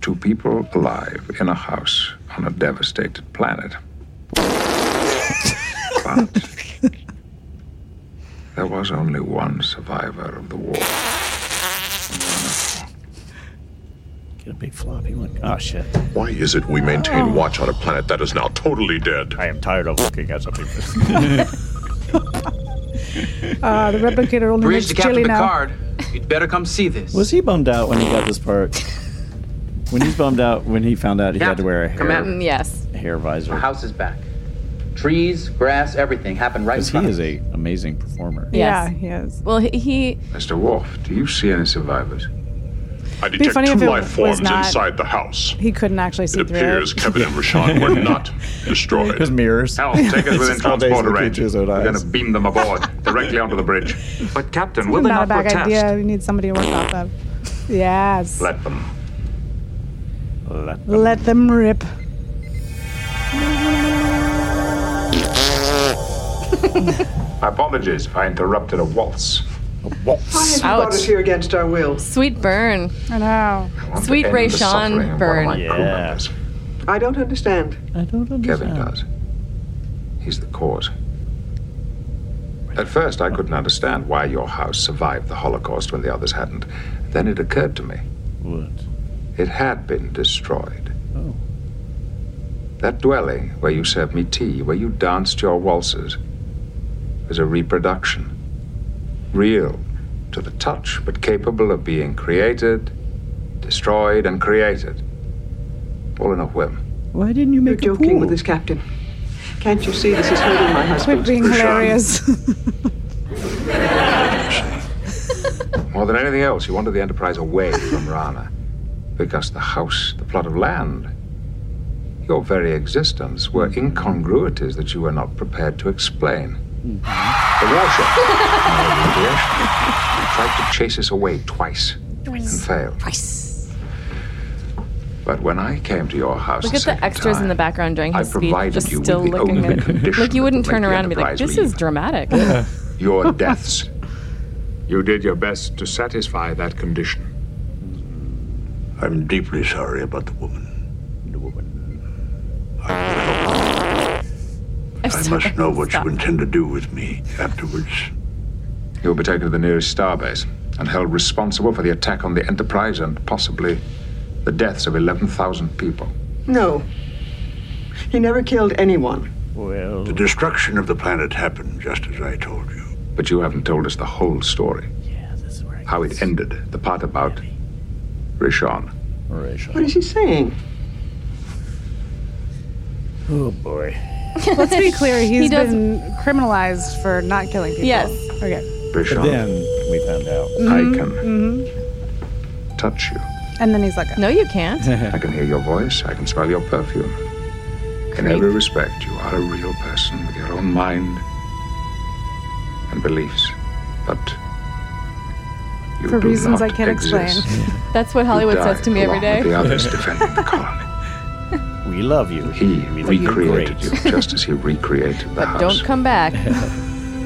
[SPEAKER 12] two people alive in a house on a devastated planet. But there was only one survivor of the war.
[SPEAKER 5] Get a big floppy one. Oh shit.
[SPEAKER 6] Why is it we maintain watch on a planet that is now totally dead? I
[SPEAKER 5] am tired of looking at something.
[SPEAKER 3] uh, the replicator only
[SPEAKER 15] Bridge
[SPEAKER 3] makes
[SPEAKER 15] to
[SPEAKER 3] chili
[SPEAKER 15] Captain
[SPEAKER 3] now.
[SPEAKER 15] Picard. You'd better come see this.
[SPEAKER 5] Was he bummed out when he got this part? when he's bummed out when he found out he had to wear a
[SPEAKER 15] come
[SPEAKER 5] hair,
[SPEAKER 1] Mm, yes.
[SPEAKER 5] hair visor.
[SPEAKER 15] The house is back. Trees, grass, everything happened right in
[SPEAKER 5] Because he
[SPEAKER 15] front
[SPEAKER 5] is
[SPEAKER 15] of us.
[SPEAKER 5] a amazing performer.
[SPEAKER 1] Yes.
[SPEAKER 3] Yeah, he is.
[SPEAKER 1] Well, he, he
[SPEAKER 12] Mr. Wolf, do you see any survivors?
[SPEAKER 6] I
[SPEAKER 3] Be
[SPEAKER 6] detect
[SPEAKER 3] funny if
[SPEAKER 6] two
[SPEAKER 3] it
[SPEAKER 6] life
[SPEAKER 3] was
[SPEAKER 6] forms
[SPEAKER 3] not-
[SPEAKER 6] inside the house.
[SPEAKER 3] He couldn't actually see
[SPEAKER 6] It
[SPEAKER 3] through
[SPEAKER 6] appears Kevin and Rashawn were not destroyed.
[SPEAKER 5] His mirrors.
[SPEAKER 12] Hal, take us within transporter range. We're going
[SPEAKER 5] eyes.
[SPEAKER 12] to beam them aboard, directly onto the bridge. But, Captain, will
[SPEAKER 3] It's
[SPEAKER 12] they
[SPEAKER 3] not a
[SPEAKER 12] not
[SPEAKER 3] bad
[SPEAKER 12] protest?
[SPEAKER 3] idea. We need somebody to work off of. Yes.
[SPEAKER 12] Let them. Let
[SPEAKER 3] Let them rip.
[SPEAKER 12] Apologies if I interrupted a waltz. A waltz?
[SPEAKER 4] Why have you brought us here against our will?
[SPEAKER 1] Sweet burn.
[SPEAKER 3] I know.
[SPEAKER 12] want to Sweet end Ray the Sean suffering of one of burn. my crew members.
[SPEAKER 4] I don't understand.
[SPEAKER 5] I don't understand.
[SPEAKER 12] Kevin uh, does. He's the cause. At first, I couldn't understand why your house survived the Holocaust when the others hadn't. Then it occurred to me. What? It had been destroyed.
[SPEAKER 5] Oh.
[SPEAKER 12] That dwelling where you served me tea, where you danced your waltzes, was a reproduction. Real to the touch, but capable of being created, destroyed, and created. All in a whim.
[SPEAKER 5] Why didn't you make
[SPEAKER 4] You're joking with this captain. Can't you see this is hurting my husband?
[SPEAKER 3] Quit being hilarious.
[SPEAKER 12] More than anything else, you wanted the Enterprise away from Rana. Because the house, the plot of land, your very existence were incongruities that you were not prepared to explain. The warship, our radiation, tried to chase us away twice and failed. Twice. But when I came to your house,
[SPEAKER 1] Look
[SPEAKER 12] the
[SPEAKER 1] at the
[SPEAKER 12] second
[SPEAKER 1] extras
[SPEAKER 12] time,
[SPEAKER 1] in the background during
[SPEAKER 12] I
[SPEAKER 1] his speech,
[SPEAKER 12] provided
[SPEAKER 1] just
[SPEAKER 12] you with
[SPEAKER 1] still
[SPEAKER 12] the
[SPEAKER 1] looking
[SPEAKER 12] only
[SPEAKER 1] at it.
[SPEAKER 12] condition
[SPEAKER 1] Like you wouldn't
[SPEAKER 12] that would
[SPEAKER 1] turn
[SPEAKER 12] make the
[SPEAKER 1] around and be like,
[SPEAKER 12] Enterprise
[SPEAKER 1] "This
[SPEAKER 12] leave."
[SPEAKER 1] is dramatic."
[SPEAKER 12] your deaths.
[SPEAKER 21] You did your best to satisfy that condition.
[SPEAKER 17] I'm deeply sorry about the woman. The woman.
[SPEAKER 1] I'm
[SPEAKER 17] I
[SPEAKER 1] sorry.
[SPEAKER 17] must know what
[SPEAKER 1] Stop.
[SPEAKER 17] you intend to do with me afterwards.
[SPEAKER 12] You'll be taken to the nearest starbase and held responsible for the attack on the Enterprise and possibly the deaths of 11,000 people.
[SPEAKER 4] No. He never killed anyone.
[SPEAKER 17] Well. The destruction of the planet happened just as I told you.
[SPEAKER 12] But you haven't told us the whole story. How it ended, the part about Rishon.
[SPEAKER 4] What is he saying?
[SPEAKER 13] Oh boy.
[SPEAKER 3] Let's be clear.
[SPEAKER 1] He
[SPEAKER 3] He's
[SPEAKER 1] does-
[SPEAKER 3] been criminalized for not killing people.
[SPEAKER 1] Yes.
[SPEAKER 3] Okay.
[SPEAKER 12] Rishon.
[SPEAKER 5] then we found out.
[SPEAKER 12] I can
[SPEAKER 3] Mm-hmm.
[SPEAKER 12] touch you.
[SPEAKER 3] And then he's like,
[SPEAKER 1] No, you can't.
[SPEAKER 12] I can hear your voice. I can smell your perfume. In every respect, you are a real person with your own mind and beliefs. But you
[SPEAKER 3] for
[SPEAKER 12] do
[SPEAKER 3] reasons I
[SPEAKER 12] not
[SPEAKER 3] can't explain.
[SPEAKER 12] exist.
[SPEAKER 1] That's what Hollywood
[SPEAKER 12] You
[SPEAKER 1] says to me
[SPEAKER 12] died
[SPEAKER 1] every
[SPEAKER 12] along
[SPEAKER 1] day.
[SPEAKER 12] with The others defending the colony.
[SPEAKER 5] We love you.
[SPEAKER 12] He recreated you just as he recreated the house.
[SPEAKER 1] Don't come back.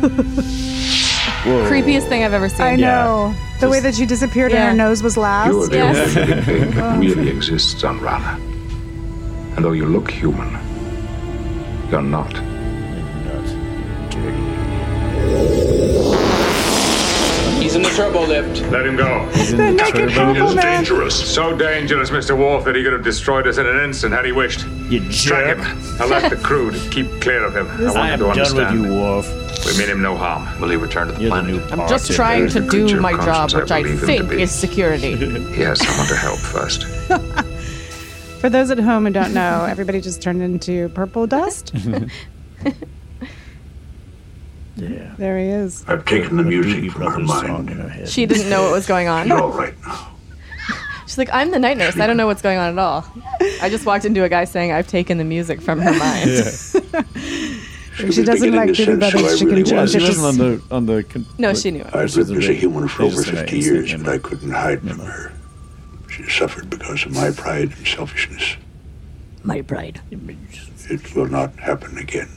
[SPEAKER 1] Creepiest thing I've ever seen.
[SPEAKER 3] I know. The way that she disappeared
[SPEAKER 1] Yeah.
[SPEAKER 3] and her nose was
[SPEAKER 12] You are
[SPEAKER 3] last.
[SPEAKER 12] the only living thing that really exists on Rana. And though you look human, you're not.
[SPEAKER 15] He's in the turbo lift.
[SPEAKER 12] Let him go.
[SPEAKER 3] Then make it purple, man.
[SPEAKER 12] dangerous. So dangerous, Mr. Worf, that he could have destroyed us in an instant had he wished. You Drag him. I like the crew to keep clear of him. I want
[SPEAKER 13] I
[SPEAKER 12] him
[SPEAKER 13] am
[SPEAKER 12] to
[SPEAKER 13] done with
[SPEAKER 12] understand.
[SPEAKER 13] you,
[SPEAKER 12] Worf. We mean him no harm. Will he return to the planet?
[SPEAKER 1] I'm just trying to do my job, which I think is security.
[SPEAKER 12] He has someone to help first.
[SPEAKER 3] For those at home who don't know, everybody just turned into purple dust.
[SPEAKER 17] Yeah.
[SPEAKER 3] There he is.
[SPEAKER 17] I've taken the music from her mind.
[SPEAKER 1] she didn't know what was going on.
[SPEAKER 17] You're all right now.
[SPEAKER 1] She's like, I'm the night nurse. I don't know what's going on at all. I just walked into a guy saying, I've taken the music from her mind.
[SPEAKER 3] She doesn't like Doobie Brothers chicken
[SPEAKER 17] really
[SPEAKER 3] changes.
[SPEAKER 17] was. She wasn't on
[SPEAKER 13] the on the.
[SPEAKER 1] No, she knew.
[SPEAKER 17] I've lived as a human for
[SPEAKER 13] they
[SPEAKER 17] over
[SPEAKER 13] just denied
[SPEAKER 17] 50
[SPEAKER 13] it's
[SPEAKER 17] years, but I couldn't hide from her. She suffered because of my pride and selfishness.
[SPEAKER 18] My pride.
[SPEAKER 17] It will not happen again.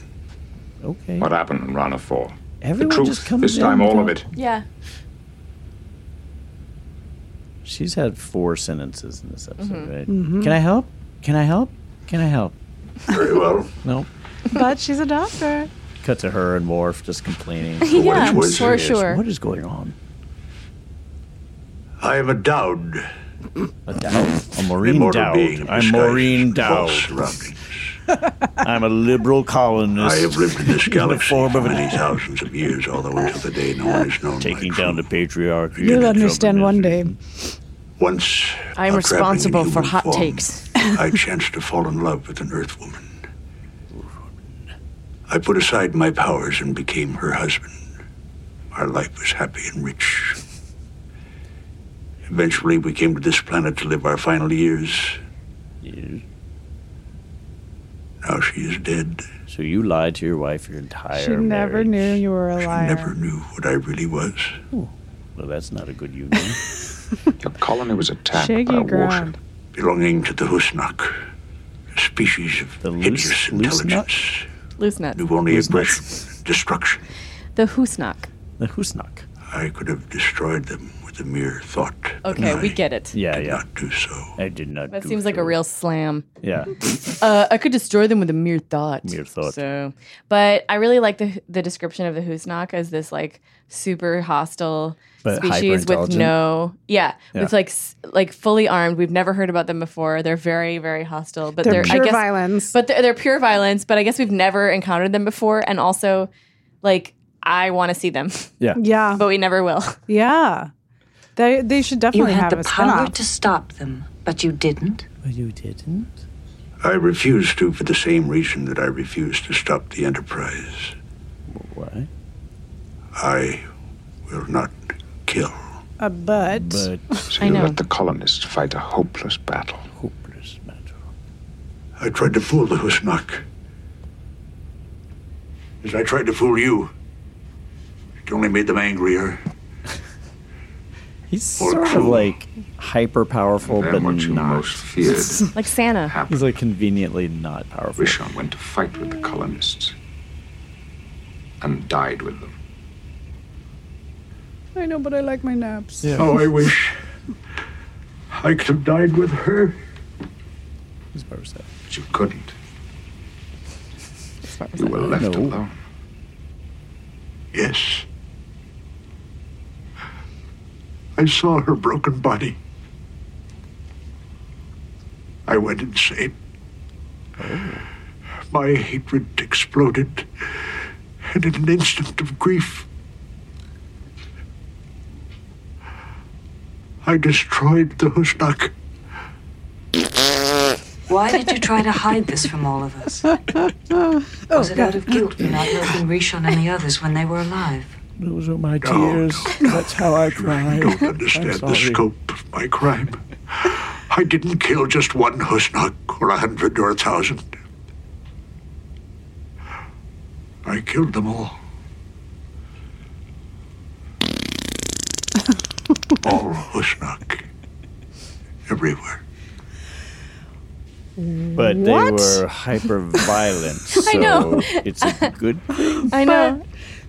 [SPEAKER 5] Okay.
[SPEAKER 12] What happened in Rana 4?
[SPEAKER 5] Everyone
[SPEAKER 12] the truth.
[SPEAKER 5] just comes
[SPEAKER 12] this
[SPEAKER 5] in
[SPEAKER 12] time,
[SPEAKER 5] and
[SPEAKER 12] all of
[SPEAKER 5] goes-
[SPEAKER 12] it.
[SPEAKER 1] Yeah.
[SPEAKER 5] She's had four sentences in this episode,
[SPEAKER 1] Mhm.
[SPEAKER 5] right?
[SPEAKER 3] Mhm.
[SPEAKER 5] Can I help? Can I help? Can I help?
[SPEAKER 17] Very well.
[SPEAKER 5] No.
[SPEAKER 3] But she's a doctor.
[SPEAKER 5] Cut to her and Worf just complaining.
[SPEAKER 3] Yeah, What is- what is for this? sure.
[SPEAKER 5] What is going on?
[SPEAKER 17] I am endowed.
[SPEAKER 5] Dowd. I'm Maureen
[SPEAKER 17] Immortal
[SPEAKER 5] Dowd.
[SPEAKER 17] being
[SPEAKER 5] I'm Maureen Dowd.
[SPEAKER 17] surroundings.
[SPEAKER 5] I'm a liberal colonist.
[SPEAKER 17] I have lived in this galaxy
[SPEAKER 5] form
[SPEAKER 17] for many thousands of years, although until the day no one has known.
[SPEAKER 5] Taking down the patriarchy.
[SPEAKER 3] You'll understand one day.
[SPEAKER 17] Once
[SPEAKER 1] I'm
[SPEAKER 17] while traveling in
[SPEAKER 1] responsible for
[SPEAKER 17] human
[SPEAKER 1] hot
[SPEAKER 17] form,
[SPEAKER 1] takes.
[SPEAKER 17] I chanced to fall in love with an Earth woman. I put aside my powers and became her husband. Our life was happy and rich. Eventually, we came to this planet to live our final years. Yes. Now she is dead.
[SPEAKER 22] So you lied to your wife your entire
[SPEAKER 3] She never
[SPEAKER 22] marriage.
[SPEAKER 3] knew you were a liar.
[SPEAKER 17] Never knew what I really was.
[SPEAKER 22] Well, that's not a good union.
[SPEAKER 12] Your colony was attacked
[SPEAKER 3] Shaggy
[SPEAKER 12] by
[SPEAKER 3] ground.
[SPEAKER 12] water.
[SPEAKER 17] Belonging to the Husnak, a species of hideous intelligence.
[SPEAKER 1] Loose nuts.
[SPEAKER 17] Knew only aggression, destruction.
[SPEAKER 1] The Hoosnock.
[SPEAKER 22] The Husnak.
[SPEAKER 17] I could have destroyed them with a mere thought.
[SPEAKER 1] Okay, we get it.
[SPEAKER 22] Yeah, yeah.
[SPEAKER 17] do so.
[SPEAKER 22] I did not.
[SPEAKER 1] That
[SPEAKER 22] do
[SPEAKER 1] seems like
[SPEAKER 22] so.
[SPEAKER 1] a real slam.
[SPEAKER 22] Yeah.
[SPEAKER 1] Uh, I could destroy them with a mere thought.
[SPEAKER 22] Mere thought.
[SPEAKER 1] So, but I really like the the description of the Hoosnock as this like super hostile
[SPEAKER 22] But
[SPEAKER 1] species with
[SPEAKER 22] hyper-intelligent.
[SPEAKER 1] no, yeah,
[SPEAKER 22] Yeah.
[SPEAKER 1] with like s- like fully armed. We've never heard about them before. They're very very hostile, but
[SPEAKER 3] They're
[SPEAKER 1] they're,
[SPEAKER 3] pure
[SPEAKER 1] I guess,
[SPEAKER 3] violence.
[SPEAKER 1] But they're, they're pure violence. But I guess we've never encountered them before, and also like I want to see them.
[SPEAKER 22] Yeah.
[SPEAKER 3] Yeah.
[SPEAKER 1] but we never will.
[SPEAKER 3] Yeah. They, they should definitely
[SPEAKER 10] you had
[SPEAKER 3] have
[SPEAKER 10] the
[SPEAKER 3] a
[SPEAKER 10] power
[SPEAKER 3] spinoff.
[SPEAKER 10] to stop them, but you didn't.
[SPEAKER 22] But you didn't.
[SPEAKER 17] I refused to for the same reason that I refused to stop the Enterprise.
[SPEAKER 22] Why?
[SPEAKER 17] I will not kill.
[SPEAKER 3] A but.
[SPEAKER 12] So
[SPEAKER 3] I
[SPEAKER 12] you
[SPEAKER 3] know.
[SPEAKER 12] let the colonists fight a hopeless battle.
[SPEAKER 22] Hopeless battle.
[SPEAKER 17] I tried to fool the Husnak. As I tried to fool you, it only made them angrier.
[SPEAKER 22] He's sort of like hyper powerful, but not.
[SPEAKER 12] feared.
[SPEAKER 1] like Santa.
[SPEAKER 22] He's like conveniently not powerful.
[SPEAKER 12] Rishon went to fight with the colonists and died with them.
[SPEAKER 3] I know, but I like my naps.
[SPEAKER 17] Oh, I wish I could have died with her.
[SPEAKER 12] But you couldn't. You were left alone.
[SPEAKER 17] Yes. I saw her broken body. I went insane. My hatred exploded, and in an instant of grief, I destroyed the Husnak.
[SPEAKER 10] Why did you try to hide this from all of us?
[SPEAKER 22] Oh,
[SPEAKER 10] Was it out of guilt for not helping Rishon and the others when they were alive?
[SPEAKER 22] Those are my tears. That's how I cry.
[SPEAKER 17] Don't understand the scope of my crime. I didn't kill just one Husnak or a hundred or a thousand. I killed them all. all Husnak. Everywhere.
[SPEAKER 22] But
[SPEAKER 3] What?
[SPEAKER 22] they were hyper violent.
[SPEAKER 3] I
[SPEAKER 22] So
[SPEAKER 3] know.
[SPEAKER 22] it's a good
[SPEAKER 3] I know.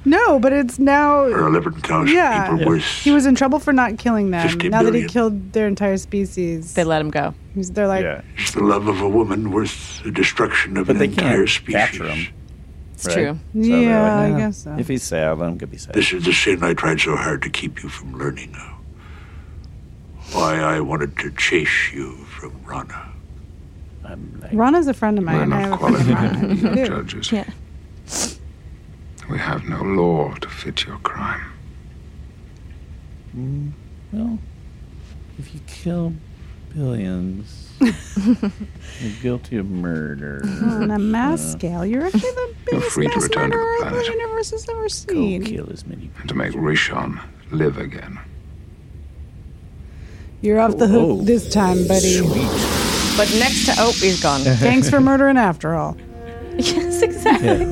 [SPEAKER 3] no, but it's now.
[SPEAKER 22] Or
[SPEAKER 17] 11,000
[SPEAKER 3] yeah.
[SPEAKER 17] people worse.
[SPEAKER 3] He was in trouble for not killing them.
[SPEAKER 17] 50
[SPEAKER 3] Now that he
[SPEAKER 17] billion.
[SPEAKER 3] killed their entire species, they
[SPEAKER 1] let him go.
[SPEAKER 3] They're like,
[SPEAKER 17] Is the love of a woman worth the destruction of
[SPEAKER 22] But
[SPEAKER 17] an
[SPEAKER 22] they can't
[SPEAKER 17] entire species?
[SPEAKER 1] It's
[SPEAKER 22] Right?
[SPEAKER 1] true.
[SPEAKER 22] So they're like,
[SPEAKER 3] Yeah, I
[SPEAKER 22] "Nah,
[SPEAKER 3] guess so."
[SPEAKER 22] If he's sad, let him go be sad.
[SPEAKER 17] This is the sin I tried so hard to keep you from learning of. Why I wanted to chase you from Rana.
[SPEAKER 22] I'm
[SPEAKER 3] Rana's a friend of mine. I have a friend of mine. I do.
[SPEAKER 12] judges.
[SPEAKER 3] Yeah.
[SPEAKER 12] We have no law to fit your crime.
[SPEAKER 22] Mm, well, if you kill billions, you're guilty of murder.
[SPEAKER 3] On a mass
[SPEAKER 22] Uh,
[SPEAKER 3] scale, you're actually the
[SPEAKER 12] You're
[SPEAKER 3] biggest
[SPEAKER 12] free to
[SPEAKER 3] mass
[SPEAKER 12] return to the
[SPEAKER 3] murderer the,
[SPEAKER 12] planet.
[SPEAKER 3] universe has ever seen.
[SPEAKER 22] kill as many.
[SPEAKER 12] And to make Rishon live again.
[SPEAKER 3] You're off the hook this time, buddy.
[SPEAKER 1] But next to oh, he's gone.
[SPEAKER 3] Thanks for murdering after all.
[SPEAKER 1] Yes, exactly.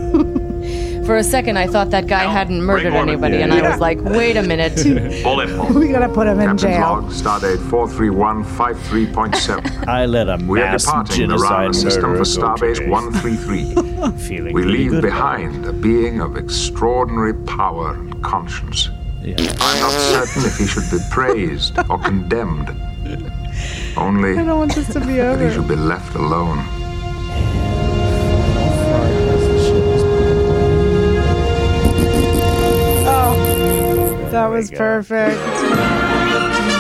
[SPEAKER 1] For a second, I thought that guy hadn't murdered
[SPEAKER 12] Warner.
[SPEAKER 1] anybody,
[SPEAKER 12] Yeah,
[SPEAKER 1] and
[SPEAKER 12] yeah.
[SPEAKER 1] I was like, wait a minute.
[SPEAKER 12] Bullet
[SPEAKER 3] we gotta put him in
[SPEAKER 12] Captain's
[SPEAKER 3] jail.
[SPEAKER 12] log, stardate 43153.7.
[SPEAKER 22] I let a
[SPEAKER 12] We are
[SPEAKER 22] mass
[SPEAKER 12] departing the
[SPEAKER 22] genocide
[SPEAKER 12] Rana system
[SPEAKER 22] murderer go
[SPEAKER 12] for starbase
[SPEAKER 22] today.
[SPEAKER 12] 133. we
[SPEAKER 22] pretty
[SPEAKER 12] leave
[SPEAKER 22] good about
[SPEAKER 12] behind a being of extraordinary power and conscience. I'm not certain if he should be praised or condemned. Only
[SPEAKER 3] I don't want this to be
[SPEAKER 12] that he
[SPEAKER 3] over.
[SPEAKER 12] should be left alone.
[SPEAKER 3] Oh, that was perfect.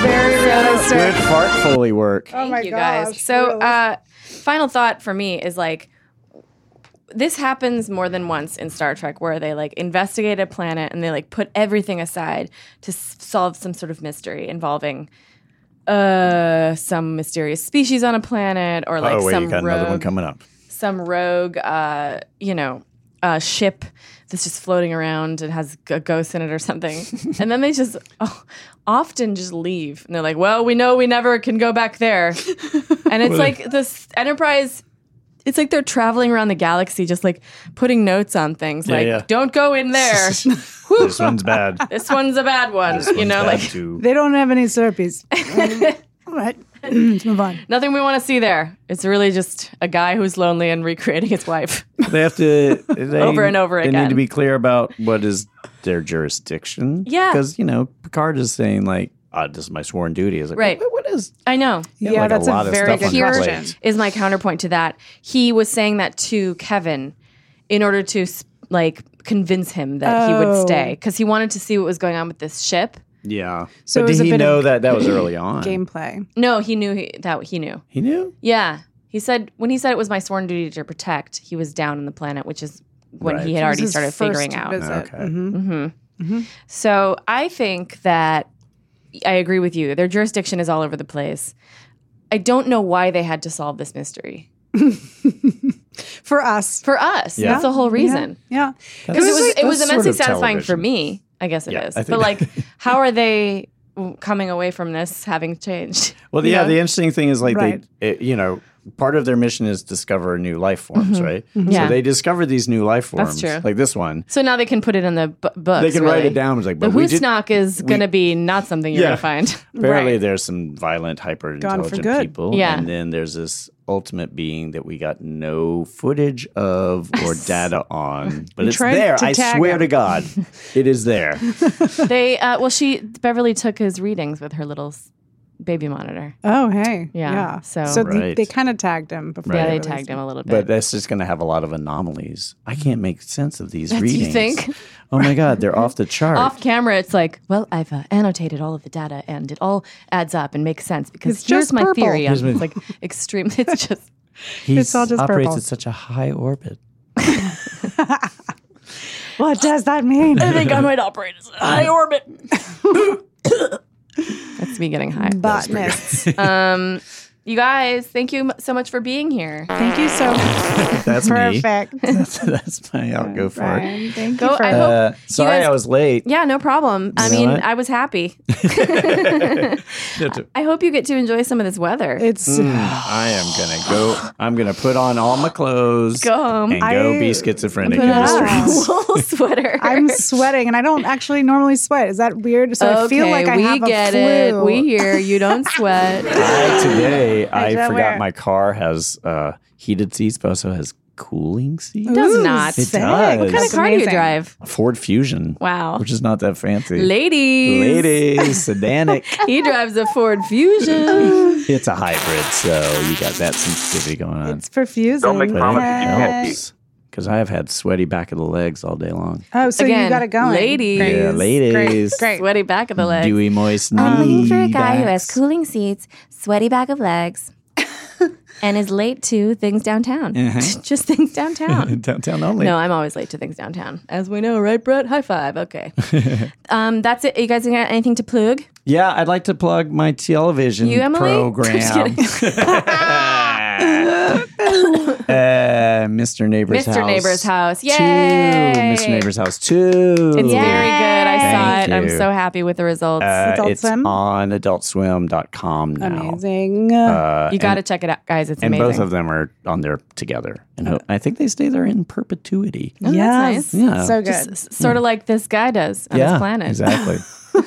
[SPEAKER 3] Very
[SPEAKER 22] Good
[SPEAKER 3] realistic.
[SPEAKER 22] fart Foley work.
[SPEAKER 1] Thank
[SPEAKER 3] my
[SPEAKER 1] you
[SPEAKER 3] gosh,
[SPEAKER 1] guys. So, uh, final thought for me is like, this happens more than once in Star Trek where they like investigate a planet and they like put everything aside to s- solve some sort of mystery involving uh some mysterious species on a planet or like
[SPEAKER 22] oh wait,
[SPEAKER 1] some
[SPEAKER 22] you got another one
[SPEAKER 1] rogue-
[SPEAKER 22] coming up.
[SPEAKER 1] some rogue, uh, you know, uh, ship that's just floating around and has a ghost in it or something. and then they just oh, often just leave. And they're like, well, we know we never can go back there. and it's
[SPEAKER 23] Well,
[SPEAKER 1] like this Enterprise. It's like they're traveling around the galaxy, just like putting notes on things,
[SPEAKER 5] Yeah,
[SPEAKER 1] like
[SPEAKER 5] yeah.
[SPEAKER 1] "Don't go in there."
[SPEAKER 5] this one's bad.
[SPEAKER 1] this one's a bad one.
[SPEAKER 5] This
[SPEAKER 1] you
[SPEAKER 5] one's
[SPEAKER 1] know,
[SPEAKER 5] bad
[SPEAKER 1] like
[SPEAKER 5] too.
[SPEAKER 3] They don't have any therapies. All right, let's move on.
[SPEAKER 1] nothing we want to see there. It's really just a guy who's lonely and recreating his wife.
[SPEAKER 5] They have to they,
[SPEAKER 1] Over and over
[SPEAKER 5] They need
[SPEAKER 1] again.
[SPEAKER 5] to be clear about what is their jurisdiction.
[SPEAKER 1] Yeah.
[SPEAKER 5] because you know Picard is saying like, "Ah, "This is my sworn duty." Is like,
[SPEAKER 1] right.
[SPEAKER 5] what is?
[SPEAKER 1] I know.
[SPEAKER 5] Yeah, Yeah, like a that's a lot of very stuff good on your
[SPEAKER 1] Here
[SPEAKER 5] plate.
[SPEAKER 1] is my counterpoint to that. He was saying that to Kevin in order to s- like convince him that he
[SPEAKER 3] Oh.
[SPEAKER 1] would stay because he wanted to see what was going on with this ship.
[SPEAKER 5] Yeah.
[SPEAKER 3] So it
[SPEAKER 5] but
[SPEAKER 3] was
[SPEAKER 5] did
[SPEAKER 3] a
[SPEAKER 5] he
[SPEAKER 3] bit
[SPEAKER 5] know
[SPEAKER 3] of
[SPEAKER 5] that that was early on?
[SPEAKER 3] Gameplay.
[SPEAKER 1] No, he knew he, that he knew.
[SPEAKER 5] He knew.
[SPEAKER 1] Yeah, he said when he said it was my sworn duty to protect. He was down on the planet, which is when
[SPEAKER 5] Right.
[SPEAKER 1] he
[SPEAKER 5] It
[SPEAKER 1] had
[SPEAKER 5] was
[SPEAKER 1] already
[SPEAKER 5] his
[SPEAKER 1] started
[SPEAKER 5] first
[SPEAKER 1] figuring out.
[SPEAKER 5] visit. Okay.
[SPEAKER 3] Mm-hmm.
[SPEAKER 1] Mhm. So I think that I agree with you. Their jurisdiction is all over the place. I don't know why they had to solve this mystery
[SPEAKER 3] for us.
[SPEAKER 1] For us,
[SPEAKER 3] Yeah.
[SPEAKER 1] that's the whole
[SPEAKER 3] Yeah.
[SPEAKER 1] reason.
[SPEAKER 3] Yeah,
[SPEAKER 1] because it
[SPEAKER 3] That's-
[SPEAKER 1] was
[SPEAKER 3] that's
[SPEAKER 1] it was
[SPEAKER 3] sort
[SPEAKER 1] immensely
[SPEAKER 3] of
[SPEAKER 1] satisfying for
[SPEAKER 3] television.
[SPEAKER 1] me. I guess it is.
[SPEAKER 5] Yeah, I think-
[SPEAKER 1] but like, how are they w- coming away from this having changed?
[SPEAKER 5] Well,
[SPEAKER 1] You
[SPEAKER 5] yeah,
[SPEAKER 1] know?
[SPEAKER 5] the interesting thing is like
[SPEAKER 1] Right.
[SPEAKER 5] they, it, you know, part of their mission is discover new life forms,
[SPEAKER 1] Mhm.
[SPEAKER 5] right?
[SPEAKER 1] Mhm.
[SPEAKER 5] So
[SPEAKER 1] Yeah.
[SPEAKER 5] they discover these new life forms,
[SPEAKER 1] That's true.
[SPEAKER 5] like this one.
[SPEAKER 1] so now they can put it in the bu- books.
[SPEAKER 5] they can write
[SPEAKER 1] really.
[SPEAKER 5] it down. It's like,
[SPEAKER 1] The
[SPEAKER 5] but we did,
[SPEAKER 1] Hoosnock is
[SPEAKER 5] we-
[SPEAKER 1] going to be not something you're
[SPEAKER 5] Yeah.
[SPEAKER 1] going to find.
[SPEAKER 5] apparently there's some violent, hyper
[SPEAKER 1] Gone for
[SPEAKER 5] intelligent
[SPEAKER 1] good.
[SPEAKER 5] people,
[SPEAKER 1] Yeah.
[SPEAKER 5] and then there's this ultimate being that we got no footage of or data on, but
[SPEAKER 1] We
[SPEAKER 5] it's
[SPEAKER 1] tried
[SPEAKER 5] there.
[SPEAKER 1] to
[SPEAKER 5] I
[SPEAKER 1] tag
[SPEAKER 5] swear
[SPEAKER 1] him.
[SPEAKER 5] to God, it is there.
[SPEAKER 1] they uh, well, she Beverly took his readings with her little s- baby monitor.
[SPEAKER 3] Oh, hey.
[SPEAKER 1] Yeah, so-
[SPEAKER 3] so they-
[SPEAKER 5] Right.
[SPEAKER 3] they kind of tagged him before.
[SPEAKER 5] Right.
[SPEAKER 3] released
[SPEAKER 1] little
[SPEAKER 5] But that's just going to have a lot of anomalies. I can't make sense of these
[SPEAKER 1] That's- you
[SPEAKER 5] readings.
[SPEAKER 1] think?
[SPEAKER 5] Oh my God, they're off the chart.
[SPEAKER 1] Off camera, it's like, well, I've uh, annotated all of the data, and it all adds up and makes sense because
[SPEAKER 5] It's
[SPEAKER 1] here's
[SPEAKER 5] just
[SPEAKER 1] my
[SPEAKER 5] purple.
[SPEAKER 1] theory.
[SPEAKER 5] Here's
[SPEAKER 1] On,
[SPEAKER 5] my-
[SPEAKER 1] it's like extreme. It's just
[SPEAKER 5] He
[SPEAKER 1] It's all just
[SPEAKER 5] operates
[SPEAKER 1] purple.
[SPEAKER 5] at such a high orbit.
[SPEAKER 3] What does that mean?
[SPEAKER 1] I think gunweight operators in high orbit. That's me getting high.
[SPEAKER 3] Botanists.
[SPEAKER 1] um, you guys, thank you m- so much for being here.
[SPEAKER 3] Thank you so
[SPEAKER 5] That's me.
[SPEAKER 3] Perfect.
[SPEAKER 5] That's, that's my outgo for
[SPEAKER 3] Brian,
[SPEAKER 5] it.
[SPEAKER 3] thank
[SPEAKER 1] Go-
[SPEAKER 3] you for
[SPEAKER 1] I hope-
[SPEAKER 5] Uh, sorry,
[SPEAKER 1] guys-
[SPEAKER 5] I was late.
[SPEAKER 1] Yeah, no problem. I
[SPEAKER 5] You know
[SPEAKER 1] mean,
[SPEAKER 5] what?
[SPEAKER 1] I was happy.
[SPEAKER 5] No, t-
[SPEAKER 1] I hope you get to enjoy some of this weather.
[SPEAKER 3] It's
[SPEAKER 5] Mm, I am gonna go. I'm gonna put on all my clothes.
[SPEAKER 1] Go home.
[SPEAKER 5] and go
[SPEAKER 1] I-
[SPEAKER 5] be schizophrenic in
[SPEAKER 1] Put
[SPEAKER 5] the
[SPEAKER 1] on a
[SPEAKER 5] streets.
[SPEAKER 1] wool sweater.
[SPEAKER 3] I'm sweating, and I don't actually normally sweat. Is that weird? So I feel
[SPEAKER 1] Okay,
[SPEAKER 3] like I
[SPEAKER 1] we
[SPEAKER 3] have a
[SPEAKER 1] get
[SPEAKER 3] flu.
[SPEAKER 1] it. We hear you. Don't sweat.
[SPEAKER 5] I, today,
[SPEAKER 3] I
[SPEAKER 5] I,
[SPEAKER 3] don't
[SPEAKER 5] forgot
[SPEAKER 3] wear-
[SPEAKER 5] my car has uh, heated seats, but also has cooling seats.
[SPEAKER 1] It does not.
[SPEAKER 5] It does.
[SPEAKER 1] What kind of car do you
[SPEAKER 3] Amazing.
[SPEAKER 1] drive?
[SPEAKER 5] Ford Fusion.
[SPEAKER 1] Wow.
[SPEAKER 5] Which is not that fancy.
[SPEAKER 1] Ladies.
[SPEAKER 5] Ladies, sedanic.
[SPEAKER 1] He drives a Ford Fusion.
[SPEAKER 5] it's a hybrid, so you got that sensitivity going on. It's
[SPEAKER 3] perfusing.
[SPEAKER 5] Don't make
[SPEAKER 3] fun of me, you can't
[SPEAKER 5] helps. Because I have had sweaty back of the legs all day long.
[SPEAKER 3] Oh, so
[SPEAKER 1] Again,
[SPEAKER 3] you got it going,
[SPEAKER 1] ladies.
[SPEAKER 3] Great.
[SPEAKER 5] Yeah, ladies.
[SPEAKER 3] Great. Um,
[SPEAKER 1] Sweaty back of the legs. Um,
[SPEAKER 5] Dewy moist.
[SPEAKER 1] I'm looking for a guy who
[SPEAKER 5] knee-back.
[SPEAKER 1] has cooling seats, sweaty back of legs, and is late to things downtown.
[SPEAKER 5] Uh-huh.
[SPEAKER 1] Just things downtown.
[SPEAKER 5] Downtown only.
[SPEAKER 1] No, I'm always late to things downtown, as we know, right, Brett? High five. Okay. um, that's it. You guys got anything to plug?
[SPEAKER 5] Yeah, I'd like to plug my television
[SPEAKER 1] You, Emily? Just
[SPEAKER 5] program.
[SPEAKER 1] kidding.
[SPEAKER 5] Uh, Mr. Neighbor's
[SPEAKER 1] Mr.
[SPEAKER 5] House.
[SPEAKER 1] Neighbor's House.
[SPEAKER 5] Two.
[SPEAKER 1] Yay!
[SPEAKER 5] Mr. Neighbor's House 2.
[SPEAKER 1] It's very good. I saw it.
[SPEAKER 5] Thank
[SPEAKER 1] I'm
[SPEAKER 5] you.
[SPEAKER 1] so happy with the results.
[SPEAKER 5] Uh, it's on adultswim.com now.
[SPEAKER 3] Amazing.
[SPEAKER 5] Uh,
[SPEAKER 1] you got to
[SPEAKER 5] and-
[SPEAKER 1] check it out, guys. It's
[SPEAKER 5] and
[SPEAKER 1] amazing.
[SPEAKER 5] both of them are on there together. And ho- I think they stay there in perpetuity.
[SPEAKER 1] Oh,
[SPEAKER 3] Yes.
[SPEAKER 1] that's nice.
[SPEAKER 5] Yeah. So
[SPEAKER 1] Just
[SPEAKER 5] good.
[SPEAKER 1] s- sort of like this guy does on his planet.
[SPEAKER 5] Exactly.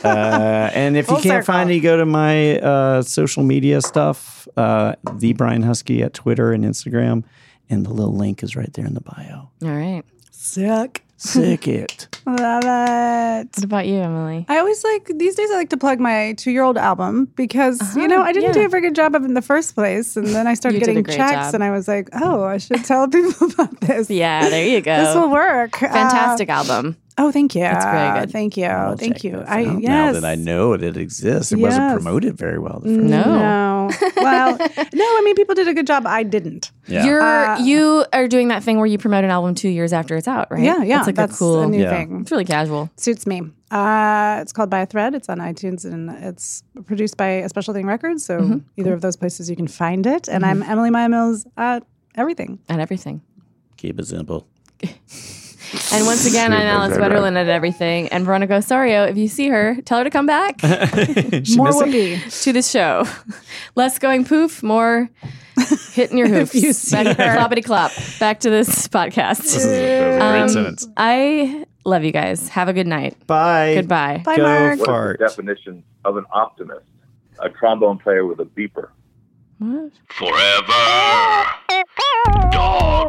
[SPEAKER 5] uh, and if you
[SPEAKER 1] Full
[SPEAKER 5] can't find it, you go to my uh, social media stuff, uh, the Brian Husky at Twitter and Instagram, and the little link is right there in the bio.
[SPEAKER 1] All right.
[SPEAKER 3] Sick.
[SPEAKER 5] Sick it.
[SPEAKER 3] Love it.
[SPEAKER 1] What about you, Emily?
[SPEAKER 3] I always like these days. I like to plug my two-year-old album because you know I didn't
[SPEAKER 1] Uh-huh. yeah.
[SPEAKER 3] do a very good job of it in the first place, and then I started
[SPEAKER 1] You did a
[SPEAKER 3] getting
[SPEAKER 1] great
[SPEAKER 3] checks,
[SPEAKER 1] job.
[SPEAKER 3] and I was like, oh, I should tell people about this.
[SPEAKER 1] Yeah, there you go.
[SPEAKER 3] This will work.
[SPEAKER 1] Fantastic
[SPEAKER 3] Uh,
[SPEAKER 1] album.
[SPEAKER 3] Oh, thank you.
[SPEAKER 1] It's very good.
[SPEAKER 3] Thank you. thank you. I
[SPEAKER 5] Now-
[SPEAKER 3] yes.
[SPEAKER 5] Now that I know it, it exists, it wasn't
[SPEAKER 3] Yes.
[SPEAKER 5] promoted very well. The first
[SPEAKER 1] Oh.
[SPEAKER 3] No. well, no. I mean, people did a good job. I didn't. Uh,
[SPEAKER 5] Yeah.
[SPEAKER 1] You're you are doing that thing where you promote an album two years after it's out, right?
[SPEAKER 3] Yeah, yeah,
[SPEAKER 1] That's like
[SPEAKER 3] that's
[SPEAKER 1] a
[SPEAKER 3] a
[SPEAKER 1] cool
[SPEAKER 3] new Yeah. thing.
[SPEAKER 1] It's really casual.
[SPEAKER 3] Suits me. Uh, it's called By a Thread. It's on iTunes and it's produced by a Special Thing Records. So either of those places you can find it. And I'm Emily Maya Mills Mm-hmm. at everything.
[SPEAKER 1] And everything.
[SPEAKER 5] Keep it simple.
[SPEAKER 1] And once again, I'm Alice
[SPEAKER 19] Right, right.
[SPEAKER 1] Wetterlin at everything. And Veronica Osorio, if you see her, tell her to come back
[SPEAKER 19] More
[SPEAKER 1] to the show. Less going poof, more hitting your hoofs.
[SPEAKER 7] If you see
[SPEAKER 1] back,
[SPEAKER 7] her.
[SPEAKER 1] Cloppity clop. Back to this podcast. Um,
[SPEAKER 19] This is a- that was a great sentence.
[SPEAKER 1] I love you guys. Have a good night.
[SPEAKER 19] Bye.
[SPEAKER 1] Goodbye.
[SPEAKER 19] Bye, Go Mark.
[SPEAKER 11] What is the definition of an optimist? A trombone player with a beeper.
[SPEAKER 5] Forever Dog.